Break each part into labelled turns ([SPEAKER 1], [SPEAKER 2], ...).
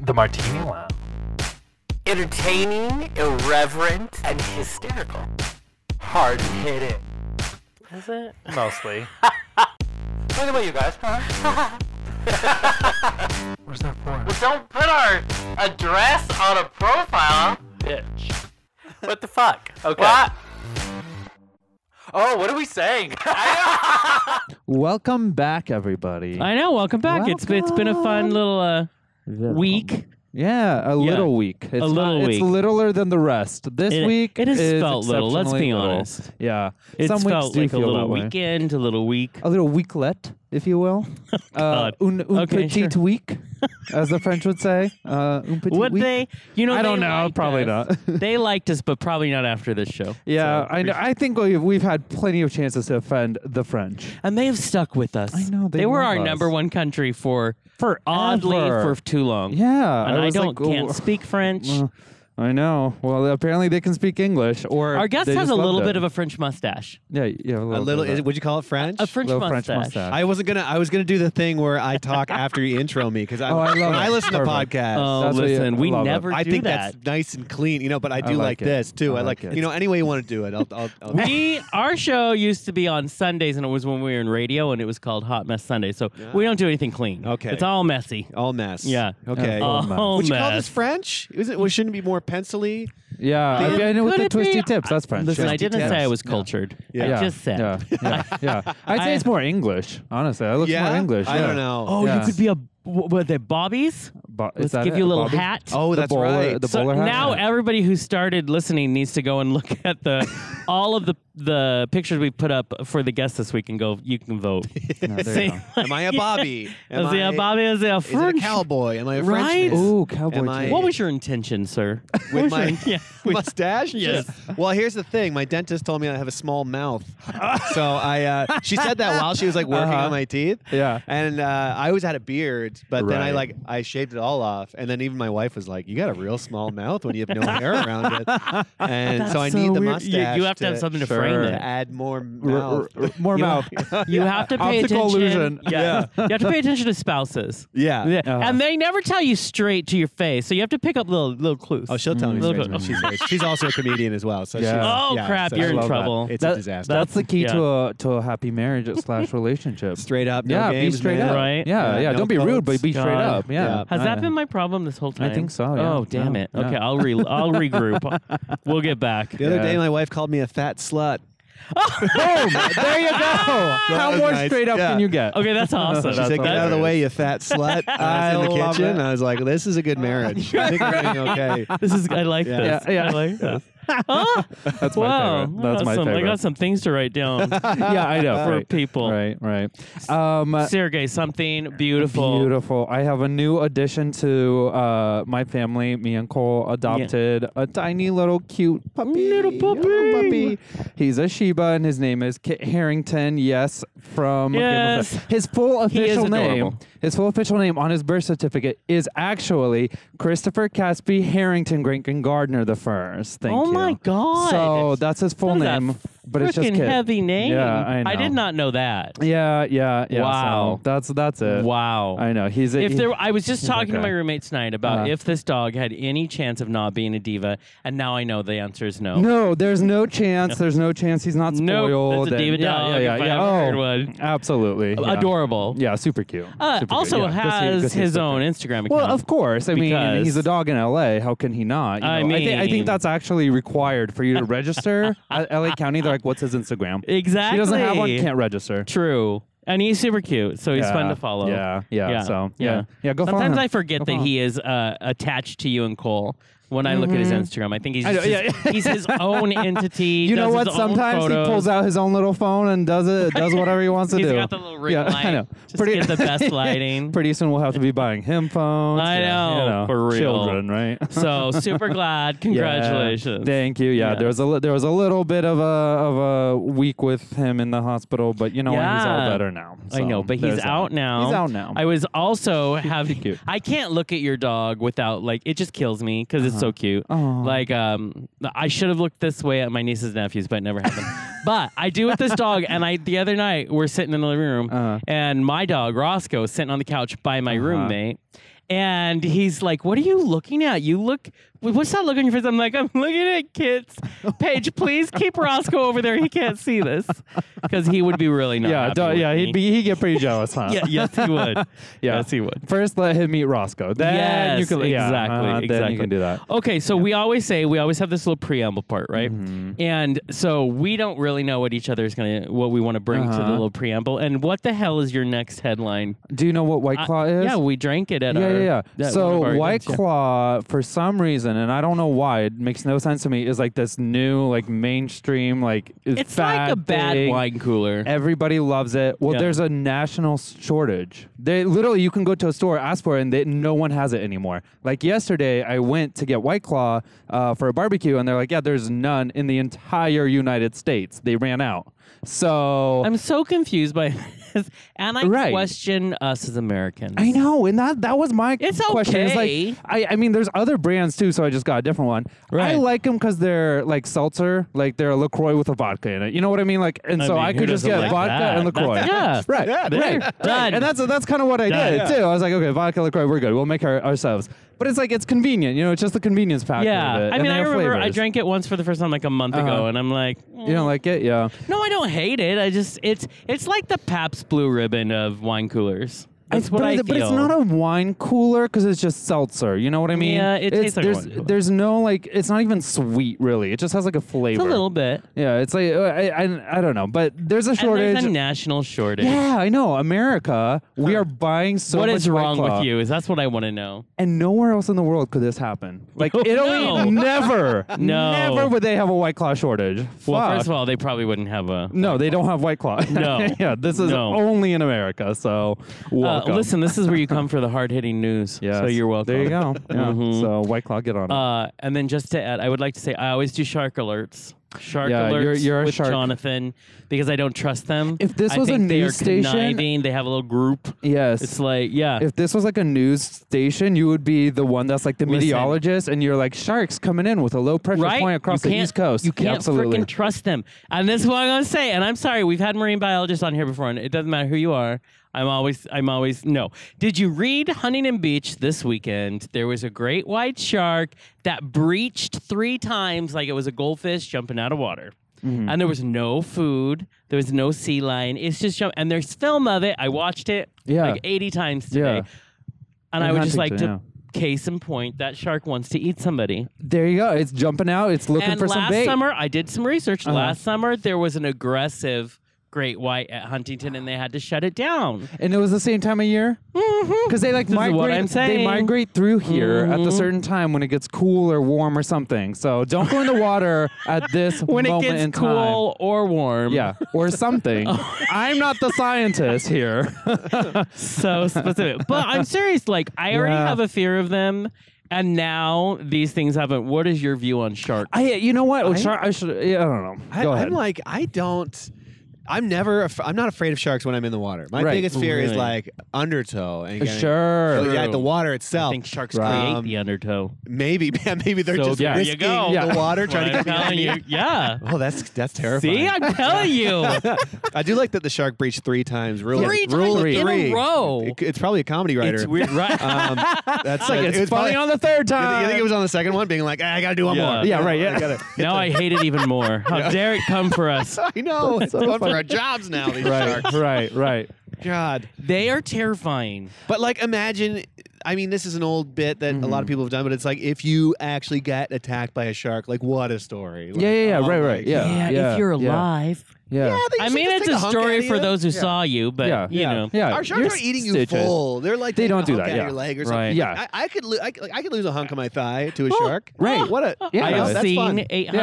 [SPEAKER 1] The Martini Lounge.
[SPEAKER 2] Entertaining, irreverent, and hysterical. Hard hitting.
[SPEAKER 3] Is it?
[SPEAKER 1] Mostly.
[SPEAKER 2] What about you guys? Huh?
[SPEAKER 1] Where's that for?
[SPEAKER 2] well, don't put our address on a profile.
[SPEAKER 3] Bitch. What the fuck? Okay.
[SPEAKER 2] What?
[SPEAKER 3] Oh, what are we saying?
[SPEAKER 4] Welcome back, everybody.
[SPEAKER 3] I know. Welcome back. It's it's been a
[SPEAKER 4] Welcome.
[SPEAKER 3] fun little uh,
[SPEAKER 4] Welcome.
[SPEAKER 3] week.
[SPEAKER 4] Yeah, a little week. It's
[SPEAKER 3] little
[SPEAKER 4] not-
[SPEAKER 3] week.
[SPEAKER 4] It's littler than the rest. This
[SPEAKER 3] It-
[SPEAKER 4] week
[SPEAKER 3] it has
[SPEAKER 4] is
[SPEAKER 3] felt little, let's be
[SPEAKER 4] exceptionally little.
[SPEAKER 3] honest.
[SPEAKER 4] Yeah,
[SPEAKER 3] It's
[SPEAKER 4] some weeks
[SPEAKER 3] felt
[SPEAKER 4] do
[SPEAKER 3] like a
[SPEAKER 4] feel
[SPEAKER 3] little
[SPEAKER 4] that way.
[SPEAKER 3] weekend, a little week.
[SPEAKER 4] a little weeklet, if you will. uh,
[SPEAKER 3] God.
[SPEAKER 4] un un
[SPEAKER 3] Okay,
[SPEAKER 4] petite
[SPEAKER 3] sure.
[SPEAKER 4] week, as the French would say. Uh, un petite
[SPEAKER 3] Would
[SPEAKER 4] week.
[SPEAKER 3] they? You know,
[SPEAKER 4] I
[SPEAKER 3] they
[SPEAKER 4] don't know,
[SPEAKER 3] liked
[SPEAKER 4] probably
[SPEAKER 3] us.
[SPEAKER 4] not.
[SPEAKER 3] they liked us, but probably not after this show.
[SPEAKER 4] Yeah,
[SPEAKER 3] So,
[SPEAKER 4] I, know, I think we've, we've had plenty of chances to offend the French.
[SPEAKER 3] and they have stuck with us.
[SPEAKER 4] I know, they
[SPEAKER 3] were
[SPEAKER 4] love
[SPEAKER 3] our
[SPEAKER 4] us.
[SPEAKER 3] number one country for for oddly
[SPEAKER 4] Forever.
[SPEAKER 3] for too long.
[SPEAKER 4] Yeah,
[SPEAKER 3] and I,
[SPEAKER 4] was
[SPEAKER 3] don't
[SPEAKER 4] like,
[SPEAKER 3] can't
[SPEAKER 4] oh,
[SPEAKER 3] speak French.
[SPEAKER 4] uh, I know. Well, apparently they can speak English, or
[SPEAKER 3] Our guest
[SPEAKER 4] they
[SPEAKER 3] has
[SPEAKER 4] just
[SPEAKER 3] a
[SPEAKER 4] loved
[SPEAKER 3] little
[SPEAKER 4] it.
[SPEAKER 3] bit of a French mustache,
[SPEAKER 4] yeah, yeah, a little,
[SPEAKER 5] A little,
[SPEAKER 4] bit of
[SPEAKER 5] is, would you call it French?
[SPEAKER 3] a French,
[SPEAKER 4] little
[SPEAKER 3] mustache.
[SPEAKER 4] French mustache.
[SPEAKER 5] I wasn't gonna. I was gonna do the thing where I talk after you intro me because I,
[SPEAKER 4] Oh, I love
[SPEAKER 5] when
[SPEAKER 4] it.
[SPEAKER 5] I listen to
[SPEAKER 4] Perfect.
[SPEAKER 5] podcasts.
[SPEAKER 3] Oh,
[SPEAKER 4] That's what you-
[SPEAKER 3] listen,
[SPEAKER 4] I
[SPEAKER 3] we
[SPEAKER 4] love it.
[SPEAKER 3] never
[SPEAKER 5] I
[SPEAKER 3] do
[SPEAKER 5] think
[SPEAKER 3] that.
[SPEAKER 5] that's nice and clean, you know. But I do
[SPEAKER 4] I like
[SPEAKER 5] like,
[SPEAKER 4] it.
[SPEAKER 5] this too.
[SPEAKER 4] I
[SPEAKER 5] I
[SPEAKER 4] like
[SPEAKER 5] like,
[SPEAKER 4] it.
[SPEAKER 5] you know, any way you want to do it. I'll, I'll, I'll
[SPEAKER 3] we our show used to be on Sundays, and it was when we were in radio, and it was called Hot Mess Sunday. So we don't do anything clean.
[SPEAKER 5] Okay.
[SPEAKER 3] it's all messy.
[SPEAKER 5] all mess.
[SPEAKER 3] Yeah.
[SPEAKER 5] Okay.
[SPEAKER 4] Oh,
[SPEAKER 3] all
[SPEAKER 4] mess.
[SPEAKER 5] would you call
[SPEAKER 3] mess.
[SPEAKER 5] this French? Is it? Well, shouldn't it be more pencilly?
[SPEAKER 4] Yeah, I, mean, I know with
[SPEAKER 3] Could
[SPEAKER 4] the
[SPEAKER 3] it be?
[SPEAKER 4] twisty tips. That's French.
[SPEAKER 3] Listen, I
[SPEAKER 4] Twisty
[SPEAKER 3] didn't
[SPEAKER 4] tips.
[SPEAKER 3] say I was cultured.
[SPEAKER 5] Yeah.
[SPEAKER 3] I just said.
[SPEAKER 4] Yeah, yeah, yeah. I'd say
[SPEAKER 3] I-
[SPEAKER 4] it's more English, honestly. I look
[SPEAKER 5] yeah.
[SPEAKER 4] more English.
[SPEAKER 5] I
[SPEAKER 4] yeah.
[SPEAKER 5] don't know.
[SPEAKER 3] Oh,
[SPEAKER 4] Yeah.
[SPEAKER 3] you could be a w- were they Bobbies?
[SPEAKER 4] Bo- is
[SPEAKER 3] Let's
[SPEAKER 4] that
[SPEAKER 3] give
[SPEAKER 4] it?
[SPEAKER 3] you a little
[SPEAKER 4] Bobby?
[SPEAKER 3] hat.
[SPEAKER 5] Oh,
[SPEAKER 4] the
[SPEAKER 5] that's
[SPEAKER 4] bowler,
[SPEAKER 5] right.
[SPEAKER 4] The
[SPEAKER 3] so
[SPEAKER 4] bowler hat.
[SPEAKER 3] now everybody who started listening needs to go and look at the all of the the pictures we put up for the guests this week and go. You can vote.
[SPEAKER 4] No, there you
[SPEAKER 3] See,
[SPEAKER 4] go.
[SPEAKER 5] Am I a Bobby? Am
[SPEAKER 3] is it a
[SPEAKER 5] I,
[SPEAKER 3] Bobby? Is it a
[SPEAKER 5] Is it a
[SPEAKER 3] French?
[SPEAKER 5] cowboy? Am I a
[SPEAKER 3] Right?
[SPEAKER 5] Frenchman?
[SPEAKER 4] Ooh, cowboy.
[SPEAKER 5] Am I-
[SPEAKER 4] too.
[SPEAKER 3] What was your intention, sir? What
[SPEAKER 5] With
[SPEAKER 3] was
[SPEAKER 5] my
[SPEAKER 3] your- yeah, with-
[SPEAKER 5] mustache?
[SPEAKER 3] Yes.
[SPEAKER 5] Well, here's the thing. My dentist told me I have a small mouth, so I. Uh, she said that while she was like working
[SPEAKER 4] Uh-huh.
[SPEAKER 5] on my teeth.
[SPEAKER 4] Yeah.
[SPEAKER 5] And uh, I always had a beard, but then I
[SPEAKER 4] Right.
[SPEAKER 5] like I shaved it all off, and then even my wife was like, "You got a real small mouth when you have no hair around it." And so I
[SPEAKER 3] so
[SPEAKER 5] need the
[SPEAKER 3] weird. You-
[SPEAKER 5] mustache.
[SPEAKER 3] you have to have something to frame it.
[SPEAKER 5] To add more
[SPEAKER 4] R- r-
[SPEAKER 5] mouth.
[SPEAKER 4] r- more
[SPEAKER 5] You know-
[SPEAKER 4] mouth?
[SPEAKER 3] you have to pay
[SPEAKER 4] Optical
[SPEAKER 3] attention.
[SPEAKER 4] illusion.
[SPEAKER 3] Yeah. you have to pay attention to spouses.
[SPEAKER 5] Yeah.
[SPEAKER 3] Yeah.
[SPEAKER 4] Uh-huh.
[SPEAKER 3] and they never tell you straight to your face, so you have to pick up little little clues.
[SPEAKER 5] Oh, she'll tell me.
[SPEAKER 3] Mm, Little
[SPEAKER 5] straight
[SPEAKER 3] bit.
[SPEAKER 5] away. She's, very- she's also a comedian as well. So
[SPEAKER 4] Yeah.
[SPEAKER 5] she's-
[SPEAKER 3] Oh,
[SPEAKER 5] yeah,
[SPEAKER 3] crap,
[SPEAKER 5] so
[SPEAKER 3] you're
[SPEAKER 5] I
[SPEAKER 3] in
[SPEAKER 5] love that.
[SPEAKER 3] trouble.
[SPEAKER 5] It's
[SPEAKER 4] That-
[SPEAKER 5] a disaster.
[SPEAKER 4] That's the key to
[SPEAKER 3] Yeah.
[SPEAKER 4] a to a happy marriage slash relationship.
[SPEAKER 5] straight up. No
[SPEAKER 4] yeah,
[SPEAKER 5] games,
[SPEAKER 4] be straight
[SPEAKER 5] man.
[SPEAKER 4] up.
[SPEAKER 3] Right.
[SPEAKER 4] Yeah,
[SPEAKER 5] Yeah,
[SPEAKER 4] yeah.
[SPEAKER 5] no
[SPEAKER 4] don't be rude,
[SPEAKER 5] codes.
[SPEAKER 4] but be straight
[SPEAKER 3] God.
[SPEAKER 4] up. Yeah.
[SPEAKER 5] Yeah.
[SPEAKER 3] Has that
[SPEAKER 4] I-
[SPEAKER 3] been my problem this whole time?
[SPEAKER 4] think so, yeah.
[SPEAKER 3] Oh damn
[SPEAKER 4] Yeah,
[SPEAKER 3] it.
[SPEAKER 4] yeah.
[SPEAKER 3] Okay, I'll re I'll regroup. we'll get back.
[SPEAKER 5] The other
[SPEAKER 4] Yeah.
[SPEAKER 5] day, my wife called me a fat slut.
[SPEAKER 4] Boom! There you go. How
[SPEAKER 5] was
[SPEAKER 4] more
[SPEAKER 5] nice.
[SPEAKER 4] straight up
[SPEAKER 5] Yeah.
[SPEAKER 4] can you get?
[SPEAKER 3] Okay, that's awesome.
[SPEAKER 5] She said, "Get
[SPEAKER 3] That's-
[SPEAKER 5] out of the way, you fat slut." And I was in the
[SPEAKER 4] I love
[SPEAKER 5] kitchen.
[SPEAKER 4] it.
[SPEAKER 5] and I was like, "This is a good marriage. I think we're gonna be okay."
[SPEAKER 3] This is I like
[SPEAKER 5] Yeah.
[SPEAKER 3] this.
[SPEAKER 4] Yeah, yeah.
[SPEAKER 3] I like this. Oh,
[SPEAKER 4] That's my
[SPEAKER 3] wow.
[SPEAKER 4] favorite.
[SPEAKER 3] I
[SPEAKER 4] That's
[SPEAKER 3] got
[SPEAKER 4] my
[SPEAKER 3] some, I
[SPEAKER 4] favorite.
[SPEAKER 3] got some things to write down
[SPEAKER 4] yeah, I know.
[SPEAKER 3] for
[SPEAKER 4] right.
[SPEAKER 3] people.
[SPEAKER 4] Right, right. Um,
[SPEAKER 3] Sergey, something beautiful.
[SPEAKER 4] Beautiful. I have a new addition to uh, my family. Me and Cole adopted a tiny little cute puppy.
[SPEAKER 3] Little puppy.
[SPEAKER 4] puppy. He's a Sheba, and his name is Kit Harrington. Yes, from Game of
[SPEAKER 3] Yes.
[SPEAKER 4] Thrones. his full
[SPEAKER 3] He is
[SPEAKER 4] official
[SPEAKER 3] adorable.
[SPEAKER 4] name. His full official name on his birth certificate is actually Christopher Caspi Harrington Grinkin Gardner the first. Thank
[SPEAKER 3] Oh
[SPEAKER 4] you.
[SPEAKER 3] my God.
[SPEAKER 4] So that's his full
[SPEAKER 3] That is a
[SPEAKER 4] name, but it's just
[SPEAKER 3] frickin'
[SPEAKER 4] Kit.
[SPEAKER 3] heavy name.
[SPEAKER 4] Yeah, I know.
[SPEAKER 3] did not know that.
[SPEAKER 4] Yeah, yeah, yeah. so
[SPEAKER 3] Wow.
[SPEAKER 4] that's that's it.
[SPEAKER 3] Wow.
[SPEAKER 4] I know. He's a,
[SPEAKER 3] If
[SPEAKER 4] he-
[SPEAKER 3] there, I was just talking to
[SPEAKER 4] okay.
[SPEAKER 3] my roommate tonight about
[SPEAKER 4] Uh-huh.
[SPEAKER 3] if this dog had any chance of not being a diva, and now I know the answer is no.
[SPEAKER 4] No, there's no chance. There's no chance he's not
[SPEAKER 3] Nope,
[SPEAKER 4] spoiled.
[SPEAKER 3] that's a
[SPEAKER 4] and-
[SPEAKER 3] David
[SPEAKER 4] yeah,
[SPEAKER 3] dog
[SPEAKER 4] yeah, yeah,
[SPEAKER 3] if I
[SPEAKER 4] yeah.
[SPEAKER 3] ever
[SPEAKER 4] Oh,
[SPEAKER 3] heard one.
[SPEAKER 4] absolutely. Yeah.
[SPEAKER 3] Adorable.
[SPEAKER 4] Yeah, super cute.
[SPEAKER 3] Uh,
[SPEAKER 4] super
[SPEAKER 3] also
[SPEAKER 4] cute. Yeah, good to see-
[SPEAKER 3] has
[SPEAKER 4] good to see
[SPEAKER 3] his
[SPEAKER 4] super
[SPEAKER 3] own
[SPEAKER 4] cute.
[SPEAKER 3] Instagram account.
[SPEAKER 4] Well, of course. I mean,
[SPEAKER 3] Because-
[SPEAKER 4] he's a dog in LA. How can he not? You
[SPEAKER 3] I
[SPEAKER 4] know, I, thi- I
[SPEAKER 3] mean-
[SPEAKER 4] think that's actually required for you to register at LA County. They're like, "What's his Instagram?"
[SPEAKER 3] exactly.
[SPEAKER 4] He doesn't have one. Can't register.
[SPEAKER 3] True. And he's super cute, so he's fun
[SPEAKER 4] Yeah,
[SPEAKER 3] to follow.
[SPEAKER 4] yeah, yeah, so, yeah. Yeah, go follow
[SPEAKER 3] Sometimes
[SPEAKER 4] him.
[SPEAKER 3] I forget that he is uh, attached to you and Cole. When I look at his Instagram, I think he's
[SPEAKER 4] Mm-hmm. I know,
[SPEAKER 3] just his,
[SPEAKER 4] yeah.
[SPEAKER 3] he's his own entity.
[SPEAKER 4] You know
[SPEAKER 3] does
[SPEAKER 4] what?
[SPEAKER 3] his own
[SPEAKER 4] Sometimes he
[SPEAKER 3] photos.
[SPEAKER 4] pulls out his own little phone and does it. Does whatever he wants to
[SPEAKER 3] He's
[SPEAKER 4] do.
[SPEAKER 3] got the little ring
[SPEAKER 4] yeah,
[SPEAKER 3] light.
[SPEAKER 4] I know.
[SPEAKER 3] Just get the best lighting.
[SPEAKER 4] Pretty soon we'll have to be buying him phones.
[SPEAKER 3] I
[SPEAKER 4] yeah, you
[SPEAKER 3] know, for real.
[SPEAKER 4] Children, right?
[SPEAKER 3] So super glad.
[SPEAKER 4] Yeah.
[SPEAKER 3] Congratulations.
[SPEAKER 4] Thank you. Yeah,
[SPEAKER 3] Yeah.
[SPEAKER 4] there was a li- there was a little bit of a of a week with him in the hospital, but you know what? he's all
[SPEAKER 3] Yeah.
[SPEAKER 4] better now.
[SPEAKER 3] I know,
[SPEAKER 4] So
[SPEAKER 3] but he's
[SPEAKER 4] there's that.
[SPEAKER 3] out now.
[SPEAKER 4] He's out now.
[SPEAKER 3] I was also having.
[SPEAKER 4] cute.
[SPEAKER 3] I can't look at your dog without like it just kills me because it's so cute.
[SPEAKER 4] Uh-huh. Aw.
[SPEAKER 3] Like um, I should have looked this way at my nieces and nephews, but it never happened. but I do with this dog, and I the other night we're sitting in the living room,
[SPEAKER 4] Uh-huh.
[SPEAKER 3] and my dog Roscoe is sitting on the couch by my roommate. And he's like, "What are you looking at? You look. What's that look on your face?" I'm like, "I'm looking at kids." Paige, please keep Roscoe over there. He can't see this because he would be really not.
[SPEAKER 4] yeah,
[SPEAKER 3] happy
[SPEAKER 4] duh,
[SPEAKER 3] with
[SPEAKER 4] yeah,
[SPEAKER 3] me.
[SPEAKER 4] he'd be he'd get pretty jealous, huh?
[SPEAKER 3] Yeah, yes, he would.
[SPEAKER 4] Yeah.
[SPEAKER 3] Yes, he would.
[SPEAKER 4] First, let him meet Roscoe. Then
[SPEAKER 3] yes,
[SPEAKER 4] you can, yeah,
[SPEAKER 3] exactly.
[SPEAKER 4] uh, then
[SPEAKER 3] exactly.
[SPEAKER 4] you can do that.
[SPEAKER 3] Okay, so we always say we always have this little preamble part, right?
[SPEAKER 4] Mm-hmm.
[SPEAKER 3] And so we don't really know what each other is gonna, what we want to bring to the
[SPEAKER 4] Uh-huh.
[SPEAKER 3] little preamble. And what the hell is your next headline?
[SPEAKER 4] Do you know what White
[SPEAKER 3] I-
[SPEAKER 4] Claw is?
[SPEAKER 3] Yeah, we drank it at
[SPEAKER 4] yeah,
[SPEAKER 3] our.
[SPEAKER 4] yeah, yeah.
[SPEAKER 3] at one
[SPEAKER 4] So
[SPEAKER 3] of our
[SPEAKER 4] White
[SPEAKER 3] events, yeah.
[SPEAKER 4] Claw, for some reason, and I don't know why, it makes no sense to me, is like this new, like mainstream, like
[SPEAKER 3] It's like a bad
[SPEAKER 4] thing.
[SPEAKER 3] wine cooler.
[SPEAKER 4] Everybody loves it. Well,
[SPEAKER 3] Yeah.
[SPEAKER 4] there's a national shortage. They literally, you can go to a store, ask for it, and they, no one has it anymore. Like yesterday, I went to get White Claw uh, for a barbecue, and they're like, "Yeah, there's none in the entire United States. They ran out." So
[SPEAKER 3] I'm so confused by this, and I
[SPEAKER 4] Right.
[SPEAKER 3] question us as Americans.
[SPEAKER 4] I know, and that that was my
[SPEAKER 3] It's
[SPEAKER 4] question. It's
[SPEAKER 3] okay.
[SPEAKER 4] like I, I mean, there's other brands too, so I just got a different one. I
[SPEAKER 3] Right.
[SPEAKER 4] like them because they're like seltzer, like they're a Lacroix with a vodka in it. You know what I mean? Like, and
[SPEAKER 1] I
[SPEAKER 4] so
[SPEAKER 1] mean,
[SPEAKER 4] I
[SPEAKER 1] who
[SPEAKER 4] could just
[SPEAKER 1] doesn't
[SPEAKER 4] get
[SPEAKER 1] like
[SPEAKER 4] vodka
[SPEAKER 1] that?
[SPEAKER 4] and Lacroix.
[SPEAKER 3] Yeah.
[SPEAKER 4] right,
[SPEAKER 5] Yeah, dude.
[SPEAKER 4] right, right.
[SPEAKER 3] Done.
[SPEAKER 4] And that's that's kind of what I did
[SPEAKER 1] Done.
[SPEAKER 4] too. I was like, okay, vodka Lacroix, we're good. We'll make our, ourselves. But it's like it's convenient, you know. It's just the convenience factor.
[SPEAKER 3] Yeah,
[SPEAKER 4] of it.
[SPEAKER 3] I
[SPEAKER 4] and
[SPEAKER 3] mean,
[SPEAKER 4] they
[SPEAKER 3] I
[SPEAKER 4] have
[SPEAKER 3] remember I
[SPEAKER 4] flavors.
[SPEAKER 3] drank it once for the first time like a month ago,
[SPEAKER 4] Uh-huh.
[SPEAKER 3] and I'm like, mm,
[SPEAKER 4] You don't like it, yeah.
[SPEAKER 3] No, I don't hate it. I just it's it's like the Pabst Blue Ribbon of wine coolers. That's
[SPEAKER 4] It's-
[SPEAKER 3] what
[SPEAKER 4] but,
[SPEAKER 3] I feel.
[SPEAKER 4] it- but it's not a wine cooler because it's just seltzer. You know what I mean?
[SPEAKER 3] Yeah, it
[SPEAKER 4] it's,
[SPEAKER 3] tastes like a
[SPEAKER 4] there's,
[SPEAKER 3] wine cooler.
[SPEAKER 4] There's no like, it's not even sweet really. It just has like a
[SPEAKER 3] It's
[SPEAKER 4] flavor.
[SPEAKER 3] a little bit.
[SPEAKER 4] Yeah, it's like uh, I, I, I don't know, but there's a
[SPEAKER 3] And
[SPEAKER 4] shortage.
[SPEAKER 3] there's a national shortage.
[SPEAKER 4] yeah, I know. America, we are buying so
[SPEAKER 3] what
[SPEAKER 4] much.
[SPEAKER 3] is
[SPEAKER 4] White
[SPEAKER 3] wrong
[SPEAKER 4] Claw,
[SPEAKER 3] with you? Is that's what I want to know.
[SPEAKER 4] And nowhere else in the world could this happen. Like
[SPEAKER 3] No.
[SPEAKER 4] Italy, never,
[SPEAKER 3] No.
[SPEAKER 4] never would they have a white claw shortage.
[SPEAKER 3] Well,
[SPEAKER 4] Fuck. Mm,
[SPEAKER 3] first of all, they probably wouldn't have a. uh,
[SPEAKER 4] no, they don't have white claw.
[SPEAKER 3] No.
[SPEAKER 4] yeah, this is
[SPEAKER 3] No.
[SPEAKER 4] only in America. So
[SPEAKER 3] Uh,
[SPEAKER 4] welcome.
[SPEAKER 3] listen, this is where you come for the hard hitting news.
[SPEAKER 4] Yes. Mm-hmm.
[SPEAKER 3] So you're welcome.
[SPEAKER 4] There you go. Yeah.
[SPEAKER 3] Mhm.
[SPEAKER 4] So White Claw, get on it.
[SPEAKER 3] Uh, and then just to add, I would like to say I always do shark alerts. Shark
[SPEAKER 4] Yeah,
[SPEAKER 3] alerts
[SPEAKER 4] you're- you're a
[SPEAKER 3] with
[SPEAKER 4] shark.
[SPEAKER 3] Jonathan because I don't trust them.
[SPEAKER 4] If this
[SPEAKER 3] I
[SPEAKER 4] was a
[SPEAKER 3] think they
[SPEAKER 4] news
[SPEAKER 3] are
[SPEAKER 4] station-
[SPEAKER 3] conniving, they have a little group.
[SPEAKER 4] yes.
[SPEAKER 3] It's like yeah,
[SPEAKER 4] if this was like a news station, you would be the one that's like the
[SPEAKER 3] Listen.
[SPEAKER 4] meteorologist, and you're like sharks coming in with a low pressure
[SPEAKER 3] right?
[SPEAKER 4] point across
[SPEAKER 3] You
[SPEAKER 4] the
[SPEAKER 3] can't-
[SPEAKER 4] east coast.
[SPEAKER 3] You
[SPEAKER 4] Yeah,
[SPEAKER 3] can't
[SPEAKER 4] absolutely.
[SPEAKER 3] freaking trust them. And this is what I'm gonna say. And I'm sorry, we've had marine biologists on here before, and it doesn't matter who you are. I'm always, I'm always no. Did you read Huntington Beach this weekend? There was a great white shark that breached three times, like it was a goldfish jumping out of water.
[SPEAKER 4] Mm-hmm.
[SPEAKER 3] And there was no food. There was no sea lion. It's just jump. And there's film of it. I watched it
[SPEAKER 4] Yeah.
[SPEAKER 3] like 80 times today.
[SPEAKER 4] Yeah.
[SPEAKER 3] And I
[SPEAKER 4] In
[SPEAKER 3] would just like
[SPEAKER 4] Huntington,
[SPEAKER 3] to case in point that shark wants to eat somebody
[SPEAKER 4] there you go. It's jumping out. It's looking
[SPEAKER 3] and
[SPEAKER 4] for
[SPEAKER 3] last
[SPEAKER 4] some bait. Uh-huh.
[SPEAKER 3] summer, I did some research. Last summer, there was an aggressive great white at Huntington, and they had to shut it down.
[SPEAKER 4] and it was the same time of year because they like
[SPEAKER 3] Mm-hmm. This is
[SPEAKER 4] migrate.
[SPEAKER 3] what I'm
[SPEAKER 4] They
[SPEAKER 3] saying. Mm-hmm.
[SPEAKER 4] migrate through here at the certain time when it gets cool or warm or something. So don't go in the water at this
[SPEAKER 3] When it
[SPEAKER 4] moment
[SPEAKER 3] gets
[SPEAKER 4] in time.
[SPEAKER 3] cool or warm,
[SPEAKER 4] Yeah, or something. I'm not the scientist here.
[SPEAKER 3] so specific. But I'm serious. Like I already
[SPEAKER 4] Yeah.
[SPEAKER 3] have a fear of them, and now these things happen. What is your view on sharks?
[SPEAKER 4] I, you know what? I, I should. Yeah, I don't know.
[SPEAKER 5] I,
[SPEAKER 4] Go ahead.
[SPEAKER 5] I'm like, I don't. I'm never. af- I'm not afraid of sharks when I'm in the water. My
[SPEAKER 4] Right.
[SPEAKER 5] biggest fear is
[SPEAKER 3] Really?
[SPEAKER 5] like undertow and getting,
[SPEAKER 4] sure.
[SPEAKER 5] So, yeah, the water itself.
[SPEAKER 3] I think sharks
[SPEAKER 5] Right.
[SPEAKER 4] Um,
[SPEAKER 3] create the undertow.
[SPEAKER 5] Maybe, yeah, maybe they're
[SPEAKER 3] So
[SPEAKER 5] just
[SPEAKER 3] there you
[SPEAKER 5] risking
[SPEAKER 3] go.
[SPEAKER 5] the
[SPEAKER 4] Yeah.
[SPEAKER 5] water
[SPEAKER 3] What
[SPEAKER 5] trying
[SPEAKER 3] I'm
[SPEAKER 5] to get
[SPEAKER 3] telling
[SPEAKER 5] me.
[SPEAKER 3] you, yeah.
[SPEAKER 5] Oh, that's that's terrifying.
[SPEAKER 3] See, I'm telling you,
[SPEAKER 5] I do like that the shark breached three times. Rule
[SPEAKER 3] Three
[SPEAKER 5] of, rule
[SPEAKER 3] times
[SPEAKER 5] of
[SPEAKER 3] in a
[SPEAKER 5] three.
[SPEAKER 3] row.
[SPEAKER 5] It- it's probably a comedy writer.
[SPEAKER 3] it's weird, right?
[SPEAKER 5] Um, that's
[SPEAKER 4] like
[SPEAKER 5] it
[SPEAKER 4] it's
[SPEAKER 5] was
[SPEAKER 4] funny
[SPEAKER 5] probably-
[SPEAKER 4] on the third
[SPEAKER 5] You think-
[SPEAKER 4] time.
[SPEAKER 5] You think it was on the second one, being like, "Ah, I gotta do one
[SPEAKER 3] Yeah.
[SPEAKER 5] more.
[SPEAKER 4] Yeah, right, yeah.
[SPEAKER 5] I gotta.
[SPEAKER 3] now I hate it even more. How dare it come for us?
[SPEAKER 5] I know. It's
[SPEAKER 4] so
[SPEAKER 5] going
[SPEAKER 4] funny.
[SPEAKER 5] for our jobs now. These
[SPEAKER 4] right,
[SPEAKER 5] sharks.
[SPEAKER 4] right, right.
[SPEAKER 5] God.
[SPEAKER 3] They are terrifying.
[SPEAKER 5] But like, imagine. I mean, this is an old bit that a lot
[SPEAKER 4] Mm-hmm.
[SPEAKER 5] of people have done, but it's like if you actually get attacked by a shark, like what a story. Like,
[SPEAKER 4] Yeah, yeah, yeah.
[SPEAKER 5] oh
[SPEAKER 4] right,
[SPEAKER 5] my
[SPEAKER 4] right. Yeah,
[SPEAKER 5] God.
[SPEAKER 4] yeah. yeah, Yeah.
[SPEAKER 5] Yeah, they
[SPEAKER 3] I
[SPEAKER 5] should
[SPEAKER 3] mean,
[SPEAKER 5] just
[SPEAKER 3] it's
[SPEAKER 5] take
[SPEAKER 3] a
[SPEAKER 5] hunk out
[SPEAKER 3] story
[SPEAKER 5] of
[SPEAKER 3] for
[SPEAKER 5] you.
[SPEAKER 3] those who
[SPEAKER 5] Yeah.
[SPEAKER 3] saw you, but
[SPEAKER 4] Yeah.
[SPEAKER 3] you
[SPEAKER 5] Yeah.
[SPEAKER 3] know,
[SPEAKER 4] Yeah,
[SPEAKER 5] Our sharks
[SPEAKER 4] you're
[SPEAKER 5] are eating
[SPEAKER 4] stitches.
[SPEAKER 5] you full. They're like
[SPEAKER 4] They
[SPEAKER 5] taking
[SPEAKER 4] don't
[SPEAKER 5] a
[SPEAKER 4] do
[SPEAKER 5] hunk
[SPEAKER 4] that,
[SPEAKER 5] Out
[SPEAKER 4] yeah.
[SPEAKER 5] of your leg or
[SPEAKER 3] Right.
[SPEAKER 5] something.
[SPEAKER 4] Yeah.
[SPEAKER 5] I, I could lo- I, could- I could lose a hunk of my thigh to a shark.
[SPEAKER 4] Right.
[SPEAKER 5] What a
[SPEAKER 4] Yeah.
[SPEAKER 5] yeah.
[SPEAKER 3] I
[SPEAKER 4] Yeah.
[SPEAKER 3] have
[SPEAKER 5] that's
[SPEAKER 3] seen
[SPEAKER 5] fun.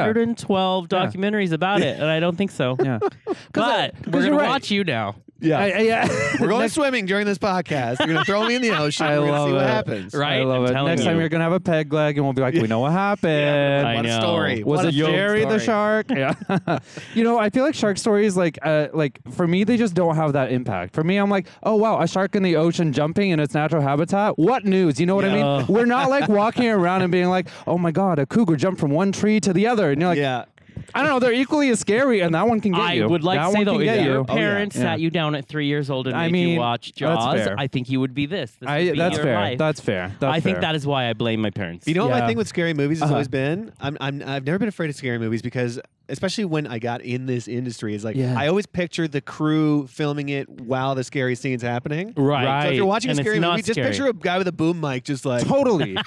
[SPEAKER 3] 812
[SPEAKER 4] Yeah.
[SPEAKER 3] documentaries about it, and I don't think so.
[SPEAKER 4] Yeah. 'Cause, uh,
[SPEAKER 3] But
[SPEAKER 4] 'cause
[SPEAKER 3] we're
[SPEAKER 4] you're
[SPEAKER 3] gonna
[SPEAKER 4] right.
[SPEAKER 3] watch you now,
[SPEAKER 5] Yeah.
[SPEAKER 4] I- I- yeah.
[SPEAKER 5] We're going
[SPEAKER 4] Next-
[SPEAKER 5] swimming during this podcast. You're gonna throw me in the ocean.
[SPEAKER 4] I
[SPEAKER 5] We're gonna
[SPEAKER 4] love
[SPEAKER 5] see what
[SPEAKER 4] it.
[SPEAKER 5] happens.
[SPEAKER 3] right?
[SPEAKER 4] I love
[SPEAKER 3] I'm
[SPEAKER 4] it.
[SPEAKER 3] telling
[SPEAKER 4] Next
[SPEAKER 3] you.
[SPEAKER 4] time you're gonna have a peg leg, and we'll be like, we know what happened.
[SPEAKER 3] I
[SPEAKER 5] What a
[SPEAKER 3] know.
[SPEAKER 5] story.
[SPEAKER 4] Was
[SPEAKER 5] What a
[SPEAKER 4] it
[SPEAKER 5] joke
[SPEAKER 4] Jerry the
[SPEAKER 5] story.
[SPEAKER 4] shark? Yeah. you know, I feel like shark stories, like, uh, like for me, they just don't have that impact. For me, I'm like, oh wow, a shark in the ocean jumping in its natural habitat. What news? You know what I
[SPEAKER 3] Yeah.
[SPEAKER 4] mean? We're not like walking around and being like, oh my god, a cougar jumped from one tree to the other, and you're like,
[SPEAKER 5] yeah.
[SPEAKER 4] I don't know. They're equally as scary, and that one can get
[SPEAKER 3] I
[SPEAKER 4] you.
[SPEAKER 3] would like
[SPEAKER 4] that
[SPEAKER 3] to say
[SPEAKER 4] one
[SPEAKER 3] though,
[SPEAKER 4] can
[SPEAKER 3] if
[SPEAKER 4] get you.
[SPEAKER 3] your
[SPEAKER 4] Oh, yeah.
[SPEAKER 3] parents
[SPEAKER 4] Yeah.
[SPEAKER 3] sat you down at three years old and
[SPEAKER 4] I
[SPEAKER 3] made
[SPEAKER 4] mean,
[SPEAKER 3] you watch
[SPEAKER 4] that's
[SPEAKER 3] Jaws,
[SPEAKER 4] fair.
[SPEAKER 3] I think you would be this. This would
[SPEAKER 4] I,
[SPEAKER 3] be
[SPEAKER 4] that's
[SPEAKER 3] your
[SPEAKER 4] fair.
[SPEAKER 3] life.
[SPEAKER 4] That's fair. That's
[SPEAKER 3] I think
[SPEAKER 4] fair.
[SPEAKER 3] that is why I blame my parents.
[SPEAKER 5] You know what
[SPEAKER 4] Yeah.
[SPEAKER 5] my thing with scary movies has
[SPEAKER 4] Uh-huh.
[SPEAKER 5] always been? I'm, I'm, I've never been afraid of scary movies because, especially when I got in this industry, is like
[SPEAKER 4] Yeah.
[SPEAKER 5] I always picture the crew filming it while the scary scene's happening.
[SPEAKER 3] right?
[SPEAKER 5] So if you're watching
[SPEAKER 3] And
[SPEAKER 5] a
[SPEAKER 3] it's
[SPEAKER 5] scary
[SPEAKER 3] not
[SPEAKER 5] movie, just
[SPEAKER 3] scary.
[SPEAKER 5] picture a guy with a boom mic, just like
[SPEAKER 4] totally.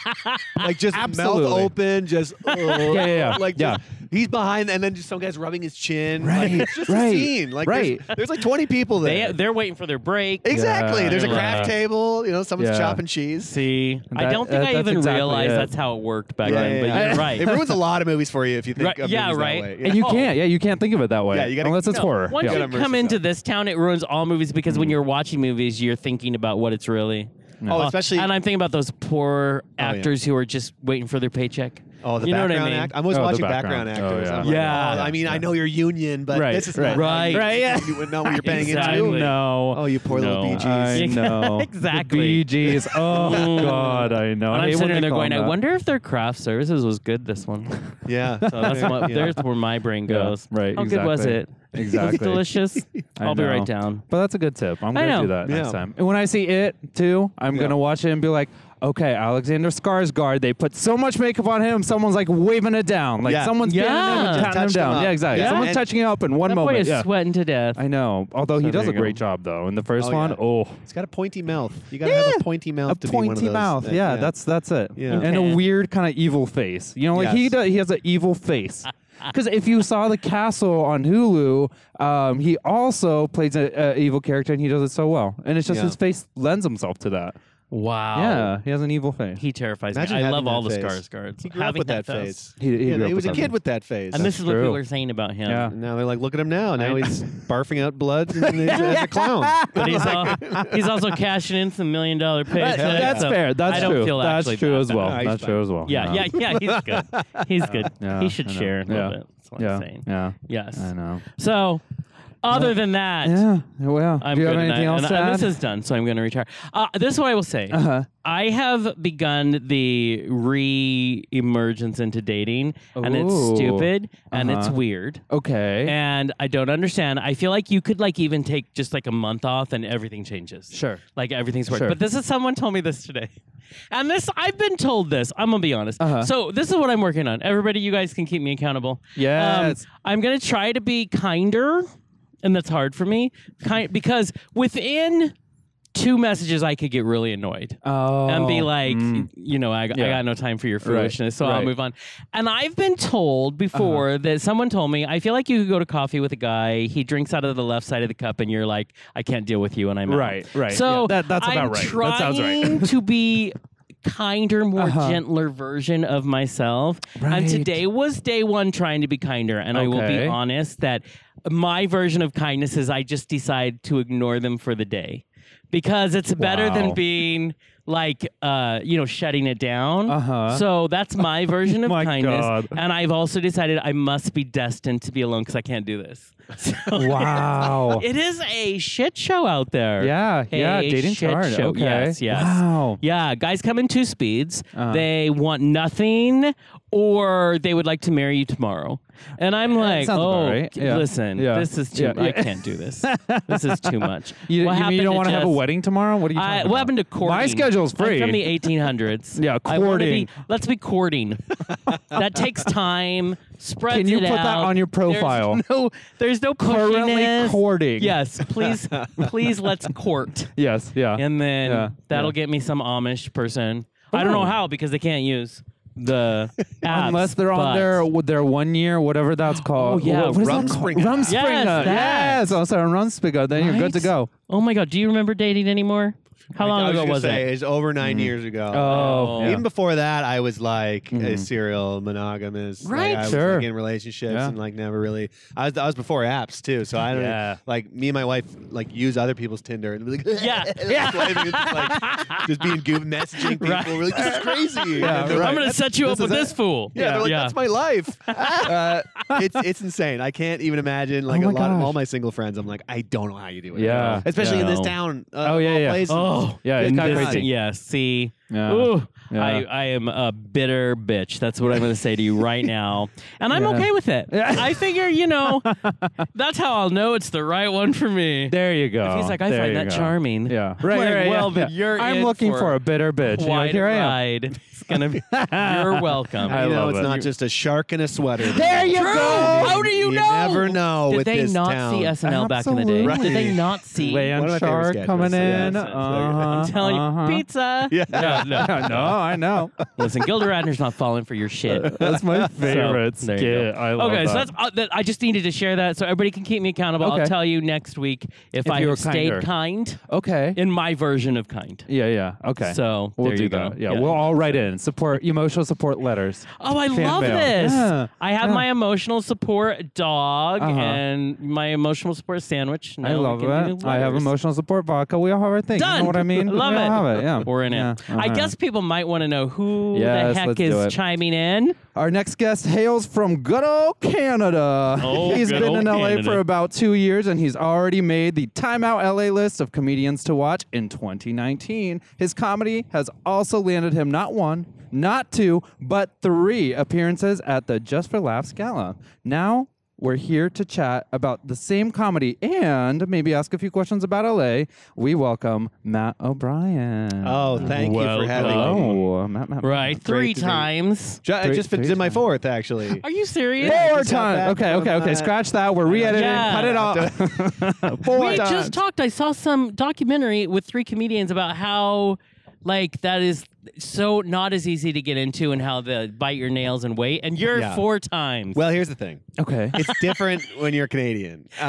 [SPEAKER 5] like just
[SPEAKER 4] Absolutely.
[SPEAKER 5] mouth open, just uh,
[SPEAKER 4] yeah, yeah.
[SPEAKER 5] like
[SPEAKER 4] Yeah.
[SPEAKER 5] just- he's behind, and then just some guy's rubbing his chin.
[SPEAKER 4] Right,
[SPEAKER 5] like, it's just
[SPEAKER 4] right,
[SPEAKER 5] a scene. Like there's-
[SPEAKER 4] right.
[SPEAKER 5] There's, like 20 people there.
[SPEAKER 3] They they're waiting for their break.
[SPEAKER 5] exactly.
[SPEAKER 4] Yeah.
[SPEAKER 5] There's a
[SPEAKER 3] Yeah.
[SPEAKER 5] craft table. You know, someone's
[SPEAKER 4] Yeah.
[SPEAKER 5] chopping cheese.
[SPEAKER 3] See, I
[SPEAKER 4] That-
[SPEAKER 3] don't think
[SPEAKER 4] that-
[SPEAKER 3] I
[SPEAKER 4] that's
[SPEAKER 3] even
[SPEAKER 4] exactly
[SPEAKER 3] realized
[SPEAKER 4] it.
[SPEAKER 3] that's how it worked back
[SPEAKER 5] Yeah,
[SPEAKER 3] then.
[SPEAKER 5] yeah,
[SPEAKER 3] but
[SPEAKER 5] yeah.
[SPEAKER 3] you're right.
[SPEAKER 5] It ruins a lot of movies for you if you think
[SPEAKER 3] Right,
[SPEAKER 5] of
[SPEAKER 3] yeah,
[SPEAKER 5] movies that
[SPEAKER 3] right.
[SPEAKER 5] way.
[SPEAKER 4] and you
[SPEAKER 3] No.
[SPEAKER 4] can't. Yeah, you can't think of it that way.
[SPEAKER 5] Yeah, you gotta-
[SPEAKER 4] unless it's
[SPEAKER 3] No,
[SPEAKER 4] horror.
[SPEAKER 3] Once
[SPEAKER 4] Yeah.
[SPEAKER 5] Gotta
[SPEAKER 3] you
[SPEAKER 5] immerse
[SPEAKER 3] come into
[SPEAKER 5] yourself.
[SPEAKER 3] this town, it ruins all movies because
[SPEAKER 4] Mm.
[SPEAKER 3] when you're watching movies, you're thinking about what it's really.
[SPEAKER 5] Oh,
[SPEAKER 3] Uh,
[SPEAKER 5] especially- Oh,
[SPEAKER 3] and I'm thinking about those poor
[SPEAKER 5] yeah.
[SPEAKER 3] actors who are just waiting for their paycheck.
[SPEAKER 5] Oh, the
[SPEAKER 3] you know what
[SPEAKER 5] background
[SPEAKER 3] I mean?
[SPEAKER 5] act. I'm always
[SPEAKER 4] Oh, the
[SPEAKER 5] watching
[SPEAKER 4] background.
[SPEAKER 5] background,
[SPEAKER 4] Oh,
[SPEAKER 5] actors.
[SPEAKER 4] yeah.
[SPEAKER 5] I'm like,
[SPEAKER 3] Yeah.
[SPEAKER 5] oh, I mean, I
[SPEAKER 4] Yeah.
[SPEAKER 5] know you're union, but
[SPEAKER 4] Right,
[SPEAKER 5] this is
[SPEAKER 4] right.
[SPEAKER 5] not how
[SPEAKER 3] Right.
[SPEAKER 5] you-
[SPEAKER 3] Right, yeah.
[SPEAKER 5] You wouldn't know what you're banging
[SPEAKER 3] Exactly.
[SPEAKER 5] into.
[SPEAKER 4] No.
[SPEAKER 5] Oh, you poor little
[SPEAKER 3] No.
[SPEAKER 5] BGs.
[SPEAKER 4] I
[SPEAKER 3] Jeez.
[SPEAKER 4] know.
[SPEAKER 3] Exactly.
[SPEAKER 4] The Bee Gees. Oh, God, I know.
[SPEAKER 3] And
[SPEAKER 4] I
[SPEAKER 3] I'm
[SPEAKER 4] hate when
[SPEAKER 3] sitting
[SPEAKER 4] they
[SPEAKER 3] there
[SPEAKER 4] call
[SPEAKER 3] going,
[SPEAKER 4] them
[SPEAKER 3] I
[SPEAKER 4] that.
[SPEAKER 3] wonder if their craft services was good this one.
[SPEAKER 5] yeah.
[SPEAKER 3] So that's what,
[SPEAKER 5] Yeah.
[SPEAKER 3] there's where my brain
[SPEAKER 4] Yeah,
[SPEAKER 3] goes.
[SPEAKER 4] right,
[SPEAKER 3] How good was
[SPEAKER 4] exactly.
[SPEAKER 3] it?
[SPEAKER 4] Exactly.
[SPEAKER 3] It was delicious.
[SPEAKER 4] I
[SPEAKER 3] I'll be
[SPEAKER 4] know.
[SPEAKER 3] right down.
[SPEAKER 4] But that's a good tip. I'm
[SPEAKER 3] I
[SPEAKER 4] going to do
[SPEAKER 3] know.
[SPEAKER 4] that next
[SPEAKER 5] Yeah.
[SPEAKER 4] time. And when I see it, too, I'm going to watch it and be like, okay, Alexander Skarsgård, they put so much makeup on him, someone's like waving it down. Like
[SPEAKER 5] Yeah.
[SPEAKER 4] someone's getting
[SPEAKER 3] Yeah.
[SPEAKER 4] him and patting him
[SPEAKER 5] Touched him
[SPEAKER 4] down.
[SPEAKER 5] up.
[SPEAKER 4] yeah, exactly.
[SPEAKER 5] Yeah.
[SPEAKER 4] Someone's
[SPEAKER 5] And-
[SPEAKER 4] touching it up in one
[SPEAKER 3] that boy
[SPEAKER 4] moment.
[SPEAKER 3] is
[SPEAKER 4] yeah.
[SPEAKER 3] sweating to death.
[SPEAKER 4] I know. Although he
[SPEAKER 5] So
[SPEAKER 4] does
[SPEAKER 5] there
[SPEAKER 4] a
[SPEAKER 5] you go.
[SPEAKER 4] great job, though. In the first
[SPEAKER 5] Oh,
[SPEAKER 4] one,
[SPEAKER 5] yeah.
[SPEAKER 4] oh.
[SPEAKER 5] It's got a pointy mouth. You got to have a pointy mouth
[SPEAKER 4] a
[SPEAKER 5] to
[SPEAKER 4] pointy
[SPEAKER 5] be one of those.
[SPEAKER 4] mouth.
[SPEAKER 5] that-
[SPEAKER 4] yeah, that's that's it.
[SPEAKER 5] Yeah.
[SPEAKER 4] And
[SPEAKER 3] Okay.
[SPEAKER 4] a weird kind of evil face. You know, like he
[SPEAKER 5] Yes.
[SPEAKER 4] does, he has an evil face. Because if you saw the castle on Hulu, um, he also plays an evil character and he does it so well. And it's just
[SPEAKER 5] Yeah. Oh.
[SPEAKER 4] his face lends himself to that.
[SPEAKER 3] Wow.
[SPEAKER 4] Yeah, he has an evil face.
[SPEAKER 3] He terrifies
[SPEAKER 5] Imagine
[SPEAKER 3] me. I
[SPEAKER 5] having
[SPEAKER 3] love
[SPEAKER 5] that
[SPEAKER 3] all the
[SPEAKER 5] face.
[SPEAKER 3] scars guards.
[SPEAKER 5] He grew up with that face.
[SPEAKER 4] He- he grew
[SPEAKER 5] yeah,
[SPEAKER 4] up
[SPEAKER 5] he
[SPEAKER 4] with
[SPEAKER 5] was a
[SPEAKER 4] that
[SPEAKER 5] kid
[SPEAKER 4] face.
[SPEAKER 5] with that face.
[SPEAKER 3] And this is what
[SPEAKER 4] true.
[SPEAKER 3] people are saying about him.
[SPEAKER 4] Yeah.
[SPEAKER 5] And now they're like, look at him now. Now
[SPEAKER 3] I-
[SPEAKER 5] he's barfing out blood and he's as a clown.
[SPEAKER 3] But he's, al- he's also cashing in some million dollar paychecks.
[SPEAKER 4] That- that's
[SPEAKER 3] so
[SPEAKER 4] fair. That's
[SPEAKER 3] I don't
[SPEAKER 4] true.
[SPEAKER 3] feel
[SPEAKER 4] that's
[SPEAKER 3] actually
[SPEAKER 4] true
[SPEAKER 3] bad
[SPEAKER 4] as well.
[SPEAKER 5] No, he's
[SPEAKER 4] that's true
[SPEAKER 5] fine.
[SPEAKER 4] as well.
[SPEAKER 3] Yeah, yeah, yeah. He's good. He's good.
[SPEAKER 4] Yeah,
[SPEAKER 3] he should
[SPEAKER 4] I know.
[SPEAKER 3] share a little
[SPEAKER 4] Yeah.
[SPEAKER 3] bit. That's what
[SPEAKER 4] Yeah.
[SPEAKER 3] I'm saying.
[SPEAKER 4] Yeah.
[SPEAKER 3] Yes.
[SPEAKER 4] I know.
[SPEAKER 3] So, other than that,
[SPEAKER 4] Yeah. Well,
[SPEAKER 3] I'm
[SPEAKER 4] do you have
[SPEAKER 3] good at
[SPEAKER 4] anything
[SPEAKER 3] that.
[SPEAKER 4] else
[SPEAKER 3] And
[SPEAKER 4] to
[SPEAKER 3] I-
[SPEAKER 4] add?
[SPEAKER 3] This is done, so I'm going to retire. Uh, this is what I will say.
[SPEAKER 4] Uh-huh.
[SPEAKER 3] I have begun the re-emergence into dating, and
[SPEAKER 4] Ooh.
[SPEAKER 3] it's stupid and it's
[SPEAKER 4] Uh-huh.
[SPEAKER 3] weird.
[SPEAKER 4] okay.
[SPEAKER 3] And I don't understand. I feel like you could like even take just like a month off and everything changes.
[SPEAKER 4] Sure.
[SPEAKER 3] Like everything's worked.
[SPEAKER 4] Sure.
[SPEAKER 3] But this is someone told me this today. And this I've been told this. I'm gonna be honest.
[SPEAKER 4] Uh-huh.
[SPEAKER 3] So this is what I'm working on. Everybody, you guys can keep me accountable. Um,
[SPEAKER 4] Yes.
[SPEAKER 3] I'm gonna try to be kinder, and that's hard for me. Kind because within two messages I could get really annoyed
[SPEAKER 4] oh.
[SPEAKER 3] and be like,
[SPEAKER 4] mm.
[SPEAKER 3] you know, I, I
[SPEAKER 4] Yeah.
[SPEAKER 3] got no time for your foolishness, so I'll
[SPEAKER 4] right. Uh-huh.
[SPEAKER 3] move on. And I've been told before that someone told me, I feel like you could go to coffee with a guy, he drinks out of the left side of the cup, and you're like, I can't deal with you, and I'm out."
[SPEAKER 4] Right, right.
[SPEAKER 3] So
[SPEAKER 4] Yeah, that- that's about
[SPEAKER 3] I'm
[SPEAKER 4] right.
[SPEAKER 3] Trying
[SPEAKER 4] That sounds right.
[SPEAKER 3] to be kinder, more
[SPEAKER 4] Uh-huh.
[SPEAKER 3] gentler version of myself. And
[SPEAKER 4] Right.
[SPEAKER 3] today was day one trying to be kinder, and I will be
[SPEAKER 4] Okay.
[SPEAKER 3] honest that my version of kindness is I just decide to ignore them for the day because it's better than
[SPEAKER 4] Wow.
[SPEAKER 3] being like uh you know shutting it down
[SPEAKER 4] Uh-huh.
[SPEAKER 3] so that's my version of
[SPEAKER 4] My
[SPEAKER 3] kindness
[SPEAKER 4] God.
[SPEAKER 3] and i've also decided i must be destined to be alone because i can't do this so
[SPEAKER 4] Wow.
[SPEAKER 3] it is a shit show out there
[SPEAKER 4] yeah, yeah.
[SPEAKER 3] a
[SPEAKER 4] Dating
[SPEAKER 3] shit
[SPEAKER 4] chart.
[SPEAKER 3] show.
[SPEAKER 4] Okay.
[SPEAKER 3] Yes, yes.
[SPEAKER 4] Wow.
[SPEAKER 3] Yeah, guys come in two speeds.
[SPEAKER 4] Uh-huh.
[SPEAKER 3] They want nothing, or they would like to marry you tomorrow. And I'm like,
[SPEAKER 4] sounds about
[SPEAKER 3] oh,
[SPEAKER 4] right.
[SPEAKER 3] g-
[SPEAKER 4] Yeah.
[SPEAKER 3] listen,
[SPEAKER 4] Yeah.
[SPEAKER 3] this is too.
[SPEAKER 4] Yeah.
[SPEAKER 3] I can't do this. this is too much.
[SPEAKER 4] You, you
[SPEAKER 3] What
[SPEAKER 4] mean
[SPEAKER 3] happened
[SPEAKER 4] you don't want to have a
[SPEAKER 3] Jess-
[SPEAKER 4] wedding tomorrow? What are you talking
[SPEAKER 3] I,
[SPEAKER 4] about?
[SPEAKER 3] what happened to courting?
[SPEAKER 4] My schedule's
[SPEAKER 3] I'm
[SPEAKER 4] free.
[SPEAKER 3] from the 1800s.
[SPEAKER 4] Yeah,
[SPEAKER 3] I wanna
[SPEAKER 4] courting.
[SPEAKER 3] Be, let's be courting. that takes time. Spread.
[SPEAKER 4] Can you
[SPEAKER 3] it
[SPEAKER 4] put that
[SPEAKER 3] out.
[SPEAKER 4] on your
[SPEAKER 3] There's
[SPEAKER 4] profile?
[SPEAKER 3] no, there's no
[SPEAKER 4] Currently
[SPEAKER 3] pushiness.
[SPEAKER 4] courting.
[SPEAKER 3] Yes, please, please let's court
[SPEAKER 4] Yes. Yeah.
[SPEAKER 3] and then
[SPEAKER 4] Yeah,
[SPEAKER 3] that'll
[SPEAKER 4] yeah.
[SPEAKER 3] get me some Amish person. I don't know
[SPEAKER 4] Oh.
[SPEAKER 3] how because they can't use the apps,
[SPEAKER 4] Unless they're
[SPEAKER 3] but-
[SPEAKER 4] on their with their one year, whatever that's called.
[SPEAKER 3] yeah,
[SPEAKER 4] What is that called?
[SPEAKER 5] Rumspringa.
[SPEAKER 4] Oh, Rumspringa.
[SPEAKER 3] Yes, that.
[SPEAKER 4] yes. Also on Rumspringa, then you're good to
[SPEAKER 3] Right?
[SPEAKER 4] go.
[SPEAKER 3] Oh my god, do you remember dating anymore? How long
[SPEAKER 5] I was
[SPEAKER 3] ago
[SPEAKER 5] gonna
[SPEAKER 3] was
[SPEAKER 5] say,
[SPEAKER 3] it? Mm-hmm.
[SPEAKER 5] It's over nine years ago.
[SPEAKER 4] Oh,
[SPEAKER 3] yeah.
[SPEAKER 5] Even before that, I was like a serial monogamous. Like,
[SPEAKER 3] Right.
[SPEAKER 5] I was
[SPEAKER 4] Mm-hmm. Sure.
[SPEAKER 5] like, in relationships
[SPEAKER 4] Yeah.
[SPEAKER 5] and like never really. I was, I was before apps too, so I don't e,
[SPEAKER 4] Yeah.
[SPEAKER 5] like me and my wife like use other people's Tinder and be like,
[SPEAKER 3] Yeah.
[SPEAKER 5] like, like, just being goof messaging people.
[SPEAKER 3] Right.
[SPEAKER 5] We're like, this is crazy.
[SPEAKER 4] Yeah,
[SPEAKER 5] And they're
[SPEAKER 4] right.
[SPEAKER 3] I'm gonna
[SPEAKER 5] "That's-
[SPEAKER 3] set you up
[SPEAKER 5] this
[SPEAKER 3] with
[SPEAKER 5] is
[SPEAKER 3] this
[SPEAKER 5] it."
[SPEAKER 3] fool.
[SPEAKER 5] Yeah, they're like, that's my life. uh, it's it's insane. I can't even imagine. Like
[SPEAKER 4] Oh
[SPEAKER 5] a
[SPEAKER 4] my
[SPEAKER 5] lot of
[SPEAKER 4] gosh.
[SPEAKER 5] all my single friends, I'm like, I don't know how you do it.
[SPEAKER 4] Yeah.
[SPEAKER 5] especially in
[SPEAKER 3] Yeah.
[SPEAKER 5] this town. Uh,
[SPEAKER 4] Oh, yeah,
[SPEAKER 5] of all
[SPEAKER 4] yeah.
[SPEAKER 5] places.
[SPEAKER 3] oh
[SPEAKER 4] Yeah, it's
[SPEAKER 5] Good
[SPEAKER 4] kinda
[SPEAKER 5] God.
[SPEAKER 3] this-
[SPEAKER 4] crazy.
[SPEAKER 3] yeah. See,
[SPEAKER 4] Yeah.
[SPEAKER 3] Ooh,
[SPEAKER 4] Yeah.
[SPEAKER 3] I, I am a bitter bitch. That's what I'm going to say to you right now. And I'm
[SPEAKER 4] Yeah.
[SPEAKER 3] okay with it.
[SPEAKER 4] Yeah.
[SPEAKER 3] I figure, you know, that's how I'll know it's the right one for me.
[SPEAKER 4] There you go.
[SPEAKER 3] If he's like, I
[SPEAKER 4] There
[SPEAKER 3] find
[SPEAKER 4] you
[SPEAKER 3] that
[SPEAKER 4] go.
[SPEAKER 3] charming.
[SPEAKER 4] Yeah.
[SPEAKER 3] Right,
[SPEAKER 4] Right. right,
[SPEAKER 3] well,
[SPEAKER 4] yeah,
[SPEAKER 3] then
[SPEAKER 4] yeah.
[SPEAKER 3] you're
[SPEAKER 4] I'm
[SPEAKER 3] in
[SPEAKER 4] looking
[SPEAKER 3] for
[SPEAKER 4] for, a bitter bitch. You're like,
[SPEAKER 3] Wide
[SPEAKER 4] Here I am.
[SPEAKER 3] ride. It's gonna be. You're welcome.
[SPEAKER 4] I
[SPEAKER 5] you know,
[SPEAKER 4] love
[SPEAKER 5] it's
[SPEAKER 4] it.
[SPEAKER 5] not just a shark in a sweater.
[SPEAKER 4] There you
[SPEAKER 3] True.
[SPEAKER 4] go.
[SPEAKER 3] How do you,
[SPEAKER 5] You
[SPEAKER 3] know?
[SPEAKER 5] never know
[SPEAKER 3] Did
[SPEAKER 5] with
[SPEAKER 3] they
[SPEAKER 5] this
[SPEAKER 3] not
[SPEAKER 5] town.
[SPEAKER 3] see SNL back in the day?
[SPEAKER 5] Absolutely.
[SPEAKER 3] Did they not see?
[SPEAKER 5] One of
[SPEAKER 4] Land
[SPEAKER 5] my favorite
[SPEAKER 4] shark
[SPEAKER 5] sketches,
[SPEAKER 4] coming
[SPEAKER 5] yeah.
[SPEAKER 4] in.
[SPEAKER 5] Yeah.
[SPEAKER 4] Uh-huh,
[SPEAKER 3] I'm telling
[SPEAKER 4] uh-huh.
[SPEAKER 3] you, pizza.
[SPEAKER 5] Yeah.
[SPEAKER 3] No, no.
[SPEAKER 4] no, I know.
[SPEAKER 3] Listen, Gilda Radner's not falling for your shit.
[SPEAKER 4] That's my favorite
[SPEAKER 3] So, there you
[SPEAKER 4] skit.
[SPEAKER 3] go.
[SPEAKER 4] I love
[SPEAKER 3] okay,
[SPEAKER 4] that.
[SPEAKER 3] so that's uh, that, I just needed to share that so everybody can keep me accountable.
[SPEAKER 4] Okay.
[SPEAKER 3] I'll tell you next week if,
[SPEAKER 4] If
[SPEAKER 3] I
[SPEAKER 4] you were
[SPEAKER 3] have stayed
[SPEAKER 4] kinder.
[SPEAKER 3] kind
[SPEAKER 4] okay.
[SPEAKER 3] in my version of kind.
[SPEAKER 4] yeah, yeah. Okay.
[SPEAKER 3] So,
[SPEAKER 4] we'll
[SPEAKER 3] there
[SPEAKER 4] do
[SPEAKER 3] you go.
[SPEAKER 4] that. Yeah,
[SPEAKER 3] Yeah.
[SPEAKER 4] we'll all write in support emotional support letters.
[SPEAKER 3] Oh, I
[SPEAKER 4] Fan
[SPEAKER 3] love
[SPEAKER 4] mail.
[SPEAKER 3] this.
[SPEAKER 4] Yeah,
[SPEAKER 3] I have
[SPEAKER 4] yeah.
[SPEAKER 3] my emotional support dog
[SPEAKER 4] Uh-huh.
[SPEAKER 3] and my emotional support sandwich. Now
[SPEAKER 4] I
[SPEAKER 3] we
[SPEAKER 4] love
[SPEAKER 3] can do
[SPEAKER 4] that. I have
[SPEAKER 3] letters.
[SPEAKER 4] emotional support vodka. We all have our thing. You
[SPEAKER 3] Done.
[SPEAKER 4] know what I mean?
[SPEAKER 3] Love
[SPEAKER 4] we
[SPEAKER 3] it.
[SPEAKER 4] All have it. Yeah,
[SPEAKER 3] We're in it.
[SPEAKER 4] Yeah,
[SPEAKER 3] I
[SPEAKER 4] uh-huh.
[SPEAKER 3] guess people might want to know who
[SPEAKER 4] Yes,
[SPEAKER 3] the heck
[SPEAKER 4] let's do
[SPEAKER 3] is
[SPEAKER 4] it.
[SPEAKER 3] chiming in.
[SPEAKER 4] Our next guest hails from good old Canada.
[SPEAKER 3] Oh,
[SPEAKER 4] he's
[SPEAKER 3] good
[SPEAKER 4] been
[SPEAKER 3] old
[SPEAKER 4] in LA
[SPEAKER 3] Canada.
[SPEAKER 4] for about two years and he's already made the Time Out LA list of comedians to watch in 2019. His comedy has also landed him not one, not two, but three appearances at the Just for Laughs Gala. Now we're here to chat about the same comedy and maybe ask a few questions about LA. We welcome Matt O'Brien.
[SPEAKER 5] Oh, thank you for having me.
[SPEAKER 4] Hello, Matt, Matt, Matt.
[SPEAKER 3] Right, three
[SPEAKER 5] Great to be-
[SPEAKER 3] times.
[SPEAKER 5] Ju- I
[SPEAKER 4] Three-
[SPEAKER 5] Uh, just finished
[SPEAKER 4] three
[SPEAKER 5] in my
[SPEAKER 4] times.
[SPEAKER 5] fourth, actually.
[SPEAKER 3] Are you serious?
[SPEAKER 4] Four
[SPEAKER 5] just got
[SPEAKER 4] times.
[SPEAKER 5] back
[SPEAKER 4] Okay,
[SPEAKER 5] from,
[SPEAKER 4] okay, okay.
[SPEAKER 5] uh,
[SPEAKER 4] Scratch that. We're re-editing.
[SPEAKER 3] Yeah.
[SPEAKER 4] Cut it off. Four
[SPEAKER 3] We
[SPEAKER 4] times.
[SPEAKER 3] just talked. I saw some documentary with three comedians about how, like, that is so not as easy to get into, and how the bite your nails and wait. And you're
[SPEAKER 5] Yeah.
[SPEAKER 3] four times.
[SPEAKER 5] Well, here's the thing.
[SPEAKER 4] okay.
[SPEAKER 5] It's different when you're Canadian.
[SPEAKER 3] Oh,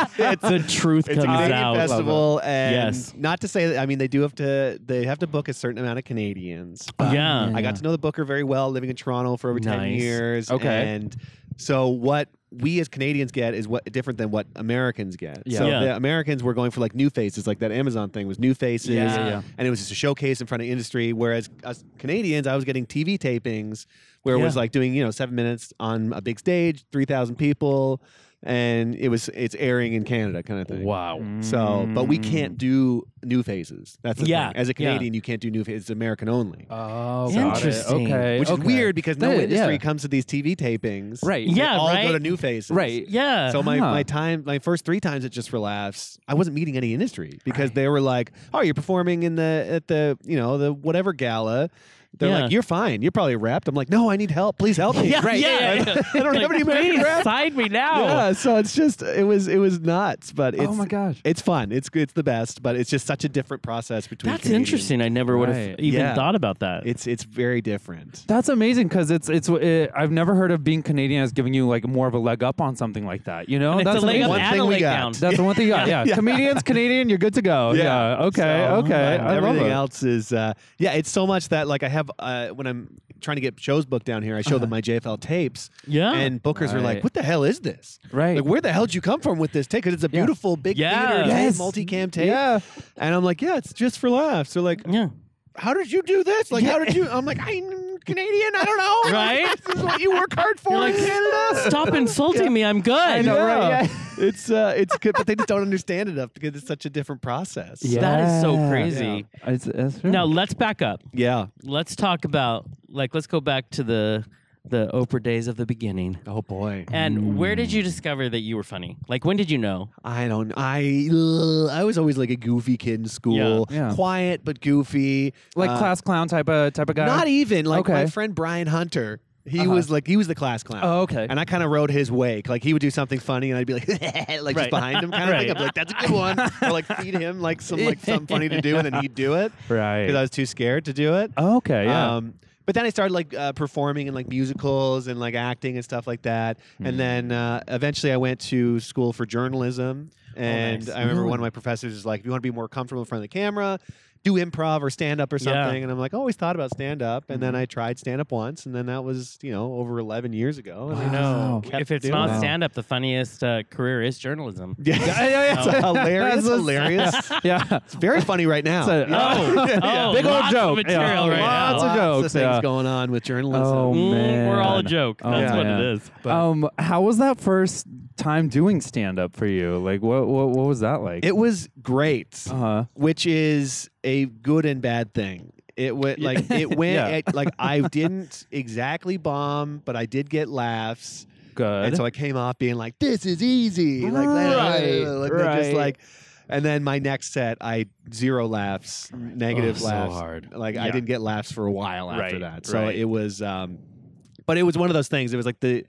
[SPEAKER 5] Uh, it's
[SPEAKER 3] the truth
[SPEAKER 5] it's a
[SPEAKER 3] comes
[SPEAKER 5] Canadian
[SPEAKER 3] out.
[SPEAKER 5] festival, and
[SPEAKER 3] Yes.
[SPEAKER 5] not to say that. I mean, they do have to. They have to book a certain amount of Canadians. but
[SPEAKER 3] Yeah.
[SPEAKER 5] I got to know the booker very well, living in Toronto for over ten
[SPEAKER 3] Nice.
[SPEAKER 5] years.
[SPEAKER 4] Okay.
[SPEAKER 5] and so what we as Canadians get is what different than what Americans get.
[SPEAKER 4] Yeah.
[SPEAKER 5] So
[SPEAKER 3] Yeah.
[SPEAKER 5] the Americans were going for like new faces, like that Amazon thing was new faces,
[SPEAKER 3] Yeah. Yeah, yeah.
[SPEAKER 5] and it was just a showcase in front of industry. Whereas us Canadians, I was getting TV tapings where it was
[SPEAKER 3] Yeah.
[SPEAKER 5] like doing you know seven minutes on a big stage, three thousand people, and it was it's airing in Canada kind of thing.
[SPEAKER 3] Wow.
[SPEAKER 5] So, but we can't
[SPEAKER 3] Mm.
[SPEAKER 5] do new faces. That's the
[SPEAKER 3] Yeah,
[SPEAKER 5] thing. As a
[SPEAKER 3] yeah.
[SPEAKER 5] Canadian, you can't do new faces. It's American only,
[SPEAKER 4] Oh,
[SPEAKER 3] got it. Interesting.
[SPEAKER 4] Okay.
[SPEAKER 5] which
[SPEAKER 4] okay.
[SPEAKER 5] is weird because no
[SPEAKER 4] Yeah,
[SPEAKER 5] industry
[SPEAKER 4] yeah.
[SPEAKER 5] comes to these TV tapings.
[SPEAKER 4] Right.
[SPEAKER 5] They
[SPEAKER 3] Yeah,
[SPEAKER 5] all
[SPEAKER 3] right?
[SPEAKER 5] go to new faces.
[SPEAKER 4] Right.
[SPEAKER 3] Yeah.
[SPEAKER 5] So my,
[SPEAKER 4] Huh.
[SPEAKER 5] my time my first three times at just for laughs I wasn't meeting any industry because they were like oh you're performing in the at the you know the whatever gala they're
[SPEAKER 3] Yeah.
[SPEAKER 5] like you're fine you're probably wrapped I'm like no I need help please help me
[SPEAKER 3] yeah,
[SPEAKER 5] right
[SPEAKER 3] yeah, yeah, yeah.
[SPEAKER 5] I don't have any American
[SPEAKER 3] Please
[SPEAKER 5] rap.
[SPEAKER 3] Side me now.
[SPEAKER 5] yeah so it's just it was it was nuts but it's
[SPEAKER 4] oh my gosh.
[SPEAKER 5] it's fun it's it's the best but it's just such a different process between
[SPEAKER 3] That's
[SPEAKER 5] Canadian-
[SPEAKER 3] interesting. I never would have
[SPEAKER 4] Right.
[SPEAKER 3] even
[SPEAKER 5] Yeah.
[SPEAKER 3] thought about that.
[SPEAKER 5] it's it's very different
[SPEAKER 4] That's amazing because it's it's it, I've never heard of being Canadian as giving you like more of a leg up on something like that. You know,
[SPEAKER 3] And it's
[SPEAKER 4] that's
[SPEAKER 3] a leg
[SPEAKER 4] amazing.
[SPEAKER 3] up
[SPEAKER 5] One
[SPEAKER 3] and a
[SPEAKER 5] thing we
[SPEAKER 3] leg
[SPEAKER 5] got.
[SPEAKER 3] down.
[SPEAKER 4] That's the one thing. you got. Yeah.
[SPEAKER 5] Yeah.
[SPEAKER 4] Comedians, Canadian, you're good to go. Yeah. Okay.
[SPEAKER 5] So,
[SPEAKER 4] okay.
[SPEAKER 5] but
[SPEAKER 4] I love
[SPEAKER 5] everything
[SPEAKER 4] it.
[SPEAKER 5] else is uh, yeah. It's so much that like I have uh, when I'm trying to get shows booked down here, I show them my JFL tapes.
[SPEAKER 3] Yeah.
[SPEAKER 5] and bookers
[SPEAKER 4] Uh-huh.
[SPEAKER 5] are
[SPEAKER 4] Right.
[SPEAKER 5] like, "What the hell is this?
[SPEAKER 4] Right.
[SPEAKER 5] Like, where the hell did you come from with this tape? Because it's a
[SPEAKER 4] Yeah.
[SPEAKER 5] beautiful big
[SPEAKER 3] Yeah.
[SPEAKER 5] theater tape,
[SPEAKER 4] Yes.
[SPEAKER 5] multicam tape.
[SPEAKER 4] Yeah.
[SPEAKER 5] And I'm like, yeah, it's just for laughs. They're like,
[SPEAKER 3] yeah.
[SPEAKER 5] how did you do this? Like, how did you? I'm like, I'm Canadian. I don't know.
[SPEAKER 3] Right?
[SPEAKER 5] this is what you work hard for in Canada.
[SPEAKER 3] Stop insulting me. I'm good. I
[SPEAKER 4] know, right?
[SPEAKER 5] it's uh, it's good, but they just don't understand enough because it's such a different process.
[SPEAKER 3] That is so
[SPEAKER 4] Yeah.
[SPEAKER 3] crazy.
[SPEAKER 4] Yeah. It's, it's true.
[SPEAKER 3] Now let's back up.
[SPEAKER 5] yeah.
[SPEAKER 3] Let's talk about like let's go back to the the Oprah days of the beginning.
[SPEAKER 5] Oh boy.
[SPEAKER 3] And where did you discover that you were funny? Like when did you know?
[SPEAKER 5] I don't. I ugh, I was always like a goofy kid in school,
[SPEAKER 4] Yeah.
[SPEAKER 5] quiet but goofy,
[SPEAKER 4] like
[SPEAKER 5] Uh,
[SPEAKER 4] class clown type of type of guy.
[SPEAKER 5] Not e even like my
[SPEAKER 4] Okay.
[SPEAKER 5] friend Brian Hunter. He
[SPEAKER 4] Uh-huh.
[SPEAKER 5] was like he was the class clown.
[SPEAKER 4] Oh, okay.
[SPEAKER 5] And I kind of rode his wake. Like he would do something funny, and I'd be like, like
[SPEAKER 3] Right.
[SPEAKER 5] just behind him, kind of
[SPEAKER 3] Right.
[SPEAKER 5] thing. I'd be like, "That's a good one," or like feed him like some like something funny to do, and then he'd do it
[SPEAKER 4] right.
[SPEAKER 5] because I was too scared to do it.
[SPEAKER 4] Oh, okay. Yeah.
[SPEAKER 5] Um, but then I started like uh, performing in like musicals and like acting and stuff like that. And then uh, eventually I went to school for journalism. And
[SPEAKER 3] nice.
[SPEAKER 5] I remember one of my professors was like, if you want to be more comfortable in front of the camera, do improv or stand up or something.
[SPEAKER 3] Yeah.
[SPEAKER 5] And I'm like, I always thought about stand up. And then I tried stand up once. And then that was, you know, over 11 years ago. And I
[SPEAKER 4] Wow.
[SPEAKER 5] know. kept
[SPEAKER 3] If it's
[SPEAKER 5] doing
[SPEAKER 3] not
[SPEAKER 5] it.
[SPEAKER 3] stand up, the funniest uh, career is journalism.
[SPEAKER 5] Yeah. yeah, yeah, hilarious, hilarious.
[SPEAKER 4] yeah.
[SPEAKER 5] It's very funny right now.
[SPEAKER 4] So-
[SPEAKER 3] Oh, oh,
[SPEAKER 4] Big old
[SPEAKER 3] lots of
[SPEAKER 4] joke.
[SPEAKER 3] material
[SPEAKER 4] Yeah.
[SPEAKER 3] right now.
[SPEAKER 4] Lots
[SPEAKER 5] lots
[SPEAKER 4] of jokes,
[SPEAKER 5] of things
[SPEAKER 4] yeah.
[SPEAKER 5] going on with journalism.
[SPEAKER 4] Oh,
[SPEAKER 3] Mm, We're all a
[SPEAKER 4] man.
[SPEAKER 3] joke.
[SPEAKER 4] Oh,
[SPEAKER 3] That's what
[SPEAKER 4] man.
[SPEAKER 3] it is.
[SPEAKER 5] But-
[SPEAKER 4] um, how was that first time doing stand up for you? Like, what what what was that like?
[SPEAKER 5] It was great,
[SPEAKER 4] uh huh.
[SPEAKER 5] which is a good and bad thing. It went like it went
[SPEAKER 4] Yeah.
[SPEAKER 5] it- like I didn't exactly bomb, but I did get laughs,
[SPEAKER 4] Good.
[SPEAKER 5] and so I came off being like, "This is easy," like, like, like, like, just
[SPEAKER 4] right.
[SPEAKER 5] like. And then my next set, I zero laughs, negative
[SPEAKER 3] so
[SPEAKER 5] laughs.
[SPEAKER 3] hard.
[SPEAKER 5] Like I
[SPEAKER 1] Yeah.
[SPEAKER 5] didn't get laughs for a while after
[SPEAKER 1] Right,
[SPEAKER 5] that. So
[SPEAKER 1] right.
[SPEAKER 5] it was, um, but it was one of those things. It was like the.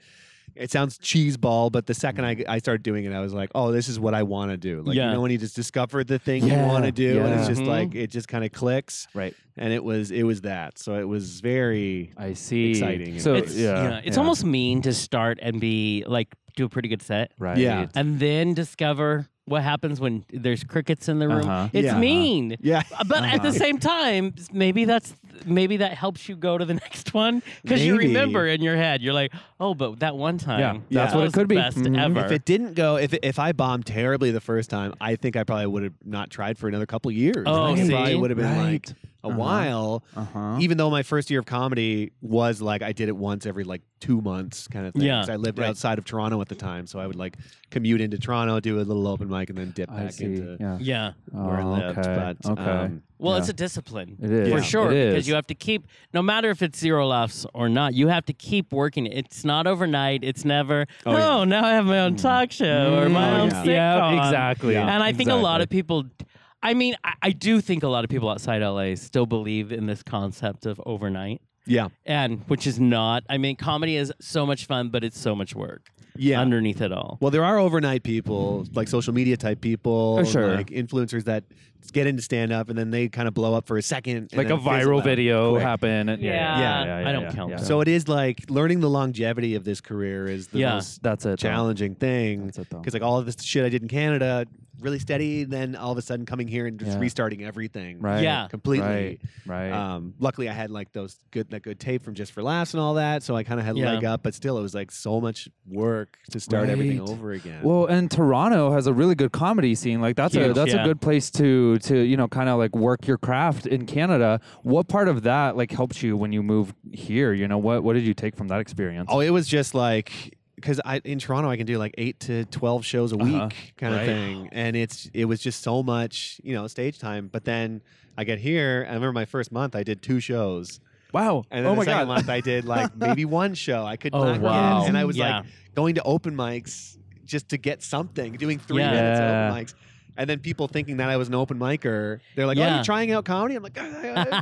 [SPEAKER 5] It sounds cheese ball, but the second I, I started doing it, I was like, "Oh, this is what I want to do." Like
[SPEAKER 3] Yeah.
[SPEAKER 5] you know, when you just discover the thing you
[SPEAKER 4] Yeah,
[SPEAKER 5] want to do, and it's
[SPEAKER 4] yeah.
[SPEAKER 5] just
[SPEAKER 3] Mhm.
[SPEAKER 5] like it just kind of clicks,
[SPEAKER 4] right.
[SPEAKER 5] and it was it was that. So it was very
[SPEAKER 4] I see.
[SPEAKER 5] Exciting and
[SPEAKER 4] So
[SPEAKER 3] it's,
[SPEAKER 4] yeah,
[SPEAKER 3] yeah, it's
[SPEAKER 4] yeah.
[SPEAKER 3] almost mean to start and be like do a pretty good set
[SPEAKER 4] right.
[SPEAKER 5] Yeah.
[SPEAKER 3] and then discover what happens when there's crickets in the room.
[SPEAKER 4] Uh-huh.
[SPEAKER 3] It's
[SPEAKER 5] Yeah.
[SPEAKER 3] mean.
[SPEAKER 5] yeah.
[SPEAKER 3] uh, But at the
[SPEAKER 4] Uh-huh.
[SPEAKER 3] same time, maybe that's maybe that helps you go to the next one because you
[SPEAKER 5] Maybe.
[SPEAKER 3] remember in your head. You're like, oh, but that one time,
[SPEAKER 4] that's
[SPEAKER 3] that
[SPEAKER 4] what it
[SPEAKER 3] was
[SPEAKER 4] could be.
[SPEAKER 3] best
[SPEAKER 4] Mhm.
[SPEAKER 3] ever.
[SPEAKER 5] If it didn't go, if if I bombed terribly the first time, I think I probably would have not tried for another couple years.
[SPEAKER 3] Oh,
[SPEAKER 5] Like, it probably
[SPEAKER 3] see?
[SPEAKER 5] would have been like
[SPEAKER 4] Right.
[SPEAKER 5] a
[SPEAKER 4] Uh-huh.
[SPEAKER 5] while.
[SPEAKER 4] Uh huh.
[SPEAKER 5] Even though my first year of comedy was like I did it once every like two months kind of thing.
[SPEAKER 3] Yeah.
[SPEAKER 5] 'Cause I lived
[SPEAKER 4] Right.
[SPEAKER 5] outside of Toronto at the time, so I would like commute into Toronto, do a little open mic, and then dip
[SPEAKER 4] I
[SPEAKER 5] back
[SPEAKER 4] see.
[SPEAKER 5] into
[SPEAKER 4] yeah.
[SPEAKER 3] yeah.
[SPEAKER 5] where I
[SPEAKER 4] Oh,
[SPEAKER 5] lived.
[SPEAKER 4] okay.
[SPEAKER 5] But
[SPEAKER 4] okay.
[SPEAKER 5] um,
[SPEAKER 3] Well,
[SPEAKER 4] Yeah.
[SPEAKER 3] it's a discipline.
[SPEAKER 4] It is.
[SPEAKER 3] For
[SPEAKER 5] Yeah.
[SPEAKER 3] sure,
[SPEAKER 4] It
[SPEAKER 3] because
[SPEAKER 4] is.
[SPEAKER 3] you have to keep, no matter if it's zero laughs or not, you have to keep working. it. It's not overnight. It's never, oh,
[SPEAKER 5] Oh, yeah.
[SPEAKER 3] now I have my own talk show or my
[SPEAKER 5] Oh,
[SPEAKER 3] own
[SPEAKER 5] yeah.
[SPEAKER 3] sitcom.
[SPEAKER 4] Mm. Yeah, exactly.
[SPEAKER 3] And I think a lot
[SPEAKER 4] Exactly.
[SPEAKER 3] of people, I mean, I, I do think a lot of people outside LA still believe in this concept of overnight.
[SPEAKER 5] yeah,
[SPEAKER 3] And which is not, I mean, comedy is so much fun, but it's so much work
[SPEAKER 5] yeah.
[SPEAKER 3] underneath it all.
[SPEAKER 5] Well, there are overnight people, like social media type people,
[SPEAKER 4] For sure.
[SPEAKER 5] like influencers that get into stand up and then they kind of blow up for a second, and
[SPEAKER 4] like a
[SPEAKER 5] then fizzle
[SPEAKER 4] viral
[SPEAKER 5] out
[SPEAKER 4] video
[SPEAKER 5] quick.
[SPEAKER 4] happen. and-
[SPEAKER 3] Yeah.
[SPEAKER 4] yeah,
[SPEAKER 3] I don't count that.
[SPEAKER 5] So it is like learning the longevity of this career is the
[SPEAKER 3] Yeah.
[SPEAKER 5] most
[SPEAKER 4] that's it. though.
[SPEAKER 5] challenging thing
[SPEAKER 4] That's it, though.
[SPEAKER 5] because like all of this shit I did in Canada, really steady, then all of a sudden coming here and just
[SPEAKER 4] Yeah.
[SPEAKER 5] restarting everything,
[SPEAKER 4] Right.
[SPEAKER 3] Yeah.
[SPEAKER 5] Completely.
[SPEAKER 4] Right. Right.
[SPEAKER 5] Um, luckily, I had like those good that good tape from Just for Laughs and all that, so I kind of had a
[SPEAKER 3] Yeah.
[SPEAKER 5] leg up. But still, it was like so much work to start everything
[SPEAKER 4] Right.
[SPEAKER 5] over again.
[SPEAKER 4] Well, and Toronto has a really good comedy scene. Like that's a
[SPEAKER 3] Huge,
[SPEAKER 4] that's
[SPEAKER 3] yeah.
[SPEAKER 4] a good place to to you know kind of like work your craft in Canada. What part of that like helps you when you move here? You know what what did you take from that experience?
[SPEAKER 5] Oh, it was just like because I in Toronto I can do like eight to twelve shows a week
[SPEAKER 4] Uh-huh.
[SPEAKER 5] kind of
[SPEAKER 4] Right.
[SPEAKER 5] thing, and it's it was just so much you know stage time. But then I get here. I remember my first month I did two shows,
[SPEAKER 4] wow!
[SPEAKER 5] and then
[SPEAKER 4] oh my
[SPEAKER 5] the
[SPEAKER 4] god!
[SPEAKER 5] second month I did like maybe one show. I could
[SPEAKER 3] Oh,
[SPEAKER 5] not get-
[SPEAKER 3] wow.
[SPEAKER 5] and I was
[SPEAKER 3] Yeah.
[SPEAKER 5] like going to open mics just to get something, doing three
[SPEAKER 3] Yeah.
[SPEAKER 5] minutes of
[SPEAKER 4] Yeah.
[SPEAKER 5] open mics. And then people thinking that I was an open micer, they're like, "Oh,
[SPEAKER 3] Yeah.
[SPEAKER 5] you're trying out comedy?" I'm like, "I've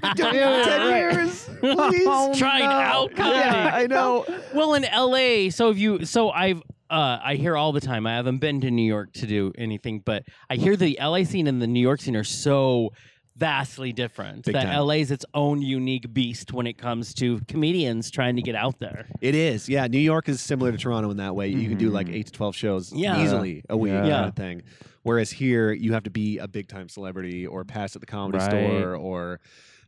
[SPEAKER 5] been doing it for ten years,
[SPEAKER 4] Oh,
[SPEAKER 5] please."
[SPEAKER 3] Trying out comedy.
[SPEAKER 5] Oh, Yeah, I know.
[SPEAKER 3] Well, in LA, so if you, so I've, uh, I hear all the time. I haven't been to New York to do anything, but I hear the LA scene and the New York scene are so vastly different.
[SPEAKER 5] Big
[SPEAKER 3] that
[SPEAKER 5] time.
[SPEAKER 3] LA is its own unique beast when it comes to comedians trying to get out there.
[SPEAKER 5] It is, yeah. New York is similar to Toronto in that way. You can do like
[SPEAKER 4] Mhm.
[SPEAKER 5] eight to twelve shows
[SPEAKER 3] Mm-hmm. Yeah.
[SPEAKER 5] easily a week,
[SPEAKER 4] Yeah.
[SPEAKER 5] kind of thing. Whereas here, you have to be a big time celebrity or pass at the comedy
[SPEAKER 4] Right.
[SPEAKER 5] store or,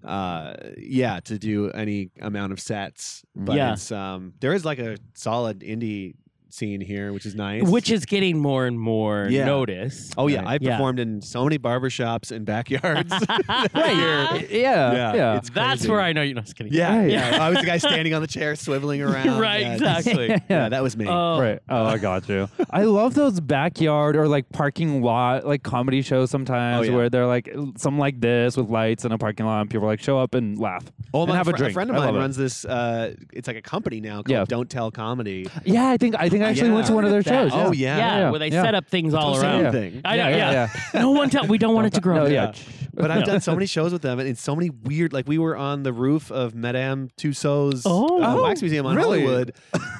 [SPEAKER 5] uh, yeah, to do any amount of sets. But
[SPEAKER 3] Yeah.
[SPEAKER 5] it's um, there is like a solid indie scene here, which is nice.
[SPEAKER 3] Which is getting more and more
[SPEAKER 5] Yeah.
[SPEAKER 3] notice.
[SPEAKER 5] oh yeah, I
[SPEAKER 3] Yeah.
[SPEAKER 5] performed in so many barbershops and backyards.
[SPEAKER 4] Right. yeah. Yeah.
[SPEAKER 5] Yeah.
[SPEAKER 3] That's where I know you're not just kidding.
[SPEAKER 5] yeah,
[SPEAKER 4] Right.
[SPEAKER 5] yeah. I was the guy standing on the chair, swiveling around.
[SPEAKER 3] Right,
[SPEAKER 5] Yeah, just-
[SPEAKER 3] exactly.
[SPEAKER 5] Yeah, that was me.
[SPEAKER 3] Oh,
[SPEAKER 4] Right. Oh, I got you. I love those backyard or like parking lot like comedy shows sometimes
[SPEAKER 5] Oh, yeah.
[SPEAKER 4] where they're like something like this with lights in a parking lot and people are like show up and laugh.
[SPEAKER 5] Oh,
[SPEAKER 4] and
[SPEAKER 5] my
[SPEAKER 4] have a
[SPEAKER 5] fr-
[SPEAKER 4] drink.
[SPEAKER 5] friend of
[SPEAKER 4] I
[SPEAKER 5] mine
[SPEAKER 4] love it.
[SPEAKER 5] runs this. Uh, it's like a company now called
[SPEAKER 4] Yeah.
[SPEAKER 5] Don't Tell Comedy.
[SPEAKER 4] Yeah, I think I think I actually went to
[SPEAKER 5] Yeah.
[SPEAKER 4] one of their shows.
[SPEAKER 3] That-
[SPEAKER 5] Oh
[SPEAKER 3] yeah,
[SPEAKER 5] yeah,
[SPEAKER 4] yeah,
[SPEAKER 3] where they
[SPEAKER 4] yeah.
[SPEAKER 3] set up things all
[SPEAKER 5] Don't say
[SPEAKER 3] around.
[SPEAKER 5] anything.
[SPEAKER 3] I know,
[SPEAKER 4] Yeah,
[SPEAKER 3] yeah.
[SPEAKER 4] yeah,
[SPEAKER 3] no one tell. We don't want it to grow.
[SPEAKER 4] No,
[SPEAKER 3] up.
[SPEAKER 4] yeah.
[SPEAKER 5] But I've done so many shows with them, and it's so many weird. Like we were on the roof of Madame Tussauds
[SPEAKER 3] Oh.
[SPEAKER 5] uh,
[SPEAKER 4] Oh,
[SPEAKER 5] wax museum on
[SPEAKER 4] really?
[SPEAKER 5] Hollywood.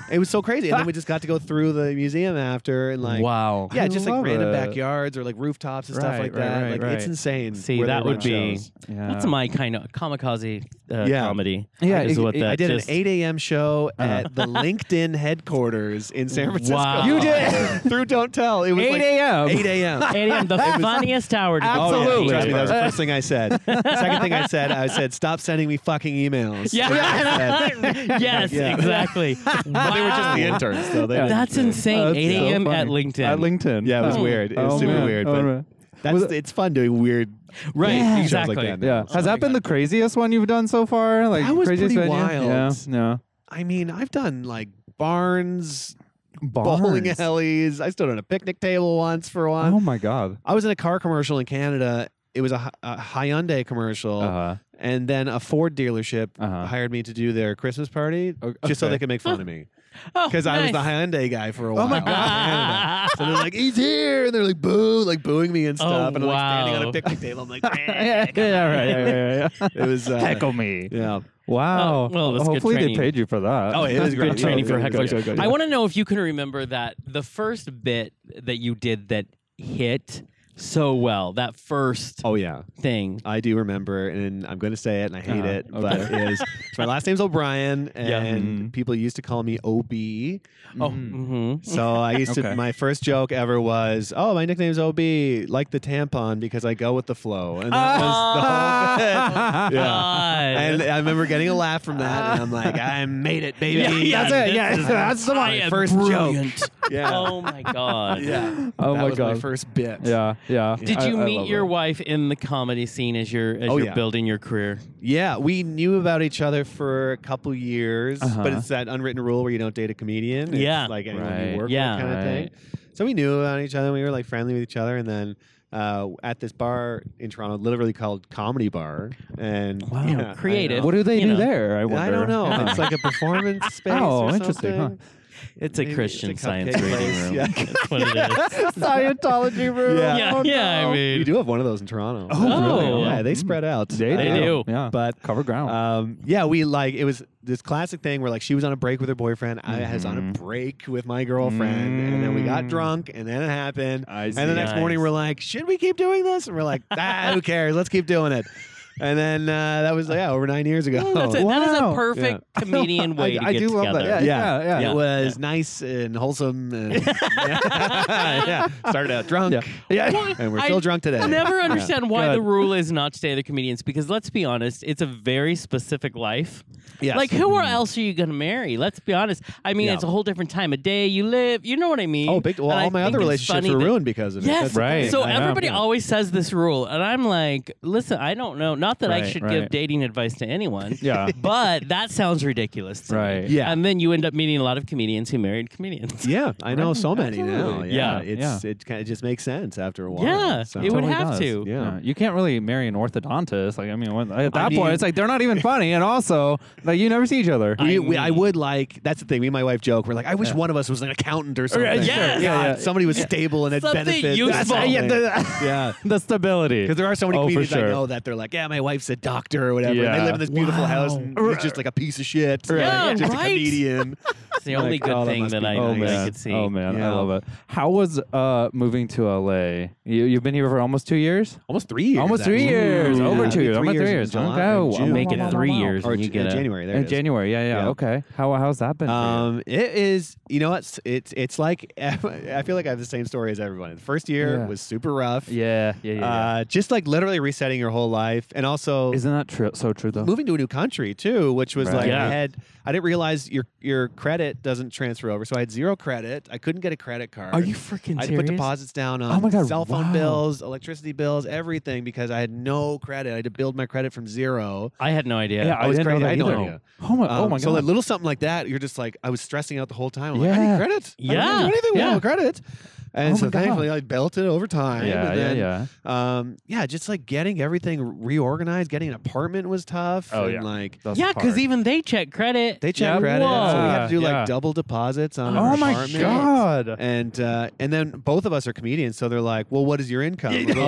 [SPEAKER 5] it was so crazy, and then we just got to go through the museum after, and like
[SPEAKER 3] wow.
[SPEAKER 5] yeah,
[SPEAKER 4] I
[SPEAKER 5] just like
[SPEAKER 4] love
[SPEAKER 5] random
[SPEAKER 4] it.
[SPEAKER 5] backyards or like rooftops and stuff
[SPEAKER 4] Right,
[SPEAKER 5] like
[SPEAKER 4] right,
[SPEAKER 5] that.
[SPEAKER 4] right,
[SPEAKER 5] like it's
[SPEAKER 4] right.
[SPEAKER 5] insane.
[SPEAKER 3] See,
[SPEAKER 5] where they
[SPEAKER 3] that would
[SPEAKER 5] run
[SPEAKER 3] be
[SPEAKER 5] shows.
[SPEAKER 4] Yeah.
[SPEAKER 3] that's my kind of kamikaze uh,
[SPEAKER 5] Yeah.
[SPEAKER 3] comedy.
[SPEAKER 4] Yeah,
[SPEAKER 3] is
[SPEAKER 4] it-
[SPEAKER 3] what
[SPEAKER 4] it-
[SPEAKER 3] that
[SPEAKER 5] I did
[SPEAKER 3] just-
[SPEAKER 5] an 8 a.m. show
[SPEAKER 4] Uh-huh.
[SPEAKER 5] at the LinkedIn headquarters in San Francisco.
[SPEAKER 3] Wow. You
[SPEAKER 4] did?
[SPEAKER 5] through Don't Tell. It was
[SPEAKER 4] 8
[SPEAKER 5] like
[SPEAKER 4] a.m.
[SPEAKER 5] 8 a.m.
[SPEAKER 3] And I'm the funniest hour to go
[SPEAKER 5] Oh, yeah.
[SPEAKER 4] Absolutely.
[SPEAKER 5] Trust me, that was the
[SPEAKER 4] Yeah.
[SPEAKER 5] first thing I said. Second thing I said, I said, stop sending me fucking emails.
[SPEAKER 3] Yeah.
[SPEAKER 5] That's-
[SPEAKER 3] yes,
[SPEAKER 5] Yeah.
[SPEAKER 3] exactly.
[SPEAKER 5] But they were just the
[SPEAKER 3] Wow.
[SPEAKER 5] interns, so they didn't-
[SPEAKER 3] That's insane.
[SPEAKER 4] That's
[SPEAKER 3] 8
[SPEAKER 4] so
[SPEAKER 3] a.m. at
[SPEAKER 4] funny.
[SPEAKER 3] LinkedIn.
[SPEAKER 4] At LinkedIn.
[SPEAKER 5] Yeah, it was
[SPEAKER 4] Oh.
[SPEAKER 5] weird. It was
[SPEAKER 4] Oh,
[SPEAKER 5] super
[SPEAKER 4] man.
[SPEAKER 5] weird,
[SPEAKER 4] Oh,
[SPEAKER 5] but
[SPEAKER 4] man.
[SPEAKER 5] That's
[SPEAKER 4] Was it-
[SPEAKER 5] it's fun doing weird
[SPEAKER 3] right,
[SPEAKER 4] Yeah.
[SPEAKER 5] shows
[SPEAKER 3] exactly.
[SPEAKER 5] like that. now.
[SPEAKER 4] Yeah. Has that been the craziest one you've done so far? Like
[SPEAKER 5] That was
[SPEAKER 4] craziest
[SPEAKER 5] pretty
[SPEAKER 4] venue?
[SPEAKER 5] wild.
[SPEAKER 4] Yeah. No.
[SPEAKER 5] I mean, I've done like barns,
[SPEAKER 4] Barns.
[SPEAKER 5] bowling alleys. I stood on a picnic table once for one.
[SPEAKER 4] Oh my god.
[SPEAKER 5] I was in a car commercial in Canada. It was a, Hy- a Hyundai commercial,
[SPEAKER 4] Uh-huh.
[SPEAKER 5] and then a Ford dealership
[SPEAKER 4] Uh-huh.
[SPEAKER 5] hired me to do their Christmas party
[SPEAKER 4] O-
[SPEAKER 5] just so
[SPEAKER 4] okay.
[SPEAKER 5] they could make fun of me
[SPEAKER 3] Oh,
[SPEAKER 5] because I was the
[SPEAKER 3] nice.
[SPEAKER 5] Hyundai guy for a while.
[SPEAKER 4] Oh my
[SPEAKER 5] in Canada. So they're like, he's here, and they're like, boo, like booing me and
[SPEAKER 3] Oh,
[SPEAKER 5] stuff. and I'm like standing on
[SPEAKER 3] wow.
[SPEAKER 5] a picnic table. I'm like,
[SPEAKER 4] yeah,
[SPEAKER 5] "Eh."
[SPEAKER 4] yeah, yeah, yeah, yeah.
[SPEAKER 5] it was uh,
[SPEAKER 4] Heckle me.
[SPEAKER 5] Yeah,
[SPEAKER 4] Wow.
[SPEAKER 3] Oh, well, that's good
[SPEAKER 4] Hopefully they
[SPEAKER 3] training.
[SPEAKER 4] paid you for that.
[SPEAKER 5] Oh, it is great
[SPEAKER 3] Good training for
[SPEAKER 5] Go, go,
[SPEAKER 3] hecklers.
[SPEAKER 5] go, go, go.
[SPEAKER 3] I want to know if you can remember that the first bit that you did that hit so well. That first
[SPEAKER 5] oh yeah.
[SPEAKER 3] thing.
[SPEAKER 5] I do remember, and I'm going to say it, and I hate
[SPEAKER 4] Uh-huh.
[SPEAKER 5] it, but
[SPEAKER 4] Okay.
[SPEAKER 5] it is so my last name's O'Brien, and
[SPEAKER 3] Yeah.
[SPEAKER 4] Mhm.
[SPEAKER 5] people used to call me OB.
[SPEAKER 3] Oh,
[SPEAKER 4] Mm.
[SPEAKER 3] hmm
[SPEAKER 5] So I used
[SPEAKER 4] Okay.
[SPEAKER 5] to. My first joke ever was, "Oh, my nickname's OB, like the tampon, because I go with the flow." And that was the whole bit.
[SPEAKER 4] Ah.
[SPEAKER 5] Yeah.
[SPEAKER 3] God.
[SPEAKER 5] And I remember getting a laugh from that, and I'm like, "I made it, baby."
[SPEAKER 3] Yeah, yeah,
[SPEAKER 5] that's it.
[SPEAKER 3] this
[SPEAKER 5] Yeah,
[SPEAKER 3] is-
[SPEAKER 5] that's the
[SPEAKER 3] I
[SPEAKER 5] my
[SPEAKER 3] am
[SPEAKER 5] first joke.
[SPEAKER 3] brilliant.
[SPEAKER 5] Yeah,
[SPEAKER 3] Oh my god.
[SPEAKER 5] yeah.
[SPEAKER 4] Oh
[SPEAKER 5] that
[SPEAKER 4] my
[SPEAKER 5] was
[SPEAKER 4] god.
[SPEAKER 5] my first bit.
[SPEAKER 4] yeah, yeah.
[SPEAKER 3] Did
[SPEAKER 4] I-
[SPEAKER 3] you
[SPEAKER 4] I
[SPEAKER 3] meet
[SPEAKER 4] love
[SPEAKER 3] your
[SPEAKER 4] it.
[SPEAKER 3] wife in the comedy scene as you're as
[SPEAKER 5] Oh,
[SPEAKER 3] you're
[SPEAKER 5] yeah.
[SPEAKER 3] building your career?
[SPEAKER 5] Yeah, we knew about each other for a couple years,
[SPEAKER 4] Uh-huh.
[SPEAKER 5] but it's that unwritten rule where you don't date a comedian. It's
[SPEAKER 3] Yeah.
[SPEAKER 5] like anyone
[SPEAKER 4] Right.
[SPEAKER 5] you work
[SPEAKER 3] Yeah.
[SPEAKER 5] with kind of
[SPEAKER 4] Right.
[SPEAKER 5] thing. So we knew about each other. We were like friendly with each other, and then uh, at this bar in Toronto, literally called Comedy Bar, and
[SPEAKER 3] Wow,
[SPEAKER 5] yeah, I know.
[SPEAKER 3] creative.
[SPEAKER 4] What do they
[SPEAKER 3] You
[SPEAKER 4] do
[SPEAKER 3] know.
[SPEAKER 4] there? I
[SPEAKER 5] I,
[SPEAKER 4] wonder.
[SPEAKER 5] don't know.
[SPEAKER 4] Yeah.
[SPEAKER 5] It's like a performance space.
[SPEAKER 4] Oh,
[SPEAKER 5] or
[SPEAKER 4] interesting, huh?
[SPEAKER 5] something.
[SPEAKER 3] It's a
[SPEAKER 5] Maybe it's
[SPEAKER 3] Christian
[SPEAKER 5] a
[SPEAKER 3] science
[SPEAKER 5] cupcake
[SPEAKER 3] reading
[SPEAKER 5] place,
[SPEAKER 3] room.
[SPEAKER 5] yeah.
[SPEAKER 3] That's what it is.
[SPEAKER 4] Scientology room.
[SPEAKER 5] Yeah.
[SPEAKER 3] Yeah,
[SPEAKER 4] Oh,
[SPEAKER 3] yeah,
[SPEAKER 4] no.
[SPEAKER 3] I mean
[SPEAKER 5] We do have one of those in Toronto.
[SPEAKER 4] Oh, really?
[SPEAKER 5] Yeah, they
[SPEAKER 4] Mm.
[SPEAKER 5] spread out.
[SPEAKER 4] They,
[SPEAKER 5] Uh,
[SPEAKER 4] do.
[SPEAKER 3] do.
[SPEAKER 4] Yeah.
[SPEAKER 5] But
[SPEAKER 4] cover ground.
[SPEAKER 5] Um, yeah, we like it was this classic thing where like she was on a break with her boyfriend, I was on a
[SPEAKER 4] Mhm.
[SPEAKER 5] break with my girlfriend, and then we got
[SPEAKER 4] Mm.
[SPEAKER 5] drunk, and then it happened.
[SPEAKER 4] I see.
[SPEAKER 5] And the next morning
[SPEAKER 3] Nice.
[SPEAKER 5] we're like, should we keep doing this? And we're like, ah, who cares? Let's keep doing it. And then uh, that was yeah over nine years ago.
[SPEAKER 4] Oh,
[SPEAKER 3] Mm, that's a, that is
[SPEAKER 4] Wow.
[SPEAKER 3] a perfect comedian way
[SPEAKER 4] I,
[SPEAKER 3] to
[SPEAKER 4] I
[SPEAKER 3] get
[SPEAKER 4] do
[SPEAKER 3] together.
[SPEAKER 4] love that. Yeah,
[SPEAKER 5] Yeah.
[SPEAKER 4] yeah, yeah.
[SPEAKER 5] It was nice and wholesome. And yeah. started out drunk,
[SPEAKER 4] Yeah.
[SPEAKER 3] Why-
[SPEAKER 5] and we're
[SPEAKER 3] I
[SPEAKER 5] still drunk today.
[SPEAKER 3] I never understand why
[SPEAKER 4] Good.
[SPEAKER 3] the rule is not to date the comedians because let's be honest, it's a very specific life.
[SPEAKER 5] Yes. Mm-hmm.
[SPEAKER 3] Like who else are you going to marry? Let's be honest. I mean,
[SPEAKER 5] Yeah.
[SPEAKER 3] it's a whole different time of day you live. You know what I mean?
[SPEAKER 5] Oh, big! Well,
[SPEAKER 3] And I
[SPEAKER 5] all my
[SPEAKER 3] think
[SPEAKER 5] other
[SPEAKER 3] it's
[SPEAKER 5] relationships
[SPEAKER 3] funny
[SPEAKER 5] were
[SPEAKER 3] that-
[SPEAKER 5] ruined because of it.
[SPEAKER 3] Yes,
[SPEAKER 5] That's the
[SPEAKER 4] Right.
[SPEAKER 5] thing.
[SPEAKER 3] So
[SPEAKER 4] I know.
[SPEAKER 3] everybody
[SPEAKER 4] Yeah.
[SPEAKER 3] always says this rule, and I'm like, listen, I don't know. Not that I
[SPEAKER 4] Right,
[SPEAKER 3] should
[SPEAKER 4] right.
[SPEAKER 3] give dating advice to anyone.
[SPEAKER 4] Yeah.
[SPEAKER 3] But that sounds ridiculous. To me.
[SPEAKER 4] Right.
[SPEAKER 5] Yeah.
[SPEAKER 3] And then you end up meeting a lot of comedians who married comedians.
[SPEAKER 5] Yeah, I know so many now.
[SPEAKER 4] absolutely.
[SPEAKER 5] Yeah,
[SPEAKER 4] Yeah,
[SPEAKER 5] it's it kind of just makes sense after a while.
[SPEAKER 3] Yeah,
[SPEAKER 5] so.
[SPEAKER 3] it would
[SPEAKER 4] Totally
[SPEAKER 3] have
[SPEAKER 4] does.
[SPEAKER 3] to.
[SPEAKER 4] Yeah. you can't really marry an orthodontist. Like, I mean, when, at that
[SPEAKER 5] mean-
[SPEAKER 4] point, it's like they're not even funny, and also like you never see each other.
[SPEAKER 5] We,
[SPEAKER 3] I
[SPEAKER 5] I, we, I
[SPEAKER 3] mean-
[SPEAKER 5] would like. That's the thing. Me and my wife joke. We're like, I wish
[SPEAKER 4] Yeah.
[SPEAKER 5] one of us was an accountant or something.
[SPEAKER 4] sure.
[SPEAKER 3] uh, Yeah,
[SPEAKER 5] God,
[SPEAKER 4] yeah, yeah.
[SPEAKER 5] somebody was stable and had
[SPEAKER 3] Something
[SPEAKER 5] benefits.
[SPEAKER 3] useful.
[SPEAKER 5] That's-
[SPEAKER 4] yeah, the,
[SPEAKER 5] yeah.
[SPEAKER 4] the stability.
[SPEAKER 5] Because there are so many
[SPEAKER 4] Oh, for
[SPEAKER 5] comedians
[SPEAKER 4] sure.
[SPEAKER 5] I know that they're like, yeah, my wife's a doctor or whatever. And
[SPEAKER 4] Yeah.
[SPEAKER 5] they live in this beautiful house and he's just like a piece of shit.
[SPEAKER 3] Yeah,
[SPEAKER 5] just
[SPEAKER 3] right.
[SPEAKER 5] a comedian.
[SPEAKER 3] It's the only
[SPEAKER 5] Like,
[SPEAKER 3] good
[SPEAKER 5] oh, that
[SPEAKER 3] thing
[SPEAKER 5] must
[SPEAKER 3] that
[SPEAKER 5] be
[SPEAKER 3] I,
[SPEAKER 5] nice.
[SPEAKER 3] that I
[SPEAKER 5] man.
[SPEAKER 3] could see.
[SPEAKER 4] Oh man, I
[SPEAKER 5] Yeah.
[SPEAKER 4] love it. How was uh moving to LA? You you've been here for almost two years?
[SPEAKER 5] Almost three years.
[SPEAKER 4] Almost three
[SPEAKER 5] actually.
[SPEAKER 4] years.
[SPEAKER 5] Yeah,
[SPEAKER 4] Over
[SPEAKER 5] it'll
[SPEAKER 4] two
[SPEAKER 5] be
[SPEAKER 4] years. Almost three
[SPEAKER 5] in
[SPEAKER 4] years.
[SPEAKER 5] July-
[SPEAKER 4] Okay.
[SPEAKER 5] in
[SPEAKER 4] Wow.
[SPEAKER 5] June.
[SPEAKER 3] Make it three years
[SPEAKER 5] Or
[SPEAKER 3] and you
[SPEAKER 5] J-
[SPEAKER 3] get a-
[SPEAKER 5] January. There
[SPEAKER 4] in
[SPEAKER 5] it is.
[SPEAKER 4] January. Yeah, yeah.
[SPEAKER 5] Yeah.
[SPEAKER 4] Okay. How how's that been? for you?
[SPEAKER 5] Um, it is. You know what? It's- It's it's like I feel like I have the same story as everyone. The first year
[SPEAKER 4] Yeah.
[SPEAKER 5] was super rough.
[SPEAKER 4] yeah, yeah, yeah. yeah.
[SPEAKER 5] Uh, just like literally resetting your whole life, and also
[SPEAKER 4] Isn't that true? So true though.
[SPEAKER 5] moving to a new country too, which was
[SPEAKER 4] Right.
[SPEAKER 5] like
[SPEAKER 3] Yeah.
[SPEAKER 5] I had. I didn't realize your your credit doesn't transfer over, so I had zero credit. I couldn't get a credit card.
[SPEAKER 3] Are you freaking
[SPEAKER 5] I had to
[SPEAKER 3] serious?
[SPEAKER 5] put deposits down on
[SPEAKER 4] Oh my God,
[SPEAKER 5] cell phone
[SPEAKER 4] wow.
[SPEAKER 5] bills, electricity bills, everything because I had no credit. I had to build my credit from zero.
[SPEAKER 3] I had no idea.
[SPEAKER 4] yeah, I,
[SPEAKER 5] I was
[SPEAKER 4] didn't know
[SPEAKER 5] crazy.
[SPEAKER 4] that
[SPEAKER 5] I had no
[SPEAKER 4] either.
[SPEAKER 5] idea.
[SPEAKER 4] Oh my, oh
[SPEAKER 5] Um,
[SPEAKER 4] my
[SPEAKER 5] So a
[SPEAKER 4] god.
[SPEAKER 5] little something like that, you're just like, I was stressing out the whole time. I'm like, I
[SPEAKER 4] Yeah.
[SPEAKER 5] need credit. I
[SPEAKER 3] Yeah.
[SPEAKER 5] don't do anything
[SPEAKER 3] Yeah.
[SPEAKER 5] without credit. And
[SPEAKER 4] Oh my
[SPEAKER 5] so
[SPEAKER 4] God.
[SPEAKER 5] thankfully, I built it over time.
[SPEAKER 4] yeah,
[SPEAKER 5] and
[SPEAKER 4] yeah,
[SPEAKER 5] then,
[SPEAKER 4] yeah.
[SPEAKER 5] Um, yeah, just like getting everything reorganized, getting an apartment was tough.
[SPEAKER 4] Oh,
[SPEAKER 5] and
[SPEAKER 4] yeah.
[SPEAKER 5] like
[SPEAKER 4] That's
[SPEAKER 3] yeah, because
[SPEAKER 4] hard.
[SPEAKER 3] even they check credit.
[SPEAKER 5] they check
[SPEAKER 4] Yeah.
[SPEAKER 5] credit, so we
[SPEAKER 4] Whoa.
[SPEAKER 5] had to do
[SPEAKER 4] Yeah.
[SPEAKER 5] like double deposits on our
[SPEAKER 4] Oh my
[SPEAKER 5] apartment.
[SPEAKER 4] god.
[SPEAKER 5] And uh, and then both of us are comedians, so they're like, "Well, what is your income?" We're like,
[SPEAKER 3] Oh,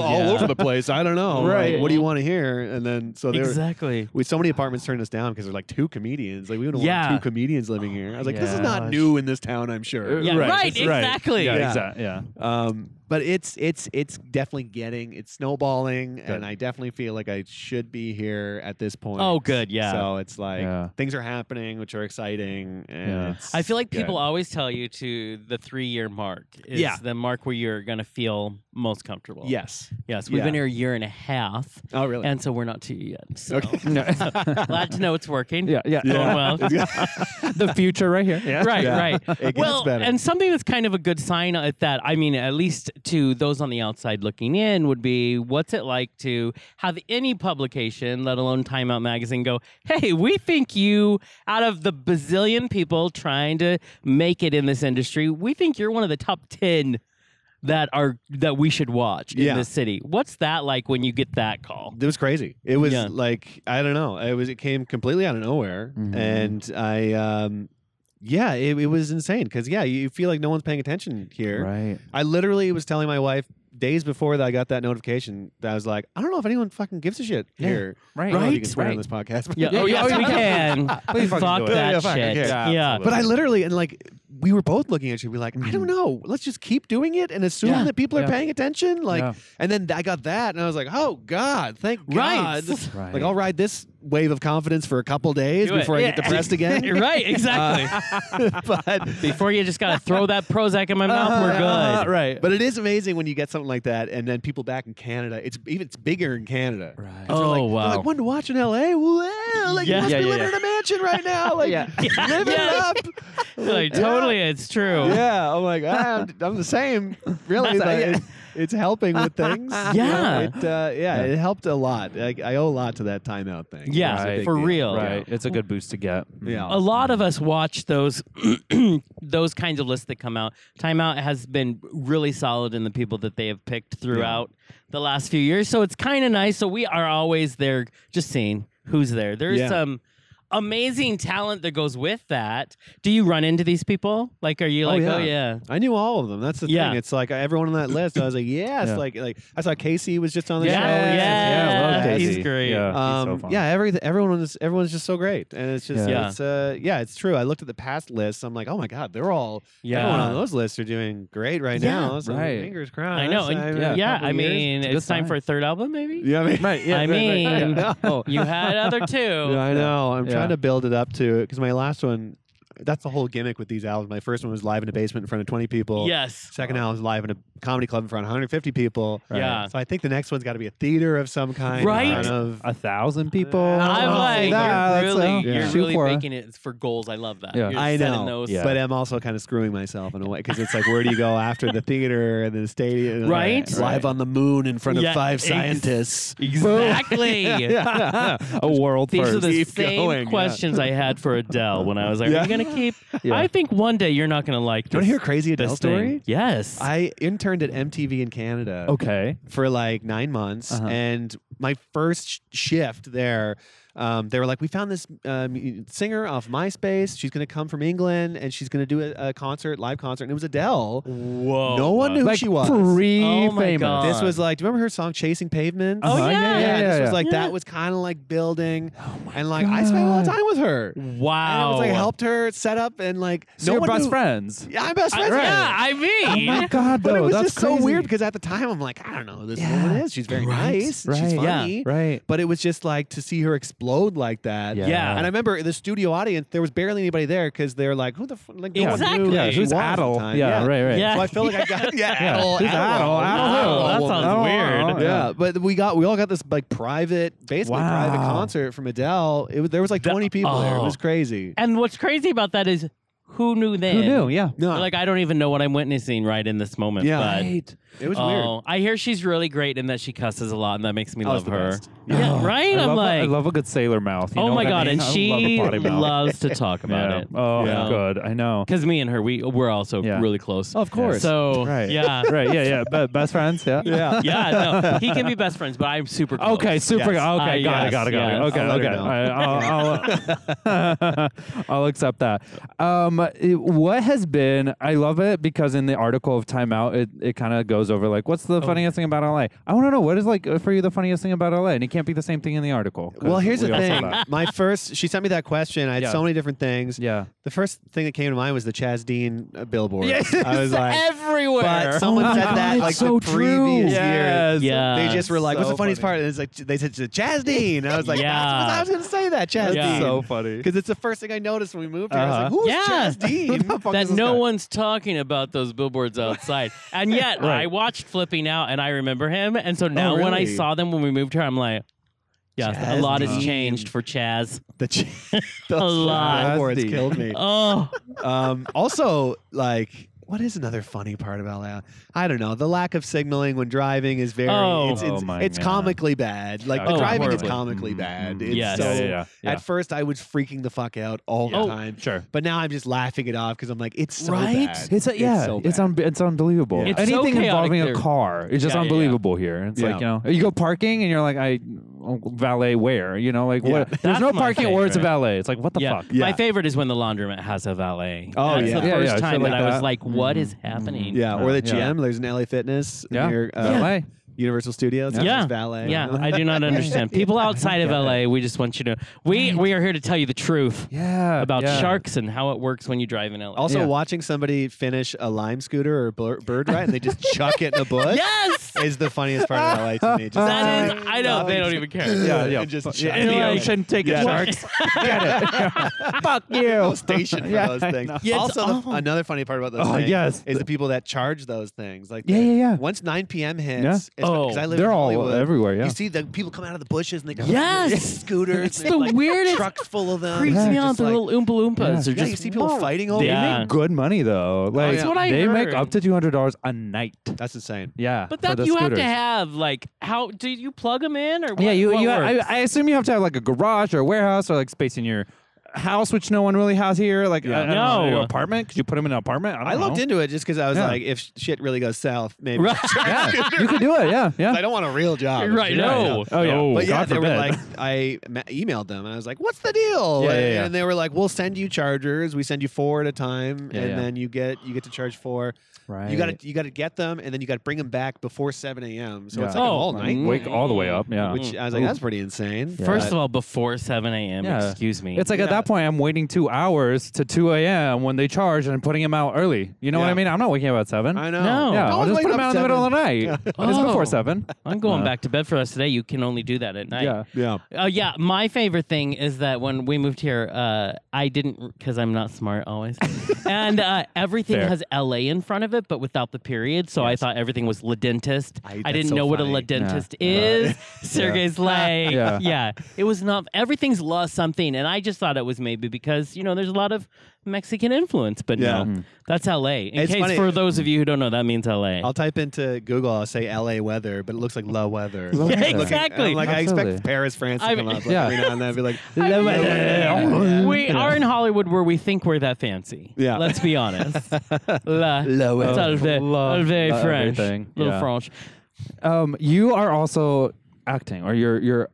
[SPEAKER 5] all
[SPEAKER 3] yeah.
[SPEAKER 5] over the place. I don't know. Like,
[SPEAKER 4] Right.
[SPEAKER 5] what do you want to hear? And then so they were
[SPEAKER 3] exactly.
[SPEAKER 5] we so many apartments turned us down because there's like two comedians. Like we don't
[SPEAKER 3] Yeah.
[SPEAKER 5] want two comedians living here. I was like, this is
[SPEAKER 4] yeah.
[SPEAKER 5] not new in this town, I'm sure.
[SPEAKER 3] Yeah, right, exactly.
[SPEAKER 4] Yeah,
[SPEAKER 5] Yeah.
[SPEAKER 4] exactly. Yeah.
[SPEAKER 5] Um, but it's it's it's definitely getting it's snowballing,
[SPEAKER 4] Good.
[SPEAKER 5] and I definitely feel like I should be here at this point.
[SPEAKER 3] Oh, good. Yeah.
[SPEAKER 5] So it's like
[SPEAKER 4] Yeah.
[SPEAKER 5] things are happening, which are exciting, and
[SPEAKER 4] Yeah.
[SPEAKER 5] it's
[SPEAKER 3] I feel like
[SPEAKER 5] good.
[SPEAKER 3] people always tell you to the three year mark is
[SPEAKER 5] Yeah.
[SPEAKER 3] the mark where you're going to feel most comfortable.
[SPEAKER 5] Yes.
[SPEAKER 3] Yes. We've
[SPEAKER 5] Yeah.
[SPEAKER 3] been here a year and a half,
[SPEAKER 5] Oh, really?
[SPEAKER 3] and so we're not to you yet. So
[SPEAKER 4] No.
[SPEAKER 3] glad to know it's working.
[SPEAKER 4] yeah, yeah.
[SPEAKER 3] Going well.
[SPEAKER 4] the future right here. Yeah.
[SPEAKER 3] Right,
[SPEAKER 5] Yeah.
[SPEAKER 3] right.
[SPEAKER 5] It gets
[SPEAKER 3] well,
[SPEAKER 5] better.
[SPEAKER 3] and something that's kind of a good sign at that, I mean, at least to those on the outside looking in would be what's it like to have any publication, let alone Time Out Magazine, go, hey, we think you, out of the bazillion people trying to make it in this industry, we think you're one of the top 10 that are that we should watch in
[SPEAKER 5] Yeah.
[SPEAKER 3] this city. What's that like when you get that call?
[SPEAKER 5] It was crazy. It was
[SPEAKER 3] Yeah.
[SPEAKER 5] like I don't know. It was it came completely out of nowhere,
[SPEAKER 4] Mhm.
[SPEAKER 5] and I, um, yeah, it, it was insane because yeah, you feel like no one's paying attention here.
[SPEAKER 4] Right.
[SPEAKER 5] I literally was telling my wife days before that I got that notification that I was like, I don't know if anyone fucking gives a shit
[SPEAKER 4] Yeah.
[SPEAKER 5] here. I
[SPEAKER 4] Right.
[SPEAKER 5] don't know if you
[SPEAKER 4] Right,
[SPEAKER 5] can swear
[SPEAKER 4] right.
[SPEAKER 5] on this podcast. but-
[SPEAKER 3] Yeah, oh,
[SPEAKER 4] yeah,
[SPEAKER 3] yes,
[SPEAKER 4] oh,
[SPEAKER 3] we
[SPEAKER 4] yeah.
[SPEAKER 3] can.
[SPEAKER 4] Please fucking
[SPEAKER 3] Fuck
[SPEAKER 4] do it.
[SPEAKER 3] that
[SPEAKER 5] Yeah, fuck it,
[SPEAKER 3] shit.
[SPEAKER 5] yeah.
[SPEAKER 3] yeah.
[SPEAKER 5] But I literally and like we were both looking at you, be like, I don't
[SPEAKER 4] Mhm.
[SPEAKER 5] know. Let's just keep doing it and assume
[SPEAKER 3] Mm-hmm. Yeah.
[SPEAKER 5] that people
[SPEAKER 4] Yeah.
[SPEAKER 5] are paying attention. Like,
[SPEAKER 4] Yeah.
[SPEAKER 5] and then I got that, and I was like, oh god, thank
[SPEAKER 3] Right.
[SPEAKER 5] god.
[SPEAKER 4] Right.
[SPEAKER 5] Like I'll ride this wave of confidence for a couple days
[SPEAKER 3] Do it.
[SPEAKER 5] before I
[SPEAKER 3] Yeah.
[SPEAKER 5] get depressed again.
[SPEAKER 3] right, exactly.
[SPEAKER 4] Uh,
[SPEAKER 5] but
[SPEAKER 3] Before you just gotta throw that Prozac in my mouth, we're good.
[SPEAKER 4] Uh-huh, right.
[SPEAKER 5] but it is amazing when you get something like that, and then people back in Canada, it's even it's bigger in Canada.
[SPEAKER 4] Right.
[SPEAKER 5] So,
[SPEAKER 3] Oh
[SPEAKER 5] like,
[SPEAKER 3] wow!
[SPEAKER 5] Like one to watch in L.A. Well, like
[SPEAKER 3] Yeah.
[SPEAKER 5] you must
[SPEAKER 4] Yeah,
[SPEAKER 5] be
[SPEAKER 4] yeah,
[SPEAKER 5] living
[SPEAKER 4] yeah.
[SPEAKER 5] in a mansion right now. Like
[SPEAKER 4] Yeah.
[SPEAKER 5] live it
[SPEAKER 3] Yeah.
[SPEAKER 5] up.
[SPEAKER 3] Like,
[SPEAKER 5] Yeah.
[SPEAKER 3] totally, it's true.
[SPEAKER 5] Yeah, I'm like "Ah, I'm, I'm the same. Really, but it, it's helping with things. you know?
[SPEAKER 3] Yeah.
[SPEAKER 5] it, uh, yeah, it helped a lot. Like I owe a lot to that timeout thing.
[SPEAKER 3] Yeah,
[SPEAKER 5] It was a
[SPEAKER 4] Right.
[SPEAKER 5] big
[SPEAKER 3] for
[SPEAKER 5] deal.
[SPEAKER 3] real.
[SPEAKER 4] Right. It's a good boost to get.
[SPEAKER 5] Yeah.
[SPEAKER 3] A lot of us watch those those kinds of lists that come out. Timeout has been really solid in the people that they have picked throughout the last few years, so it's kind of nice. So we are always there, just seeing who's there. There's
[SPEAKER 5] Yeah.
[SPEAKER 3] some amazing talent that goes with that. Do you run into these people? Like, are you
[SPEAKER 5] Oh,
[SPEAKER 3] like,
[SPEAKER 5] yeah.
[SPEAKER 3] oh yeah,
[SPEAKER 5] I knew all of them. That's the
[SPEAKER 3] Yeah.
[SPEAKER 5] thing. It's like everyone on that list. I was like, yes.
[SPEAKER 4] Yeah.
[SPEAKER 5] Like, like I saw Casey was just on the
[SPEAKER 3] Yeah,
[SPEAKER 5] show.
[SPEAKER 3] yeah,
[SPEAKER 4] Yeah, I love
[SPEAKER 3] yeah,
[SPEAKER 4] Daisy.
[SPEAKER 3] he's great.
[SPEAKER 4] Yeah, he's
[SPEAKER 5] Um,
[SPEAKER 4] so fun.
[SPEAKER 5] yeah, every, everyone is everyone's just so great, and it's just
[SPEAKER 3] Yeah.
[SPEAKER 5] yeah. it's uh yeah, it's true. I looked at the past lists. I'm like, oh my god, they're all
[SPEAKER 3] Yeah.
[SPEAKER 5] everyone on those lists are doing great right
[SPEAKER 3] Yeah,
[SPEAKER 5] now. So
[SPEAKER 4] right.
[SPEAKER 5] fingers crossed.
[SPEAKER 3] I know. and- yeah,
[SPEAKER 5] a couple
[SPEAKER 3] I
[SPEAKER 5] years.
[SPEAKER 3] mean,
[SPEAKER 4] It's a
[SPEAKER 3] it's,
[SPEAKER 4] good
[SPEAKER 3] time
[SPEAKER 4] sign.
[SPEAKER 3] for a third album, maybe.
[SPEAKER 5] yeah, I mean,
[SPEAKER 4] Right.
[SPEAKER 3] I mean,
[SPEAKER 5] I know.
[SPEAKER 3] you had other two.
[SPEAKER 5] Yeah, I know. I'm
[SPEAKER 4] Yeah.
[SPEAKER 5] trying to build it up to because my last one, that's the whole gimmick with these albums. My first one was live in a basement in front of 20 people.
[SPEAKER 3] Yes.
[SPEAKER 5] Second album was live in a comedy club in front of 150 people.
[SPEAKER 3] Right. Yeah.
[SPEAKER 5] So I think the next one's got to be a theater of some kind.
[SPEAKER 3] Right?
[SPEAKER 5] In front of,
[SPEAKER 4] a thousand people.
[SPEAKER 3] I'm
[SPEAKER 5] Oh,
[SPEAKER 3] like, you're
[SPEAKER 5] that-
[SPEAKER 4] that's
[SPEAKER 3] really,
[SPEAKER 4] a-
[SPEAKER 3] you're
[SPEAKER 5] yeah.
[SPEAKER 3] really
[SPEAKER 4] Shoot for it.
[SPEAKER 3] making it for goals. I love that.
[SPEAKER 4] Yeah.
[SPEAKER 3] You're
[SPEAKER 5] I
[SPEAKER 3] setting
[SPEAKER 5] know.
[SPEAKER 3] Those.
[SPEAKER 4] Yeah.
[SPEAKER 5] But I'm also kind of screwing myself in a way because it's like, where do you go after the theater and the stadium?
[SPEAKER 3] Right?
[SPEAKER 5] Live on the moon in front of
[SPEAKER 3] Yeah,
[SPEAKER 5] five
[SPEAKER 3] ex-
[SPEAKER 5] scientists.
[SPEAKER 3] Exactly.
[SPEAKER 4] a world
[SPEAKER 3] These
[SPEAKER 4] first.
[SPEAKER 3] are the
[SPEAKER 5] Keep
[SPEAKER 3] same
[SPEAKER 5] going, yeah.
[SPEAKER 3] questions I had for Adele when I was like, "Are
[SPEAKER 5] Yeah.
[SPEAKER 3] you gonna keep?"
[SPEAKER 4] Yeah.
[SPEAKER 3] I think one day you're not gonna like.
[SPEAKER 5] Do you want
[SPEAKER 3] this-
[SPEAKER 5] to hear a crazy
[SPEAKER 3] this
[SPEAKER 5] Adele
[SPEAKER 3] thing.
[SPEAKER 5] story?
[SPEAKER 3] Yes.
[SPEAKER 5] I interned at MTV in Canada.
[SPEAKER 4] okay.
[SPEAKER 5] for like nine months,
[SPEAKER 4] Uh-huh.
[SPEAKER 5] and my first sh- shift there, um, they were like, "We found this um, singer off MySpace. She's going to come from England, and she's going to do a, a concert, live concert." And it was Adele.
[SPEAKER 3] Whoa.
[SPEAKER 5] no one knew
[SPEAKER 4] like
[SPEAKER 5] who she was.
[SPEAKER 4] Pre
[SPEAKER 3] Oh my
[SPEAKER 4] famous.
[SPEAKER 3] God.
[SPEAKER 5] This was like, do you remember her song "Chasing Pavements"?
[SPEAKER 3] Oh,
[SPEAKER 4] Uh-huh.
[SPEAKER 3] yeah.
[SPEAKER 5] yeah,
[SPEAKER 3] yeah,
[SPEAKER 5] This
[SPEAKER 4] yeah.
[SPEAKER 5] was like
[SPEAKER 3] Yeah.
[SPEAKER 5] that was kind of like building, and like I spent a lot of
[SPEAKER 4] God.
[SPEAKER 5] time with her. And I
[SPEAKER 3] Wow.
[SPEAKER 5] was like helped her set up, and like
[SPEAKER 4] So
[SPEAKER 5] no
[SPEAKER 4] your
[SPEAKER 5] one
[SPEAKER 4] best
[SPEAKER 5] knew-
[SPEAKER 4] friends.
[SPEAKER 5] Yeah, I'm best
[SPEAKER 3] I-
[SPEAKER 5] friends. with her.
[SPEAKER 3] yeah. I mean.
[SPEAKER 4] My God,
[SPEAKER 5] But
[SPEAKER 4] though,
[SPEAKER 5] it was
[SPEAKER 4] that's
[SPEAKER 5] just so
[SPEAKER 4] crazy.
[SPEAKER 5] weird because at the time I'm like, I don't know who this
[SPEAKER 4] Yeah.
[SPEAKER 5] woman is. She's very
[SPEAKER 4] Right,
[SPEAKER 5] nice.
[SPEAKER 4] right,
[SPEAKER 5] She's
[SPEAKER 3] yeah,
[SPEAKER 5] funny.
[SPEAKER 4] right.
[SPEAKER 5] But it was just like to see her explode like that.
[SPEAKER 4] Yeah.
[SPEAKER 3] Yeah.
[SPEAKER 5] And I remember the studio audience, there was barely anybody there because they're like, who the f-? like no one
[SPEAKER 3] Exactly.
[SPEAKER 5] knew
[SPEAKER 3] Yeah,
[SPEAKER 5] who she
[SPEAKER 3] who's
[SPEAKER 5] was at the
[SPEAKER 4] Adele?
[SPEAKER 5] time.
[SPEAKER 4] Yeah, right, right.
[SPEAKER 3] Yeah.
[SPEAKER 5] So I feel like I got yeah,
[SPEAKER 4] Yeah.
[SPEAKER 5] Adele,
[SPEAKER 4] Who's Adele?
[SPEAKER 5] Adele,
[SPEAKER 4] Adele
[SPEAKER 5] Adele
[SPEAKER 4] who?
[SPEAKER 3] That
[SPEAKER 5] woman.
[SPEAKER 3] sounds
[SPEAKER 4] Oh,
[SPEAKER 3] weird.
[SPEAKER 4] oh,
[SPEAKER 5] Yeah, but we got we all got this like private, basically private
[SPEAKER 4] Wow.
[SPEAKER 5] concert from Adele. It was there was like
[SPEAKER 3] That-
[SPEAKER 5] 20 people there. It
[SPEAKER 3] oh.
[SPEAKER 5] was crazy.
[SPEAKER 3] And what's crazy about that is, who knew then?
[SPEAKER 4] Who knew? Yeah.
[SPEAKER 5] No,
[SPEAKER 3] Like I don't even know what I'm witnessing right in this moment.
[SPEAKER 5] Yeah.
[SPEAKER 3] But
[SPEAKER 4] Right.
[SPEAKER 5] it was
[SPEAKER 3] oh,
[SPEAKER 5] weird.
[SPEAKER 3] I hear she's really great and that she cusses a lot, and that makes me
[SPEAKER 5] Oh, it's
[SPEAKER 3] love
[SPEAKER 5] the
[SPEAKER 3] her.
[SPEAKER 5] best.
[SPEAKER 3] Yeah,
[SPEAKER 4] Oh,
[SPEAKER 3] right.
[SPEAKER 4] I
[SPEAKER 3] I'm
[SPEAKER 4] love
[SPEAKER 3] like,
[SPEAKER 4] a, I love a good sailor mouth. you
[SPEAKER 3] oh
[SPEAKER 4] know
[SPEAKER 3] my
[SPEAKER 4] what I
[SPEAKER 3] god,
[SPEAKER 4] mean?
[SPEAKER 3] and
[SPEAKER 4] I
[SPEAKER 3] she
[SPEAKER 4] love a potty mouth.
[SPEAKER 3] loves to talk about
[SPEAKER 4] yeah.
[SPEAKER 3] it.
[SPEAKER 4] Oh,
[SPEAKER 5] Yeah.
[SPEAKER 4] good. I know.
[SPEAKER 3] Because me and her, we we're also
[SPEAKER 4] Yeah.
[SPEAKER 3] really close.
[SPEAKER 5] Of course.
[SPEAKER 3] So
[SPEAKER 4] Right.
[SPEAKER 3] yeah,
[SPEAKER 4] right. Yeah. Yeah. But best friends. Yeah.
[SPEAKER 5] yeah.
[SPEAKER 3] yeah. No, he can be best friends, but I'm super. Close.
[SPEAKER 4] Okay, super. Okay,
[SPEAKER 5] Yes.
[SPEAKER 3] Uh,
[SPEAKER 4] got
[SPEAKER 3] yes,
[SPEAKER 4] it, got it, got
[SPEAKER 3] yes.
[SPEAKER 4] it. Okay,
[SPEAKER 5] Ah, I'll let her
[SPEAKER 4] okay. I, will I'll, uh, I'll accept that. Um, it- what has been? I love it because in the article of Time Out, it, it kind of goes over like,
[SPEAKER 5] Oh.
[SPEAKER 4] what's the funniest thing about LA? I want to know what is like uh, for you the funniest thing about LA, and it can't be the same thing in the article. 'cause
[SPEAKER 5] Well, here's the
[SPEAKER 4] we all saw
[SPEAKER 5] thing.
[SPEAKER 4] that.
[SPEAKER 5] My first, she sent me that question. I had
[SPEAKER 4] Yeah.
[SPEAKER 5] so many different things.
[SPEAKER 4] Yeah.
[SPEAKER 5] The first thing that came to mind was the Chaz Dean uh, billboard.
[SPEAKER 4] Yes,
[SPEAKER 5] I was like,
[SPEAKER 3] everywhere.
[SPEAKER 5] but someone
[SPEAKER 4] Oh my
[SPEAKER 5] said
[SPEAKER 4] God,
[SPEAKER 5] that
[SPEAKER 4] it's
[SPEAKER 5] like
[SPEAKER 4] so
[SPEAKER 5] the previous
[SPEAKER 4] true.
[SPEAKER 5] year.
[SPEAKER 4] Yes.
[SPEAKER 3] Yeah.
[SPEAKER 5] They just were like, "What's
[SPEAKER 4] So
[SPEAKER 5] the funniest
[SPEAKER 4] funny.
[SPEAKER 5] part?" And it's like they said Chaz Dean. And I was like,
[SPEAKER 3] Yeah.
[SPEAKER 5] "That's what I was going to say that Chaz
[SPEAKER 3] Yeah.
[SPEAKER 5] Dean."
[SPEAKER 4] so funny.
[SPEAKER 5] because it's the first thing I noticed when we moved here. I
[SPEAKER 4] Uh-huh.
[SPEAKER 5] was like, "Who's
[SPEAKER 3] Yeah.
[SPEAKER 5] Chaz Dean?"
[SPEAKER 3] that no one's talking about those billboards outside. and yet
[SPEAKER 4] Right. Oh,
[SPEAKER 3] I watched Flipping Out and I remember him. And so now when I
[SPEAKER 5] really?
[SPEAKER 3] saw them when we moved here, I'm like, yeah, a
[SPEAKER 5] Chaz
[SPEAKER 3] lot
[SPEAKER 5] Dean.
[SPEAKER 3] has changed for Chaz.
[SPEAKER 5] The Ch- those
[SPEAKER 3] lot.
[SPEAKER 5] billboards
[SPEAKER 4] Chaz Dean.
[SPEAKER 5] killed me.
[SPEAKER 3] Oh,
[SPEAKER 5] Um, also, like what is another funny part about LA? I don't know. The lack of signaling when driving is very
[SPEAKER 3] Oh.
[SPEAKER 5] it's it's,
[SPEAKER 4] Oh my
[SPEAKER 5] it's
[SPEAKER 4] God. Mm-hmm.
[SPEAKER 5] comically bad. Like
[SPEAKER 3] Oh,
[SPEAKER 5] the driving
[SPEAKER 3] horribly.
[SPEAKER 5] is comically bad. It's
[SPEAKER 3] Yes.
[SPEAKER 5] so
[SPEAKER 4] yeah, yeah, yeah, yeah.
[SPEAKER 5] at first I was freaking the fuck out all
[SPEAKER 3] Oh.
[SPEAKER 5] the time.
[SPEAKER 4] Sure.
[SPEAKER 5] But now I'm just laughing it off because I'm like, it's so
[SPEAKER 3] Right?
[SPEAKER 5] bad.
[SPEAKER 4] It's a, yeah, it's
[SPEAKER 5] so
[SPEAKER 4] it's,
[SPEAKER 5] bad.
[SPEAKER 4] un- it's unbelievable.
[SPEAKER 5] Yeah.
[SPEAKER 3] It's so
[SPEAKER 4] Anything
[SPEAKER 3] chaotic
[SPEAKER 4] involving
[SPEAKER 3] there.
[SPEAKER 4] a car is just
[SPEAKER 3] Yeah, yeah, yeah.
[SPEAKER 4] unbelievable here. It's like you know, you go parking and you're like, I valet where? You know, like
[SPEAKER 5] Yeah.
[SPEAKER 4] what? There's
[SPEAKER 3] That's
[SPEAKER 4] no
[SPEAKER 3] my
[SPEAKER 4] parking or it's a
[SPEAKER 3] favorite.
[SPEAKER 4] valet. It's like what the
[SPEAKER 3] yeah.
[SPEAKER 4] fuck?
[SPEAKER 5] Yeah.
[SPEAKER 3] My favorite is when the laundromat has a valet.
[SPEAKER 5] Oh,
[SPEAKER 3] That's
[SPEAKER 5] yeah.
[SPEAKER 3] the
[SPEAKER 4] Yeah,
[SPEAKER 3] first
[SPEAKER 4] yeah,
[SPEAKER 3] time
[SPEAKER 4] shit
[SPEAKER 3] that
[SPEAKER 4] like
[SPEAKER 3] I was
[SPEAKER 4] that. Mm-hmm.
[SPEAKER 3] like, what is happening?
[SPEAKER 5] yeah, or the
[SPEAKER 4] Yeah.
[SPEAKER 5] gym. There's an LA Fitness
[SPEAKER 4] Yeah.
[SPEAKER 5] near uh,
[SPEAKER 4] valet.
[SPEAKER 5] Universal Studios.
[SPEAKER 3] Yeah.
[SPEAKER 5] It's valet.
[SPEAKER 3] Yeah, I do not understand. People outside of LA, we just want you to we we are here to tell you the truth
[SPEAKER 4] Yeah,
[SPEAKER 3] about
[SPEAKER 4] yeah.
[SPEAKER 3] sharks and how it works when you drive in LA.
[SPEAKER 5] Also,
[SPEAKER 4] Yeah.
[SPEAKER 5] watching somebody finish a lime scooter or bur- bird ride and they just chuck it in a bush
[SPEAKER 3] yes,
[SPEAKER 5] is the funniest part of LA to me. Just
[SPEAKER 3] that
[SPEAKER 5] somebody
[SPEAKER 3] is. I know they don't even care.
[SPEAKER 5] Yeah,
[SPEAKER 4] Yeah,
[SPEAKER 5] yeah.
[SPEAKER 4] yeah.
[SPEAKER 5] And just
[SPEAKER 4] Fuck-
[SPEAKER 5] chuck
[SPEAKER 4] in
[SPEAKER 5] it
[SPEAKER 4] the
[SPEAKER 5] out.
[SPEAKER 4] ocean, take it,
[SPEAKER 5] Yeah.
[SPEAKER 4] sharks. Get it. Fuck you.
[SPEAKER 5] station for
[SPEAKER 4] Yeah,
[SPEAKER 5] those
[SPEAKER 4] I
[SPEAKER 5] things.
[SPEAKER 4] know.
[SPEAKER 3] Yeah, it's
[SPEAKER 5] also, the,
[SPEAKER 3] awful.
[SPEAKER 5] another funny part about those
[SPEAKER 4] Oh,
[SPEAKER 5] things
[SPEAKER 4] yes.
[SPEAKER 5] is the people that charge those things. Like,
[SPEAKER 4] Yeah,
[SPEAKER 5] they-
[SPEAKER 4] yeah, yeah.
[SPEAKER 5] Once 9 p.m. hits,
[SPEAKER 4] Yeah. Oh,
[SPEAKER 5] it's- 'cause I live
[SPEAKER 4] They're
[SPEAKER 5] in
[SPEAKER 4] all
[SPEAKER 5] Hollywood,
[SPEAKER 4] everywhere, yeah.
[SPEAKER 5] You see the people come out of the bushes and they got
[SPEAKER 3] Yes!
[SPEAKER 5] scooters. and
[SPEAKER 3] It's
[SPEAKER 5] they
[SPEAKER 3] the
[SPEAKER 5] like
[SPEAKER 3] weirdest-
[SPEAKER 5] Trucks full of them.
[SPEAKER 3] Creeps
[SPEAKER 5] They're
[SPEAKER 3] me
[SPEAKER 5] just
[SPEAKER 3] out. The
[SPEAKER 5] like-
[SPEAKER 3] little oompa
[SPEAKER 4] Yeah.
[SPEAKER 3] loompas are
[SPEAKER 5] Yeah,
[SPEAKER 3] just
[SPEAKER 5] you see people fighting over
[SPEAKER 4] They
[SPEAKER 3] Yeah.
[SPEAKER 4] make good money though. Like
[SPEAKER 5] yeah. That's what
[SPEAKER 3] I
[SPEAKER 4] they
[SPEAKER 3] heard.
[SPEAKER 4] make up to two hundred dollars a night.
[SPEAKER 5] That's insane.
[SPEAKER 4] Yeah,
[SPEAKER 3] But
[SPEAKER 4] for
[SPEAKER 3] that
[SPEAKER 4] the
[SPEAKER 3] you have to
[SPEAKER 4] scooters.
[SPEAKER 3] have like how do you plug them in or what,
[SPEAKER 4] Yeah, you.
[SPEAKER 3] what
[SPEAKER 4] you I,
[SPEAKER 3] works?
[SPEAKER 4] I assume you have to have like a garage or a warehouse or like space in your house, which no one really has here. Like, I, I don't know,
[SPEAKER 3] No.
[SPEAKER 4] your apartment. Could you put them in an apartment? I, don't
[SPEAKER 5] I looked
[SPEAKER 4] know.
[SPEAKER 5] into it just because I was
[SPEAKER 4] Yeah.
[SPEAKER 5] like, if sh- shit really goes south, maybe.
[SPEAKER 4] Yeah, you could do it. Yeah, yeah.
[SPEAKER 5] I don't want a real job.
[SPEAKER 3] Right,
[SPEAKER 5] You know,
[SPEAKER 3] no.
[SPEAKER 5] I know.
[SPEAKER 4] Oh yeah.
[SPEAKER 5] But yeah,
[SPEAKER 4] God
[SPEAKER 5] they
[SPEAKER 4] forbid.
[SPEAKER 5] were like, I ma- emailed them and I was like, "What's the deal?"
[SPEAKER 4] Yeah, yeah,
[SPEAKER 5] and,
[SPEAKER 4] yeah.
[SPEAKER 5] and they were like, "We'll send you chargers. We send you four at a time,
[SPEAKER 4] Yeah,
[SPEAKER 5] and
[SPEAKER 4] yeah.
[SPEAKER 5] then you get you get to charge four.
[SPEAKER 4] right.
[SPEAKER 5] You got to you got to get them, and then you got to bring them back before seven a.m. So it's
[SPEAKER 4] Yeah.
[SPEAKER 5] like
[SPEAKER 3] Oh,
[SPEAKER 5] all night.
[SPEAKER 3] mm.
[SPEAKER 4] wake all the way up. Yeah.
[SPEAKER 5] Which I was like,
[SPEAKER 4] Ooh.
[SPEAKER 5] that's pretty insane.
[SPEAKER 4] Yeah.
[SPEAKER 3] First of all, before 7 a.m.
[SPEAKER 4] Yeah.
[SPEAKER 3] Excuse me.
[SPEAKER 4] it's like at
[SPEAKER 5] Yeah.
[SPEAKER 4] that point, I'm waiting two hours to 2 a.m. when they charge and putting them out early. You know what
[SPEAKER 5] Yeah.
[SPEAKER 4] I mean? I'm not waking up at 7.
[SPEAKER 5] I know.
[SPEAKER 3] No.
[SPEAKER 4] Yeah,
[SPEAKER 5] No
[SPEAKER 4] I'll
[SPEAKER 5] one's
[SPEAKER 4] just put
[SPEAKER 5] waking
[SPEAKER 4] them
[SPEAKER 5] up
[SPEAKER 4] out in the middle of the night. It's
[SPEAKER 3] Oh.
[SPEAKER 4] before 7.
[SPEAKER 3] I'm going
[SPEAKER 4] Uh,
[SPEAKER 3] back to bed for us today. You can only do that at night.
[SPEAKER 4] Yeah.
[SPEAKER 5] Yeah.
[SPEAKER 3] Oh yeah, my favorite thing is that when we moved here, uh, I didn't because I'm not smart always, and uh, everything
[SPEAKER 4] Fair.
[SPEAKER 3] has LA in front of it, but without the period. So I thought everything was la dentist.
[SPEAKER 5] I-
[SPEAKER 3] I,
[SPEAKER 5] that's
[SPEAKER 3] didn't
[SPEAKER 5] so
[SPEAKER 3] know what a
[SPEAKER 5] funny.
[SPEAKER 3] la dentist is. Sergey's like,
[SPEAKER 4] Yeah.
[SPEAKER 3] yeah. it was not everything's la something, and I just thought it was maybe because you know there's a lot of Mexican influence, but
[SPEAKER 5] Yeah. Mm-hmm.
[SPEAKER 3] no, that's LA. In
[SPEAKER 5] It's
[SPEAKER 3] case
[SPEAKER 5] funny.
[SPEAKER 3] for those of you who don't know, that means LA.
[SPEAKER 5] I'll type into Google. I'll say L.A. weather, but it looks like La weather.
[SPEAKER 4] Yeah,
[SPEAKER 5] Looking- and I'm
[SPEAKER 3] exactly.
[SPEAKER 5] Like I
[SPEAKER 4] Absolutely.
[SPEAKER 5] expect Paris, France to
[SPEAKER 3] I
[SPEAKER 5] come
[SPEAKER 3] mean-
[SPEAKER 5] up like,
[SPEAKER 4] Yeah.
[SPEAKER 5] every now and then. I'd be like,
[SPEAKER 4] Yeah.
[SPEAKER 3] we are in Hollywood where we think we're that fancy.
[SPEAKER 5] Yeah.
[SPEAKER 3] Let's be honest. La,
[SPEAKER 5] La-
[SPEAKER 3] it's all very,
[SPEAKER 4] La-
[SPEAKER 3] all very
[SPEAKER 4] la-
[SPEAKER 3] French.
[SPEAKER 4] everything.
[SPEAKER 3] Little
[SPEAKER 4] Yeah.
[SPEAKER 3] French.
[SPEAKER 4] Um, you are also acting, or you're you're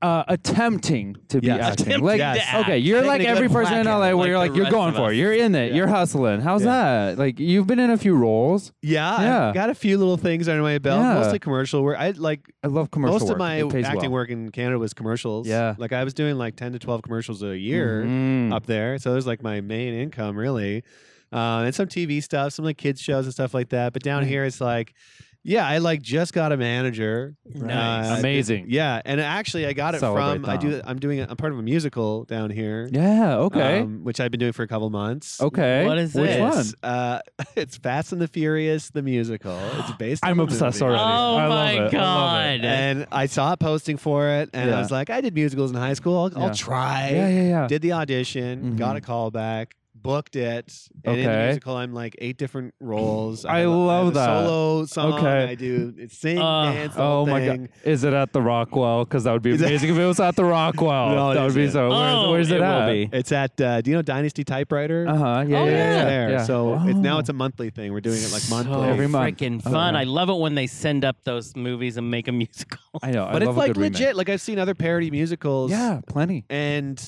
[SPEAKER 4] uh, attempting to be
[SPEAKER 5] Yes.
[SPEAKER 4] acting.
[SPEAKER 3] Attempting
[SPEAKER 4] like,
[SPEAKER 3] to
[SPEAKER 5] act.
[SPEAKER 4] okay, you're
[SPEAKER 5] Taking
[SPEAKER 4] like
[SPEAKER 5] a good
[SPEAKER 4] every person in
[SPEAKER 5] whack at
[SPEAKER 4] LA
[SPEAKER 5] it,
[SPEAKER 4] where
[SPEAKER 3] like
[SPEAKER 4] you're like
[SPEAKER 3] the
[SPEAKER 4] you're
[SPEAKER 3] rest
[SPEAKER 4] going
[SPEAKER 3] of
[SPEAKER 4] for
[SPEAKER 3] us.
[SPEAKER 4] it. You're in it. You're hustling. How's that? Like you've been in a few roles.
[SPEAKER 5] Yeah,
[SPEAKER 4] Yeah.
[SPEAKER 5] I've got a few little things under my belt,
[SPEAKER 4] Yeah.
[SPEAKER 5] mostly commercial work. I like
[SPEAKER 4] I love commercial.
[SPEAKER 5] most
[SPEAKER 4] work.
[SPEAKER 5] of my
[SPEAKER 4] It pays
[SPEAKER 5] acting
[SPEAKER 4] well.
[SPEAKER 5] work in Canada was commercials.
[SPEAKER 4] Yeah.
[SPEAKER 5] like I was doing like ten to twelve commercials a year
[SPEAKER 4] Mhm.
[SPEAKER 5] up there, so it was like my main income really, uh, and some TV stuff, some like kids shows and stuff like that. But down
[SPEAKER 4] Mm-hmm.
[SPEAKER 5] here, it's like, yeah, I like just got a manager.
[SPEAKER 3] Nice.
[SPEAKER 5] Uh,
[SPEAKER 4] Amazing.
[SPEAKER 5] yeah, and actually, I got it
[SPEAKER 4] Celebrate
[SPEAKER 5] from I do.
[SPEAKER 4] that.
[SPEAKER 5] I'm doing. A, I'm part of a musical down here.
[SPEAKER 4] Yeah. Okay.
[SPEAKER 5] um, which I've been doing for a couple months.
[SPEAKER 4] okay.
[SPEAKER 3] what is
[SPEAKER 4] Which
[SPEAKER 3] this?
[SPEAKER 4] one?
[SPEAKER 5] It's, Uh, it's Fast and the Furious, the musical. It's based. on
[SPEAKER 4] I'm
[SPEAKER 5] the
[SPEAKER 4] obsessed
[SPEAKER 5] movie.
[SPEAKER 4] already.
[SPEAKER 3] Oh
[SPEAKER 4] I love it.
[SPEAKER 3] my
[SPEAKER 4] I love it.
[SPEAKER 3] god.
[SPEAKER 5] And I saw it posting for it, and I
[SPEAKER 4] Yeah.
[SPEAKER 5] was like, I did musicals in high school. I'll,
[SPEAKER 4] Yeah.
[SPEAKER 5] I'll try.
[SPEAKER 4] Yeah. Yeah. Yeah.
[SPEAKER 5] Did the audition,
[SPEAKER 4] Mhm.
[SPEAKER 5] got a call back, booked it, and in the
[SPEAKER 4] Okay.
[SPEAKER 5] musical, I'm like eight different roles.
[SPEAKER 4] I
[SPEAKER 5] have a-
[SPEAKER 4] love
[SPEAKER 5] have a
[SPEAKER 4] that.
[SPEAKER 5] Solo song.
[SPEAKER 4] Okay.
[SPEAKER 5] I do it's sing,
[SPEAKER 3] Uh,
[SPEAKER 5] dance. the
[SPEAKER 4] Oh
[SPEAKER 5] whole
[SPEAKER 4] my
[SPEAKER 5] thing.
[SPEAKER 4] god! Is it at the Rockwell? Because that would be
[SPEAKER 5] Is it-
[SPEAKER 4] amazing if it was at the Rockwell.
[SPEAKER 5] No, it
[SPEAKER 4] that would be
[SPEAKER 5] isn't.
[SPEAKER 4] so.
[SPEAKER 3] Oh,
[SPEAKER 4] where's, where's it,
[SPEAKER 3] it will
[SPEAKER 4] at?
[SPEAKER 3] be.
[SPEAKER 5] It's at uh, do you know Dynasty Typewriter?
[SPEAKER 4] Uh huh. Yeah, yeah,
[SPEAKER 3] Oh, yeah.
[SPEAKER 5] It's
[SPEAKER 4] yeah,
[SPEAKER 5] there.
[SPEAKER 4] yeah.
[SPEAKER 5] So it's, now
[SPEAKER 4] Oh.
[SPEAKER 5] it's a monthly thing. We're doing it like
[SPEAKER 3] So
[SPEAKER 5] monthly.
[SPEAKER 4] Every month.
[SPEAKER 3] freaking
[SPEAKER 4] Oh,
[SPEAKER 3] fun.
[SPEAKER 4] yeah.
[SPEAKER 3] I love it when they send up those movies and make a musical.
[SPEAKER 4] I know, I
[SPEAKER 5] but
[SPEAKER 4] love
[SPEAKER 5] it's
[SPEAKER 4] a
[SPEAKER 5] like
[SPEAKER 4] good remake.
[SPEAKER 5] legit. Like I've seen other parody musicals.
[SPEAKER 4] Yeah, plenty.
[SPEAKER 5] and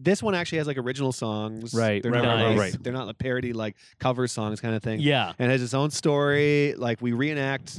[SPEAKER 5] this one actually has like original songs.
[SPEAKER 4] Right,
[SPEAKER 5] they're
[SPEAKER 4] right,
[SPEAKER 5] not
[SPEAKER 3] right,
[SPEAKER 5] like-
[SPEAKER 4] right.
[SPEAKER 5] They're not like parody like cover songs kind of thing.
[SPEAKER 3] yeah.
[SPEAKER 5] and it has its own story. Like we reenact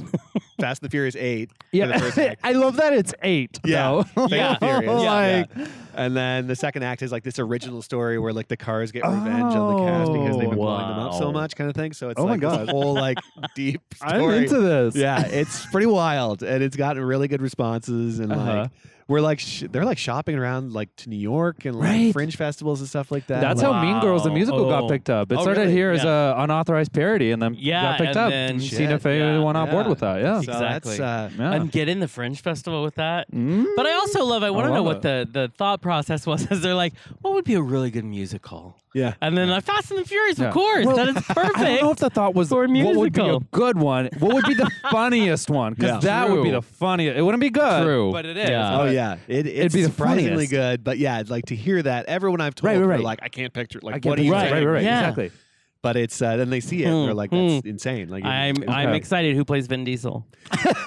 [SPEAKER 5] Fast and the Furious Eight. in the first
[SPEAKER 4] Yeah, Oh
[SPEAKER 5] act.
[SPEAKER 4] I love that it's eight.
[SPEAKER 5] Yeah.
[SPEAKER 4] though.
[SPEAKER 3] Yeah.
[SPEAKER 5] Fast and Furious,
[SPEAKER 4] like
[SPEAKER 5] yeah. and then the second act is like this original story where like the cars get revenge on the cast because they've been blowing them up so
[SPEAKER 3] Oh, wow.
[SPEAKER 5] much, kind of thing. So it's
[SPEAKER 4] Oh my
[SPEAKER 5] like this
[SPEAKER 4] God.
[SPEAKER 5] whole like deep
[SPEAKER 4] I'm
[SPEAKER 5] story.
[SPEAKER 4] into this.
[SPEAKER 5] Yeah, it's pretty wild, and it's gotten really good responses, and
[SPEAKER 4] Uh-huh.
[SPEAKER 5] like we're like sh- they're like shopping around like to New York and like
[SPEAKER 4] Right.
[SPEAKER 5] fringe festivals and stuff like that.
[SPEAKER 4] That's
[SPEAKER 5] like,
[SPEAKER 4] how Mean Girls the
[SPEAKER 3] Wow.
[SPEAKER 4] musical
[SPEAKER 3] Oh.
[SPEAKER 4] got picked up. It
[SPEAKER 5] Oh,
[SPEAKER 4] started
[SPEAKER 5] really?
[SPEAKER 4] here as
[SPEAKER 3] Yeah.
[SPEAKER 4] a unauthorized parody, and then
[SPEAKER 3] Yeah,
[SPEAKER 4] got picked
[SPEAKER 3] and
[SPEAKER 4] up.
[SPEAKER 3] then-
[SPEAKER 4] seen
[SPEAKER 5] Shit,
[SPEAKER 4] if anyone on board
[SPEAKER 5] yeah.
[SPEAKER 4] with that. Yeah,
[SPEAKER 5] so
[SPEAKER 3] Exactly.
[SPEAKER 5] That's, uh,
[SPEAKER 4] yeah.
[SPEAKER 3] And get in the Fringe Festival with that.
[SPEAKER 4] Mm.
[SPEAKER 3] But I also love. I want to know
[SPEAKER 4] love
[SPEAKER 3] what the, the thought process was. As they're like, what would be a really good musical?
[SPEAKER 5] Yeah.
[SPEAKER 3] And then uh, Fast and the Furious,
[SPEAKER 4] Yeah.
[SPEAKER 3] of course.
[SPEAKER 4] Well,
[SPEAKER 3] that is perfect.
[SPEAKER 4] I don't know if the thought was
[SPEAKER 3] For a
[SPEAKER 4] what would be a
[SPEAKER 3] musical.
[SPEAKER 4] good one. What would be the funniest one? Because
[SPEAKER 5] Yeah.
[SPEAKER 4] that would be
[SPEAKER 3] True.
[SPEAKER 4] the funniest. It wouldn't be good,
[SPEAKER 3] True.
[SPEAKER 4] but it is.
[SPEAKER 3] Yeah.
[SPEAKER 5] Oh
[SPEAKER 4] But-
[SPEAKER 5] yeah, it, it's
[SPEAKER 4] Uh, be the
[SPEAKER 5] surprisingly
[SPEAKER 4] funniest.
[SPEAKER 5] good. But yeah, like to hear that everyone I've told,
[SPEAKER 4] Right, right,
[SPEAKER 5] they're
[SPEAKER 4] right.
[SPEAKER 5] like I can't picture. Like
[SPEAKER 4] I get
[SPEAKER 5] what do
[SPEAKER 4] it.
[SPEAKER 5] you
[SPEAKER 4] right,
[SPEAKER 5] say?
[SPEAKER 4] right, right, right,
[SPEAKER 3] Yeah.
[SPEAKER 4] exactly.
[SPEAKER 5] But it's uh, then they see it and they're
[SPEAKER 3] Hmm,
[SPEAKER 5] like that's insane. Like it-
[SPEAKER 3] I'm I'm
[SPEAKER 4] Okay.
[SPEAKER 3] excited. Who plays Vin Diesel?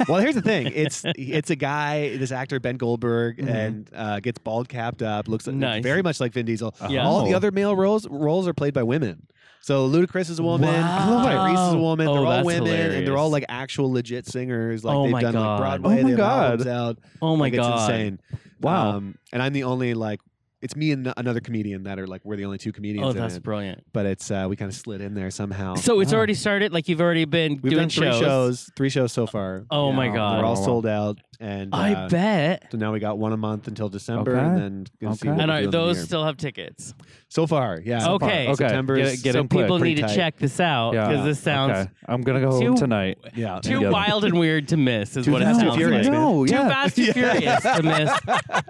[SPEAKER 5] well, here's the thing. It's it's a guy, this actor Ben Goldberg, and uh, gets bald capped up. Looks
[SPEAKER 3] Mm-hmm. Nice.
[SPEAKER 5] very much like Vin Diesel.
[SPEAKER 3] Yeah.
[SPEAKER 5] All the
[SPEAKER 4] Oh.
[SPEAKER 5] other male roles roles are played by women. So Ludacris is a woman,
[SPEAKER 3] Wow.
[SPEAKER 5] Tyrese is a woman.
[SPEAKER 3] Oh,
[SPEAKER 5] they're all
[SPEAKER 3] that's
[SPEAKER 5] women, and they're all
[SPEAKER 3] hilarious.
[SPEAKER 5] like actual legit singers. Like
[SPEAKER 3] Oh
[SPEAKER 5] they've
[SPEAKER 3] my
[SPEAKER 5] done
[SPEAKER 3] God.
[SPEAKER 5] like Broadway.
[SPEAKER 4] Oh my
[SPEAKER 5] they have albums
[SPEAKER 4] God.
[SPEAKER 5] out.
[SPEAKER 3] Oh my
[SPEAKER 5] like,
[SPEAKER 3] god!
[SPEAKER 5] It's insane.
[SPEAKER 4] Wow.
[SPEAKER 5] Um, and I'm the only like. It's me and another comedian that are like we're the only two comedians.
[SPEAKER 3] Oh,
[SPEAKER 5] in
[SPEAKER 3] that's
[SPEAKER 5] it.
[SPEAKER 3] brilliant.
[SPEAKER 5] but it's uh, we kind of slid in there somehow.
[SPEAKER 3] So it's
[SPEAKER 4] Wow.
[SPEAKER 3] already started. Like you've already been
[SPEAKER 5] We've
[SPEAKER 3] doing
[SPEAKER 5] done three shows. three shows so far.
[SPEAKER 3] Oh my
[SPEAKER 4] Yeah.
[SPEAKER 5] They're
[SPEAKER 3] god!
[SPEAKER 5] all
[SPEAKER 4] Wow.
[SPEAKER 5] sold out, and
[SPEAKER 3] I
[SPEAKER 5] uh,
[SPEAKER 3] bet.
[SPEAKER 5] So now we got one a month until December,
[SPEAKER 4] Okay.
[SPEAKER 5] and then gonna see
[SPEAKER 4] Okay.
[SPEAKER 5] what
[SPEAKER 3] And
[SPEAKER 5] we do
[SPEAKER 3] are
[SPEAKER 5] in the
[SPEAKER 3] those
[SPEAKER 5] year.
[SPEAKER 3] still have tickets?
[SPEAKER 5] so far? Yeah.
[SPEAKER 3] So far. Okay.
[SPEAKER 5] September.
[SPEAKER 4] Get, it- get
[SPEAKER 5] so
[SPEAKER 4] in quick.
[SPEAKER 3] People
[SPEAKER 5] pretty
[SPEAKER 3] need to
[SPEAKER 5] tight.
[SPEAKER 3] check this out because
[SPEAKER 4] Yeah.
[SPEAKER 3] this sounds
[SPEAKER 4] Okay. I'm gonna go
[SPEAKER 3] too-
[SPEAKER 4] home tonight.
[SPEAKER 5] Yeah.
[SPEAKER 3] too
[SPEAKER 4] Yeah.
[SPEAKER 3] wild and weird to miss. Is
[SPEAKER 5] Too
[SPEAKER 3] what it
[SPEAKER 5] fast and
[SPEAKER 3] sounds
[SPEAKER 5] furious,
[SPEAKER 3] like.
[SPEAKER 5] man.
[SPEAKER 4] No,
[SPEAKER 3] Too
[SPEAKER 4] yeah.
[SPEAKER 3] fast and furious to miss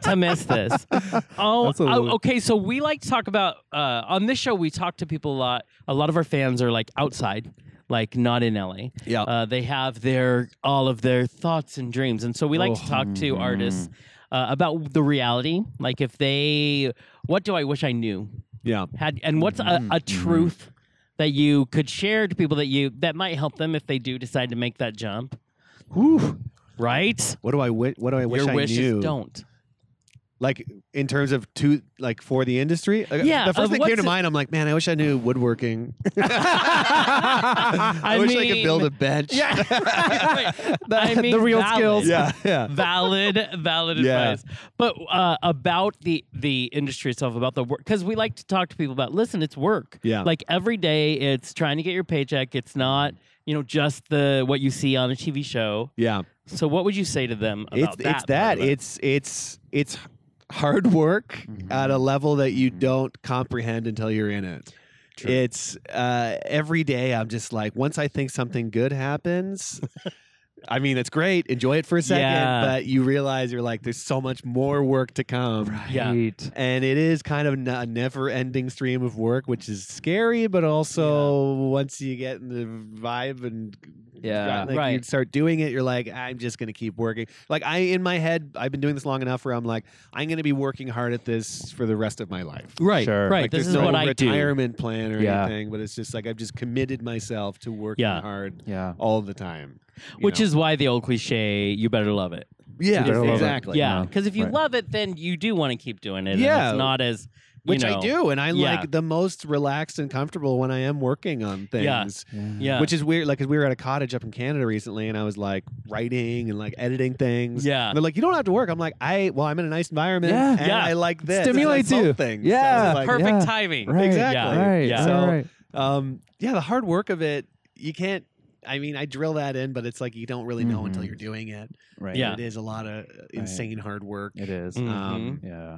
[SPEAKER 3] to miss this. Oh,
[SPEAKER 4] That's a
[SPEAKER 3] oh,
[SPEAKER 4] little-
[SPEAKER 3] okay. So we like to talk about uh, on this show. We talk to people a lot. A lot of our fans are like outside, like not in LA.
[SPEAKER 5] Yeah.
[SPEAKER 3] Uh, they have their all of their thoughts and dreams, and so we like to talk
[SPEAKER 5] Oh.
[SPEAKER 3] to artists uh, about the reality. Like if they, what do I wish I knew?
[SPEAKER 5] yeah.
[SPEAKER 3] Had and what's a, a
[SPEAKER 5] Mm-hmm.
[SPEAKER 3] truth that you could share to people that you that might help them if they do decide to make that jump,
[SPEAKER 5] Whew.
[SPEAKER 3] right?
[SPEAKER 5] What do I wi- What do I wish
[SPEAKER 3] Your
[SPEAKER 5] I
[SPEAKER 3] wishes
[SPEAKER 5] knew?
[SPEAKER 3] don't.
[SPEAKER 5] Like in terms of to like for the industry. Like,
[SPEAKER 3] Yeah,
[SPEAKER 5] The
[SPEAKER 3] of
[SPEAKER 5] first thing came
[SPEAKER 3] what's
[SPEAKER 5] to
[SPEAKER 3] it-
[SPEAKER 5] mind. I'm like, man, I wish I knew woodworking. I,
[SPEAKER 3] I
[SPEAKER 5] wish I could build
[SPEAKER 3] mean-
[SPEAKER 5] a bench. Yeah.
[SPEAKER 3] I mean,
[SPEAKER 4] the real
[SPEAKER 3] valid.
[SPEAKER 4] skills.
[SPEAKER 5] yeah. Yeah.
[SPEAKER 3] valid, valid
[SPEAKER 5] Yeah.
[SPEAKER 3] advice. But uh, about the the industry itself, about the work, because we like to talk to people about. Listen, it's work.
[SPEAKER 5] Yeah.
[SPEAKER 3] Like every day, it's trying to get your paycheck. It's not you know just the what you see on a TV show.
[SPEAKER 5] Yeah.
[SPEAKER 3] So what would you say to them um, about that?
[SPEAKER 5] it's
[SPEAKER 3] part
[SPEAKER 5] it's that
[SPEAKER 3] of it?
[SPEAKER 5] it's it's it's hard work
[SPEAKER 3] Mm-hmm.
[SPEAKER 5] at a level that you don't comprehend until you're in it it's uh, every day i'm just like once i think something good happens i mean it's great enjoy it for a second
[SPEAKER 3] Yeah.
[SPEAKER 5] but you realize you're like there's so much more work to come
[SPEAKER 3] Yeah.
[SPEAKER 4] Right.
[SPEAKER 5] and it is kind of n- a never-ending stream of work which is scary but also once you get in the vibe and
[SPEAKER 4] Yeah.
[SPEAKER 5] like you
[SPEAKER 3] Right.
[SPEAKER 5] start doing it you're like i'm just gonna keep working like i in my head i've been doing this long enough where i'm like i'm gonna be working hard at this for the rest of my life
[SPEAKER 3] right,
[SPEAKER 4] Sure.
[SPEAKER 3] right.
[SPEAKER 5] like
[SPEAKER 3] this
[SPEAKER 5] there's
[SPEAKER 3] is
[SPEAKER 5] no
[SPEAKER 3] what I do.
[SPEAKER 5] retirement plan or
[SPEAKER 4] Yeah.
[SPEAKER 5] anything but it's just like i've just committed myself to working
[SPEAKER 3] Yeah.
[SPEAKER 5] hard
[SPEAKER 4] Yeah.
[SPEAKER 5] all the time you
[SPEAKER 3] Which
[SPEAKER 5] know?
[SPEAKER 3] is why the old cliche, you better love it.
[SPEAKER 5] yeah
[SPEAKER 4] better love it.
[SPEAKER 5] exactly
[SPEAKER 3] yeah.
[SPEAKER 4] no.
[SPEAKER 3] Because if you
[SPEAKER 4] Right.
[SPEAKER 3] love it, then you do want to keep doing it. And
[SPEAKER 5] Yeah.
[SPEAKER 3] it's not as, you
[SPEAKER 5] which
[SPEAKER 3] know-
[SPEAKER 5] i do and i'm
[SPEAKER 3] Yeah.
[SPEAKER 5] like the most relaxed and comfortable when i am working on things
[SPEAKER 3] Yeah. Yeah.
[SPEAKER 5] Which is weird, like, because we were at a cottage up in Canada recently, and I was like writing and like editing things.
[SPEAKER 3] Yeah.
[SPEAKER 5] And they're like, you don't have to work. I'm like, I well, I'm in a nice environment,
[SPEAKER 4] Yeah.
[SPEAKER 5] and
[SPEAKER 3] Yeah.
[SPEAKER 5] I like this.
[SPEAKER 4] Stimulates
[SPEAKER 5] and I both
[SPEAKER 4] you.
[SPEAKER 5] Things.
[SPEAKER 4] Yeah.
[SPEAKER 5] So it's like,
[SPEAKER 3] Perfect
[SPEAKER 4] Yeah.
[SPEAKER 3] timing.
[SPEAKER 4] Right.
[SPEAKER 5] Exactly.
[SPEAKER 4] Right.
[SPEAKER 3] Yeah.
[SPEAKER 5] So,
[SPEAKER 4] right.
[SPEAKER 5] um, yeah, the hard work of it, you can't. I mean, I drill that in, but it's like you don't really know until
[SPEAKER 4] Mhm.
[SPEAKER 5] you're doing it.
[SPEAKER 4] Right.
[SPEAKER 3] Yeah.
[SPEAKER 5] It is a lot of insane hard work.
[SPEAKER 4] It is. Mm-hmm.
[SPEAKER 3] Mhm.
[SPEAKER 5] Um,
[SPEAKER 4] Yeah.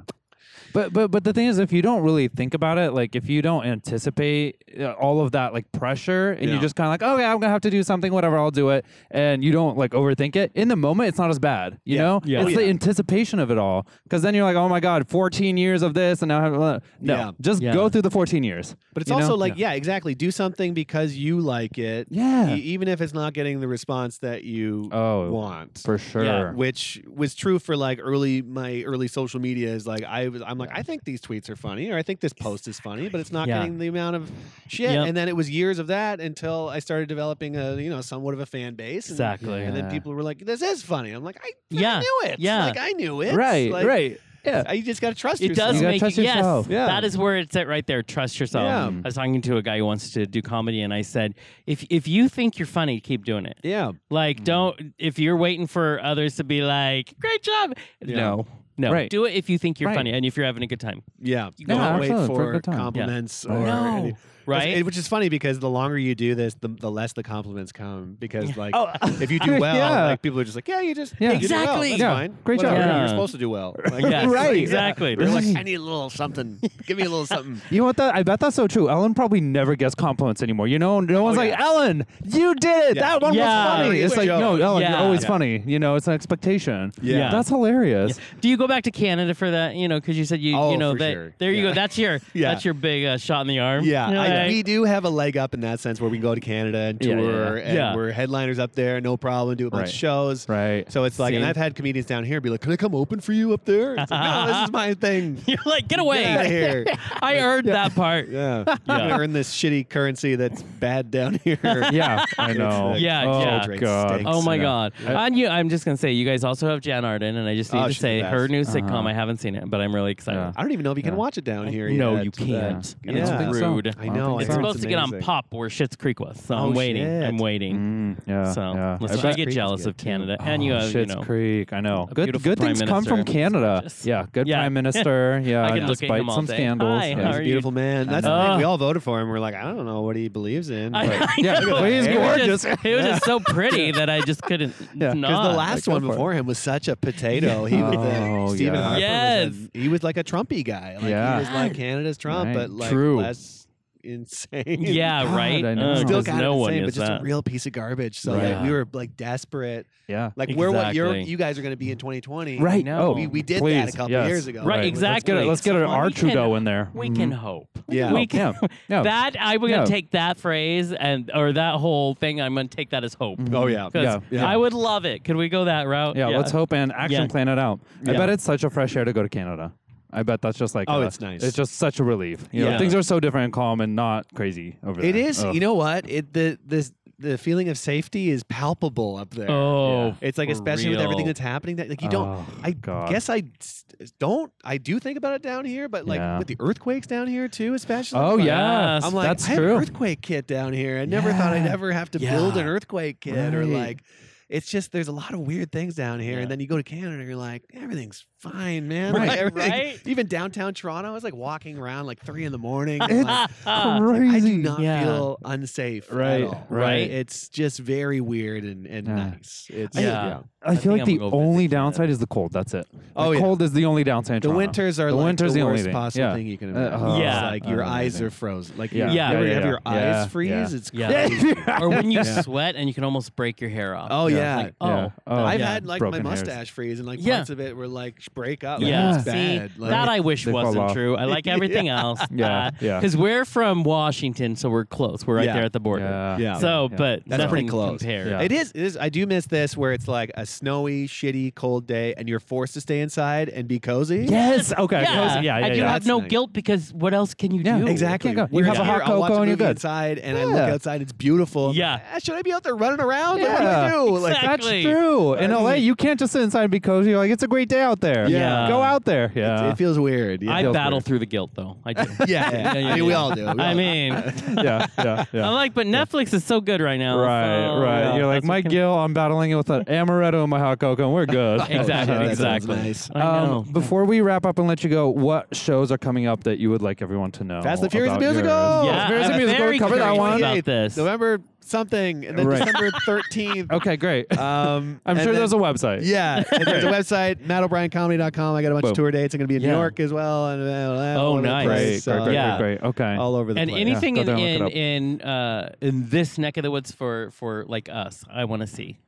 [SPEAKER 4] But but but the thing is, if you don't really think about it, like if you don't anticipate uh, all of that like pressure, and
[SPEAKER 5] Yeah.
[SPEAKER 4] you just kind of like, oh yeah, I'm gonna have to do something, whatever, I'll do it, and you don't like overthink it. In the moment, it's not as bad, you
[SPEAKER 5] Yeah.
[SPEAKER 4] know.
[SPEAKER 3] Yeah.
[SPEAKER 4] It's
[SPEAKER 5] Oh,
[SPEAKER 4] the
[SPEAKER 5] yeah.
[SPEAKER 4] anticipation of it all, because then you're like, oh my god, 14 years of this, and now I have uh, no,
[SPEAKER 5] Yeah.
[SPEAKER 4] just
[SPEAKER 3] Yeah.
[SPEAKER 4] go through the 14 years.
[SPEAKER 5] But it's
[SPEAKER 4] you know?
[SPEAKER 5] also like, yeah. exactly. Do something because you like it.
[SPEAKER 4] Yeah.
[SPEAKER 5] e- even if it's not getting the response that you
[SPEAKER 4] Oh,
[SPEAKER 5] want.
[SPEAKER 4] for sure.
[SPEAKER 5] which was true for like early my early social media is like I was I'm like I think these tweets are funny or I think this post is funny but it's not
[SPEAKER 3] Yeah.
[SPEAKER 5] getting the amount of shit
[SPEAKER 3] Yep.
[SPEAKER 5] and then it was years of that until I started developing a you know somewhat of a fan base and,
[SPEAKER 3] Exactly.
[SPEAKER 5] and then
[SPEAKER 4] Yeah.
[SPEAKER 5] people were like this is funny I'm like I fucking
[SPEAKER 3] Yeah.
[SPEAKER 5] knew it
[SPEAKER 3] Yeah.
[SPEAKER 5] like I knew it
[SPEAKER 4] Right,
[SPEAKER 5] Like,
[SPEAKER 4] right. Yeah.
[SPEAKER 5] I, you just gotta trust
[SPEAKER 3] It
[SPEAKER 5] yourself.
[SPEAKER 3] does
[SPEAKER 4] You gotta
[SPEAKER 3] make
[SPEAKER 4] trust
[SPEAKER 3] yes.
[SPEAKER 4] yourself.
[SPEAKER 5] Yeah.
[SPEAKER 3] That is where it's at right there. Trust yourself.
[SPEAKER 5] Yeah.
[SPEAKER 3] I was talking to a guy who wants to do comedy, and I said, if if you think you're funny, keep doing it.
[SPEAKER 5] yeah
[SPEAKER 3] Like, don't if you're waiting for others to be like, great job.
[SPEAKER 5] Yeah.
[SPEAKER 3] No, no.
[SPEAKER 4] Right.
[SPEAKER 3] Do it if you think you're
[SPEAKER 4] Right.
[SPEAKER 3] funny and if you're having a good time.
[SPEAKER 5] yeah
[SPEAKER 3] You
[SPEAKER 5] don't
[SPEAKER 3] gotta
[SPEAKER 5] wait
[SPEAKER 4] trust for a
[SPEAKER 5] for
[SPEAKER 4] good time. Yeah.
[SPEAKER 5] compliments or
[SPEAKER 3] No.
[SPEAKER 5] any-
[SPEAKER 3] Right.
[SPEAKER 5] It- which is funny because the longer you do this, the, the less the compliments come. Because like,
[SPEAKER 4] Oh.
[SPEAKER 5] if you do well,
[SPEAKER 4] Yeah.
[SPEAKER 5] like people are just like, yeah, you just
[SPEAKER 4] Yeah.
[SPEAKER 5] you did well.
[SPEAKER 3] Exactly.
[SPEAKER 5] That's
[SPEAKER 4] Yeah.
[SPEAKER 5] fine.
[SPEAKER 4] Great job.
[SPEAKER 5] Whatever. You're
[SPEAKER 3] Yeah.
[SPEAKER 5] supposed to do well. Like,
[SPEAKER 3] Yes,
[SPEAKER 4] Right.
[SPEAKER 5] yeah.
[SPEAKER 3] Exactly.
[SPEAKER 5] You're like,
[SPEAKER 4] Right.
[SPEAKER 5] I need a little something. Give me a little something.
[SPEAKER 4] You know what? That I bet that's so true. Ellen probably never gets compliments anymore. You know, no one's
[SPEAKER 5] yeah.
[SPEAKER 4] like, Ellen, you did it.
[SPEAKER 5] Yeah.
[SPEAKER 4] That one
[SPEAKER 3] Yeah.
[SPEAKER 4] was funny. It's
[SPEAKER 5] Good
[SPEAKER 4] like,
[SPEAKER 5] job.
[SPEAKER 4] no, Ellen,
[SPEAKER 3] Yeah.
[SPEAKER 4] you're always
[SPEAKER 5] Yeah.
[SPEAKER 4] funny. You know, it's an expectation.
[SPEAKER 5] Yeah.
[SPEAKER 4] that's hilarious.
[SPEAKER 3] Do you go go back to Canada for that, you know, because you said you,
[SPEAKER 5] Oh,
[SPEAKER 3] you know,
[SPEAKER 5] for
[SPEAKER 3] that
[SPEAKER 5] sure.
[SPEAKER 3] there you
[SPEAKER 5] Yeah.
[SPEAKER 3] go. That's your,
[SPEAKER 5] Yeah.
[SPEAKER 3] that's your big uh, shot in the arm.
[SPEAKER 5] Yeah,
[SPEAKER 3] You're
[SPEAKER 5] I,
[SPEAKER 3] like,
[SPEAKER 5] we do have a leg up in that sense where we can go to Canada and
[SPEAKER 4] Yeah,
[SPEAKER 5] tour,
[SPEAKER 4] yeah, yeah.
[SPEAKER 5] and
[SPEAKER 3] Yeah.
[SPEAKER 5] we're headliners up there, no problem. Do a bunch
[SPEAKER 4] Right.
[SPEAKER 5] of shows,
[SPEAKER 4] Right.
[SPEAKER 5] So it's like, and
[SPEAKER 3] Same.
[SPEAKER 5] I've had comedians down here be like, "Can I come open for you up there?" It's like, no, this is my thing.
[SPEAKER 3] You're like, get away!
[SPEAKER 5] Get outta here.
[SPEAKER 3] I earned that part.
[SPEAKER 5] Yeah, I'm gonna earn this shitty currency that's bad down here.
[SPEAKER 4] yeah, I
[SPEAKER 5] It's
[SPEAKER 4] know.
[SPEAKER 5] like,
[SPEAKER 3] Yeah,
[SPEAKER 4] oh,
[SPEAKER 3] yeah.
[SPEAKER 5] Great
[SPEAKER 4] God.
[SPEAKER 5] steaks.
[SPEAKER 3] Oh my
[SPEAKER 5] Yeah.
[SPEAKER 3] god! And you, I'm just gonna say, you guys also have Jan Arden, and I just need
[SPEAKER 5] Oh,
[SPEAKER 3] to
[SPEAKER 5] she's the
[SPEAKER 3] say
[SPEAKER 5] best.
[SPEAKER 3] her new sitcom.
[SPEAKER 4] Uh-huh.
[SPEAKER 3] I haven't seen it, but I'm really excited.
[SPEAKER 5] I don't even know if you can
[SPEAKER 4] Yeah.
[SPEAKER 5] watch it down here.
[SPEAKER 3] no,
[SPEAKER 5] yet.
[SPEAKER 3] you can't.
[SPEAKER 5] Yeah.
[SPEAKER 3] And it's
[SPEAKER 5] Yeah.
[SPEAKER 3] rude.
[SPEAKER 5] I know.
[SPEAKER 4] I
[SPEAKER 3] It's
[SPEAKER 4] heard
[SPEAKER 3] supposed to get on
[SPEAKER 5] amazing.
[SPEAKER 3] Pop where Shit's Creek was, so
[SPEAKER 5] Oh,
[SPEAKER 3] I'm waiting.
[SPEAKER 5] shit.
[SPEAKER 3] I'm waiting.
[SPEAKER 4] Mm, yeah.
[SPEAKER 3] So
[SPEAKER 4] yeah.
[SPEAKER 3] listen,
[SPEAKER 5] bet-
[SPEAKER 3] I get jealous of Canada, and you,
[SPEAKER 4] Oh,
[SPEAKER 3] have, you
[SPEAKER 4] Schitt's
[SPEAKER 3] know,
[SPEAKER 4] Creek. I know.
[SPEAKER 3] a
[SPEAKER 4] Good,
[SPEAKER 3] beautiful
[SPEAKER 4] good
[SPEAKER 3] prime
[SPEAKER 4] things come from
[SPEAKER 3] minister.
[SPEAKER 4] Canada.
[SPEAKER 3] Gorgeous.
[SPEAKER 4] Yeah. Good
[SPEAKER 3] Yeah.
[SPEAKER 4] prime minister. Yeah.
[SPEAKER 3] I could look at
[SPEAKER 4] despite
[SPEAKER 3] him all
[SPEAKER 4] some
[SPEAKER 3] day.
[SPEAKER 4] scandals.
[SPEAKER 3] Hi,
[SPEAKER 4] yeah.
[SPEAKER 3] how
[SPEAKER 5] He's
[SPEAKER 3] are
[SPEAKER 5] a
[SPEAKER 3] you?
[SPEAKER 5] beautiful man. That's the
[SPEAKER 3] Uh,
[SPEAKER 5] thing. We all voted for him. We're like, I don't know what he believes in.
[SPEAKER 3] I-
[SPEAKER 5] Because
[SPEAKER 3] I
[SPEAKER 4] Yeah,
[SPEAKER 3] know.
[SPEAKER 4] but he's
[SPEAKER 3] It was
[SPEAKER 4] gorgeous.
[SPEAKER 3] just- It was just so pretty that I just couldn't
[SPEAKER 4] Yeah. 'Cause the
[SPEAKER 3] not.
[SPEAKER 5] the last
[SPEAKER 4] go
[SPEAKER 5] one
[SPEAKER 4] for it.
[SPEAKER 5] before him was such a potato. He was
[SPEAKER 4] Oh,
[SPEAKER 5] uh, Stephen
[SPEAKER 4] yeah.
[SPEAKER 5] Harper.
[SPEAKER 3] Yes.
[SPEAKER 5] Was a, he was like a Trumpy guy. Like,
[SPEAKER 4] Yeah.
[SPEAKER 5] He was like Canada's Trump,
[SPEAKER 4] Right.
[SPEAKER 5] but like
[SPEAKER 4] True.
[SPEAKER 5] less insane.
[SPEAKER 3] yeah,
[SPEAKER 4] God,
[SPEAKER 3] right.
[SPEAKER 4] I
[SPEAKER 3] Uh,
[SPEAKER 4] know.
[SPEAKER 5] Still
[SPEAKER 3] 'cause
[SPEAKER 5] kind
[SPEAKER 3] no
[SPEAKER 5] of
[SPEAKER 3] one
[SPEAKER 5] insane, but
[SPEAKER 3] is
[SPEAKER 5] just
[SPEAKER 3] that.
[SPEAKER 5] a real piece of garbage. So
[SPEAKER 4] Right.
[SPEAKER 5] like, we were like desperate.
[SPEAKER 4] Yeah.
[SPEAKER 5] Like we're what you're,
[SPEAKER 3] Exactly.
[SPEAKER 5] you guys are going to be in 2020.
[SPEAKER 4] Right.
[SPEAKER 3] know.
[SPEAKER 4] Oh,
[SPEAKER 5] We, we did that
[SPEAKER 4] please,
[SPEAKER 5] a couple
[SPEAKER 4] yes.
[SPEAKER 5] years ago.
[SPEAKER 3] Right,
[SPEAKER 5] Like, let's
[SPEAKER 3] exactly.
[SPEAKER 4] Let's get, a, let's get an
[SPEAKER 3] Well, we
[SPEAKER 4] R
[SPEAKER 3] can-
[SPEAKER 4] Trudeau in there.
[SPEAKER 3] We
[SPEAKER 4] Mhm.
[SPEAKER 3] can hope.
[SPEAKER 5] Yeah.
[SPEAKER 3] we can.
[SPEAKER 4] Yeah. Yeah.
[SPEAKER 3] That I'm gonna
[SPEAKER 4] Yeah.
[SPEAKER 3] take that phrase and or that whole thing. I'm gonna take that as hope.
[SPEAKER 4] Mhm.
[SPEAKER 5] Oh, yeah.
[SPEAKER 3] 'Cause
[SPEAKER 4] Yeah. Yeah.
[SPEAKER 3] I would love it. Could we go that route?
[SPEAKER 4] Yeah, let's hope and action
[SPEAKER 3] Yeah.
[SPEAKER 4] plan it out. I
[SPEAKER 3] Yeah.
[SPEAKER 4] bet it's such a fresh air to go to Canada. I bet that's just like
[SPEAKER 5] Oh,
[SPEAKER 4] a-
[SPEAKER 5] it's nice.
[SPEAKER 4] It's just such a relief. You know,
[SPEAKER 3] Yeah.
[SPEAKER 4] things are so different and calm and not crazy over there.
[SPEAKER 5] It is.
[SPEAKER 4] Ugh.
[SPEAKER 5] You know what? It the this the feeling of safety is palpable up there.
[SPEAKER 3] Oh,
[SPEAKER 5] it's like
[SPEAKER 3] for
[SPEAKER 5] especially with everything
[SPEAKER 3] real.
[SPEAKER 5] that's happening that like you don't.
[SPEAKER 4] Oh,
[SPEAKER 5] I
[SPEAKER 4] God.
[SPEAKER 5] guess I s- don't. I do think about it down here, but like
[SPEAKER 4] Yeah.
[SPEAKER 5] with the earthquakes down here too, especially.
[SPEAKER 4] Oh
[SPEAKER 5] like,
[SPEAKER 4] yeah,
[SPEAKER 3] Yes.
[SPEAKER 5] I'm like,
[SPEAKER 4] that's
[SPEAKER 5] I have
[SPEAKER 4] true.
[SPEAKER 5] an earthquake kit down here. I never thought I'd
[SPEAKER 4] Yeah.
[SPEAKER 5] ever have to
[SPEAKER 3] Yeah.
[SPEAKER 5] build an earthquake kit or
[SPEAKER 4] Right.
[SPEAKER 5] like. It's just there's a lot of weird things down here,
[SPEAKER 3] Yeah.
[SPEAKER 5] and then you go to Canada, and you're like everything's fine, man.
[SPEAKER 4] Right.
[SPEAKER 5] Like, everything-
[SPEAKER 3] Right?
[SPEAKER 5] Even downtown Toronto, I was like walking around like three in the morning. and,
[SPEAKER 4] It's
[SPEAKER 5] like,
[SPEAKER 4] crazy.
[SPEAKER 5] I do not
[SPEAKER 3] Yeah.
[SPEAKER 5] feel unsafe
[SPEAKER 4] Right,
[SPEAKER 5] at all.
[SPEAKER 3] right.
[SPEAKER 5] It's just very weird and, and
[SPEAKER 4] Yeah.
[SPEAKER 5] nice. It's
[SPEAKER 3] Yeah.
[SPEAKER 4] I feel
[SPEAKER 3] think
[SPEAKER 4] like
[SPEAKER 3] I'm
[SPEAKER 4] the
[SPEAKER 3] gonna go visit
[SPEAKER 4] only
[SPEAKER 3] Canada.
[SPEAKER 4] downside is the cold. That's it.
[SPEAKER 5] Oh,
[SPEAKER 4] the
[SPEAKER 5] yeah.
[SPEAKER 4] cold is the only downside. in
[SPEAKER 5] the
[SPEAKER 4] Toronto.
[SPEAKER 5] winters are
[SPEAKER 4] The
[SPEAKER 5] like
[SPEAKER 4] winter's
[SPEAKER 5] the,
[SPEAKER 4] the only
[SPEAKER 5] worst
[SPEAKER 4] thing.
[SPEAKER 5] possible
[SPEAKER 4] Yeah.
[SPEAKER 5] thing you can
[SPEAKER 4] Uh,
[SPEAKER 5] imagine.
[SPEAKER 4] oh,
[SPEAKER 5] It's
[SPEAKER 3] Yeah.
[SPEAKER 5] like your eyes
[SPEAKER 4] amazing.
[SPEAKER 5] are frozen. Like
[SPEAKER 4] Yeah.
[SPEAKER 5] you
[SPEAKER 3] Yeah,
[SPEAKER 5] ever
[SPEAKER 3] yeah,
[SPEAKER 5] have your
[SPEAKER 4] yeah.
[SPEAKER 5] eyes
[SPEAKER 4] Yeah,
[SPEAKER 5] freeze,
[SPEAKER 4] yeah.
[SPEAKER 5] it's
[SPEAKER 3] Yeah.
[SPEAKER 5] crazy.
[SPEAKER 3] or when you
[SPEAKER 5] Yeah.
[SPEAKER 3] sweat and you can almost break your hair off.
[SPEAKER 5] oh
[SPEAKER 4] Yeah.
[SPEAKER 5] yeah.
[SPEAKER 3] Like, oh,
[SPEAKER 4] Yeah. Oh,
[SPEAKER 5] I've
[SPEAKER 3] yeah.
[SPEAKER 5] had like
[SPEAKER 4] Broken
[SPEAKER 5] my
[SPEAKER 4] hairs.
[SPEAKER 5] mustache freeze and like
[SPEAKER 3] Yeah.
[SPEAKER 5] parts of it were like sh- break up.
[SPEAKER 3] Yeah,
[SPEAKER 5] It's
[SPEAKER 3] see,
[SPEAKER 5] bad. Like,
[SPEAKER 3] that I wish
[SPEAKER 4] They fall
[SPEAKER 3] wasn't
[SPEAKER 4] off.
[SPEAKER 3] true. I like everything else.
[SPEAKER 4] Yeah, yeah.
[SPEAKER 3] Because we're from Washington, so we're close. We're right
[SPEAKER 5] Yeah.
[SPEAKER 3] there at the border.
[SPEAKER 4] Yeah.
[SPEAKER 5] Yeah.
[SPEAKER 3] So,
[SPEAKER 4] Yeah.
[SPEAKER 3] but
[SPEAKER 5] That's pretty
[SPEAKER 3] nothing
[SPEAKER 5] close.
[SPEAKER 3] Compared.
[SPEAKER 4] Yeah.
[SPEAKER 5] It is. It is. I do miss this where it's like a snowy, shitty, cold day, and you're forced to stay inside and be cozy.
[SPEAKER 4] Yes. Okay.
[SPEAKER 3] Yeah.
[SPEAKER 4] cozy. Yeah. Yeah.
[SPEAKER 3] and you
[SPEAKER 4] yeah.
[SPEAKER 3] have no
[SPEAKER 5] That's nice.
[SPEAKER 3] guilt because what else can you
[SPEAKER 4] Yeah,
[SPEAKER 3] do?
[SPEAKER 5] Exactly.
[SPEAKER 4] Can't go. You
[SPEAKER 5] Whereas
[SPEAKER 4] have a hot
[SPEAKER 5] here, I'll watch
[SPEAKER 4] cocoa and you're
[SPEAKER 5] movie
[SPEAKER 4] good.
[SPEAKER 5] Inside, and I look
[SPEAKER 4] Yeah.
[SPEAKER 5] outside. It's beautiful. I'm
[SPEAKER 3] Yeah.
[SPEAKER 5] like, "Ah, should I be out there running around? What do
[SPEAKER 4] Yeah.
[SPEAKER 5] I do? Like,
[SPEAKER 3] Exactly.
[SPEAKER 4] That's true. In
[SPEAKER 5] That's
[SPEAKER 4] LA,
[SPEAKER 5] it.
[SPEAKER 4] you can't just sit inside and be cozy. You're like, it's a great day out there.
[SPEAKER 5] Yeah.
[SPEAKER 4] Go out there.
[SPEAKER 5] it's-
[SPEAKER 4] Yeah.
[SPEAKER 5] it feels weird. Yeah.
[SPEAKER 3] I
[SPEAKER 4] Feels
[SPEAKER 3] battle
[SPEAKER 4] weird.
[SPEAKER 3] through the guilt, though. I do.
[SPEAKER 5] yeah, yeah.
[SPEAKER 3] Yeah, yeah,
[SPEAKER 5] I mean, we
[SPEAKER 3] yeah.
[SPEAKER 5] all do. We all
[SPEAKER 3] I
[SPEAKER 5] do.
[SPEAKER 3] mean,
[SPEAKER 4] yeah. Yeah. Yeah.
[SPEAKER 3] I'm like, but Netflix is so good right now.
[SPEAKER 4] Right,
[SPEAKER 3] so-
[SPEAKER 4] right.
[SPEAKER 3] Oh, Yeah,
[SPEAKER 4] You're like
[SPEAKER 3] that's what
[SPEAKER 4] Mike
[SPEAKER 3] can-
[SPEAKER 4] Gill. I'm battling it with an amaretto and my hot cocoa, and we're good.
[SPEAKER 3] Exactly,
[SPEAKER 5] That sounds
[SPEAKER 3] exactly.
[SPEAKER 5] nice.
[SPEAKER 3] I know.
[SPEAKER 4] Um, before we wrap up and let you go, what shows are coming up that you would like everyone to know?
[SPEAKER 5] Fast and Furious the
[SPEAKER 4] about yours?
[SPEAKER 5] musical!
[SPEAKER 3] yeah,
[SPEAKER 5] Fast
[SPEAKER 4] Oh, and
[SPEAKER 3] I'm
[SPEAKER 4] Furious,
[SPEAKER 3] very
[SPEAKER 4] we covered that
[SPEAKER 3] curious
[SPEAKER 4] one.
[SPEAKER 3] about this.
[SPEAKER 5] November something, and then
[SPEAKER 4] Right.
[SPEAKER 5] December thirteenth.
[SPEAKER 4] Okay, great.
[SPEAKER 5] Um,
[SPEAKER 4] I'm
[SPEAKER 5] and
[SPEAKER 4] sure
[SPEAKER 5] then-
[SPEAKER 4] there's a website.
[SPEAKER 5] Yeah, and there's a website, mattobriencomedy.com. I got a bunch
[SPEAKER 4] Boom.
[SPEAKER 5] of tour dates. I'm going to be in
[SPEAKER 4] Yeah.
[SPEAKER 5] New York as well. And, uh,
[SPEAKER 3] Oh,
[SPEAKER 5] all over the
[SPEAKER 3] nice.
[SPEAKER 4] Great,
[SPEAKER 5] place.
[SPEAKER 4] great,
[SPEAKER 5] So,
[SPEAKER 4] great, great,
[SPEAKER 3] Yeah.
[SPEAKER 4] great. Okay.
[SPEAKER 5] uh, All over the
[SPEAKER 3] and
[SPEAKER 5] place.
[SPEAKER 3] anything
[SPEAKER 4] go
[SPEAKER 3] in
[SPEAKER 4] there and look
[SPEAKER 3] in
[SPEAKER 4] it
[SPEAKER 3] in, uh, in this neck of the woods for for like us, I want to see.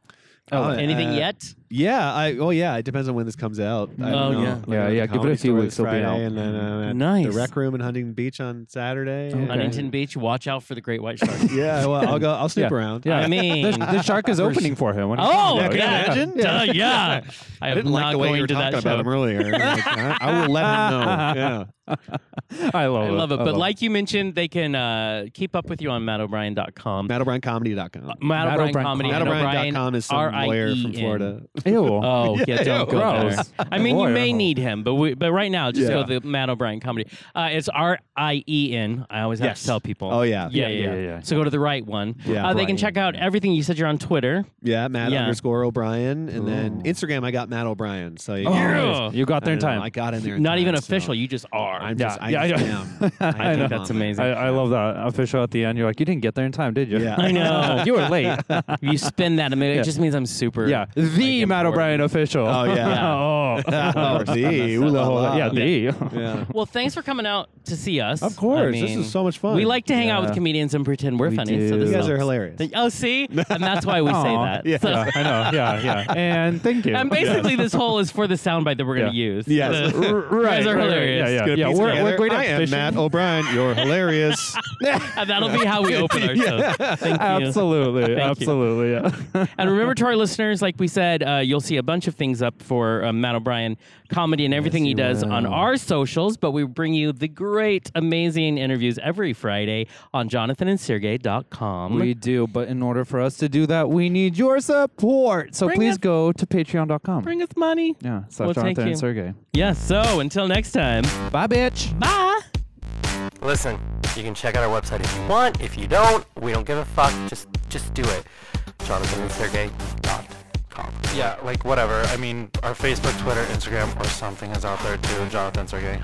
[SPEAKER 5] Oh,
[SPEAKER 3] Anything
[SPEAKER 5] uh,
[SPEAKER 3] yet?
[SPEAKER 5] Yeah, I oh yeah, it depends on when this comes out.
[SPEAKER 3] Oh,
[SPEAKER 5] I don't know.
[SPEAKER 3] yeah.
[SPEAKER 5] Like,
[SPEAKER 4] Yeah,
[SPEAKER 5] the
[SPEAKER 4] yeah, give it
[SPEAKER 5] Comedy
[SPEAKER 4] a few
[SPEAKER 5] Store
[SPEAKER 4] weeks,
[SPEAKER 5] this
[SPEAKER 4] it'll be
[SPEAKER 5] Friday,
[SPEAKER 4] out.
[SPEAKER 5] and then uh, at
[SPEAKER 3] Nice.
[SPEAKER 5] the Rec Room in Huntington Beach on Saturday.
[SPEAKER 4] Okay.
[SPEAKER 3] Huntington Beach. Watch out for the great white shark.
[SPEAKER 5] Yeah, well, I'll go. I'll snoop
[SPEAKER 4] Yeah.
[SPEAKER 5] around.
[SPEAKER 4] Yeah.
[SPEAKER 3] I mean,
[SPEAKER 4] The, the shark is opening for him. What are you
[SPEAKER 3] oh,
[SPEAKER 4] talking
[SPEAKER 3] yeah,
[SPEAKER 4] about?
[SPEAKER 3] yeah. Duh, yeah. I,
[SPEAKER 5] I
[SPEAKER 3] am not
[SPEAKER 5] didn't like the way
[SPEAKER 3] going
[SPEAKER 5] you were
[SPEAKER 3] to that
[SPEAKER 5] talking about
[SPEAKER 3] show.
[SPEAKER 5] him earlier. Like, I I will let him know. Yeah.
[SPEAKER 4] I love
[SPEAKER 3] I
[SPEAKER 4] it.
[SPEAKER 3] love it. But like you mentioned, they can uh, keep up with you on MattO'Brien.com.
[SPEAKER 5] MattO'BrienComedy.com.
[SPEAKER 3] Matt
[SPEAKER 4] O'Brien
[SPEAKER 3] O'Brien E
[SPEAKER 4] E
[SPEAKER 3] Comedy.
[SPEAKER 5] Matt
[SPEAKER 3] and
[SPEAKER 5] O'Brien.com is some
[SPEAKER 3] R-I-E-N.
[SPEAKER 5] lawyer from Florida.
[SPEAKER 4] ew.
[SPEAKER 3] Oh yeah, don't go there.
[SPEAKER 4] Gross.
[SPEAKER 3] I mean, you
[SPEAKER 4] Lawyer.
[SPEAKER 3] may need him, but we, but right now, just
[SPEAKER 5] Yeah.
[SPEAKER 3] go to the Matt O'Brien comedy. Uh, it's R I E N. I always have
[SPEAKER 5] Yes.
[SPEAKER 3] to tell people.
[SPEAKER 5] Oh, yeah.
[SPEAKER 3] yeah, yeah.
[SPEAKER 4] Yeah,
[SPEAKER 3] yeah,
[SPEAKER 4] yeah, yeah.
[SPEAKER 3] So go to the right one.
[SPEAKER 5] Yeah.
[SPEAKER 3] uh, they can check out everything. You said you're on Twitter.
[SPEAKER 5] Yeah, Matt
[SPEAKER 3] Yeah.
[SPEAKER 5] underscore O'Brien, and then
[SPEAKER 4] Ooh.
[SPEAKER 5] Instagram I got Matt O'Brien. So you
[SPEAKER 4] Oh,
[SPEAKER 5] can-
[SPEAKER 3] Yeah.
[SPEAKER 4] You got there in
[SPEAKER 5] I don't know, I
[SPEAKER 4] time.
[SPEAKER 5] got in there. in
[SPEAKER 3] Not
[SPEAKER 5] time,
[SPEAKER 3] even
[SPEAKER 5] so-
[SPEAKER 3] official. You just are.
[SPEAKER 2] are.
[SPEAKER 5] I'm
[SPEAKER 4] Yeah,
[SPEAKER 5] just, I
[SPEAKER 4] yeah, I
[SPEAKER 5] just
[SPEAKER 4] know.
[SPEAKER 5] am.
[SPEAKER 4] I
[SPEAKER 5] am
[SPEAKER 4] know.
[SPEAKER 3] That's
[SPEAKER 5] on it.
[SPEAKER 3] amazing.
[SPEAKER 4] I, I love that official at the end. You're like, you didn't get there in time, did you?
[SPEAKER 5] Yeah.
[SPEAKER 3] I know.
[SPEAKER 4] you were late.
[SPEAKER 3] you spin that a minute. It
[SPEAKER 4] Yeah.
[SPEAKER 3] just means I'm super.
[SPEAKER 4] yeah, the
[SPEAKER 3] like,
[SPEAKER 4] Matt
[SPEAKER 3] important.
[SPEAKER 4] O'Brien official.
[SPEAKER 5] Oh, yeah.
[SPEAKER 4] oh,
[SPEAKER 5] Oh, gee, ooh la la.
[SPEAKER 4] yeah, the.
[SPEAKER 5] Yeah.
[SPEAKER 3] Well, thanks for coming out to see us.
[SPEAKER 5] Of course.
[SPEAKER 3] I
[SPEAKER 5] this
[SPEAKER 3] mean,
[SPEAKER 5] is so much fun.
[SPEAKER 3] We like to hang out with
[SPEAKER 4] Yeah.
[SPEAKER 3] comedians and pretend we're
[SPEAKER 4] We
[SPEAKER 3] funny. So
[SPEAKER 4] do.
[SPEAKER 3] this
[SPEAKER 5] You guys
[SPEAKER 3] helps.
[SPEAKER 5] are hilarious.
[SPEAKER 3] Th- Oh, see, and that's why we say
[SPEAKER 4] Aw,
[SPEAKER 3] that.
[SPEAKER 5] yeah.
[SPEAKER 3] So-
[SPEAKER 4] Yeah, I know. Yeah, yeah. And thank you.
[SPEAKER 3] and basically, this whole is for the soundbite that we're going to
[SPEAKER 4] Yeah.
[SPEAKER 3] use. Uh,
[SPEAKER 5] Yes.
[SPEAKER 3] The-
[SPEAKER 4] R- right,
[SPEAKER 3] guys
[SPEAKER 4] right,
[SPEAKER 3] are
[SPEAKER 4] right,
[SPEAKER 3] hilarious.
[SPEAKER 4] Yeah,
[SPEAKER 5] Gonna
[SPEAKER 4] yeah, yeah.
[SPEAKER 5] piece
[SPEAKER 4] We're,
[SPEAKER 5] together.
[SPEAKER 4] we're great
[SPEAKER 5] I
[SPEAKER 4] at
[SPEAKER 5] am
[SPEAKER 4] fishing.
[SPEAKER 5] Matt O'Brien. You're hilarious.
[SPEAKER 3] and that'll be how we open our show. Thank you.
[SPEAKER 4] Absolutely,
[SPEAKER 3] you.
[SPEAKER 4] absolutely. Yeah.
[SPEAKER 3] And remember to our listeners, like we said, uh, you'll see a bunch of things up for uh, Matt O'Brien comedy and everything he does on our socials. But we bring you the great, amazing interviews every Friday on jonathanandsergey.com.
[SPEAKER 4] we do, but in order for us to do that, we need your support. So
[SPEAKER 3] Bring
[SPEAKER 4] please
[SPEAKER 3] us-
[SPEAKER 4] go to patreon.com.
[SPEAKER 3] bring us money.
[SPEAKER 4] yeah, slash
[SPEAKER 3] Well, thank
[SPEAKER 4] Jonathan
[SPEAKER 3] you.
[SPEAKER 4] and Sergey.
[SPEAKER 3] Yes. so until next time,
[SPEAKER 4] Bye, bitch.
[SPEAKER 3] bye.
[SPEAKER 2] Listen, you can check out our website if you want. If you don't, we don't give a fuck. Just just do it. JonathanandSergey.com. Yeah, like whatever. I mean, our Facebook, Twitter, Instagram, or something is out there too. Jonathan Sergey.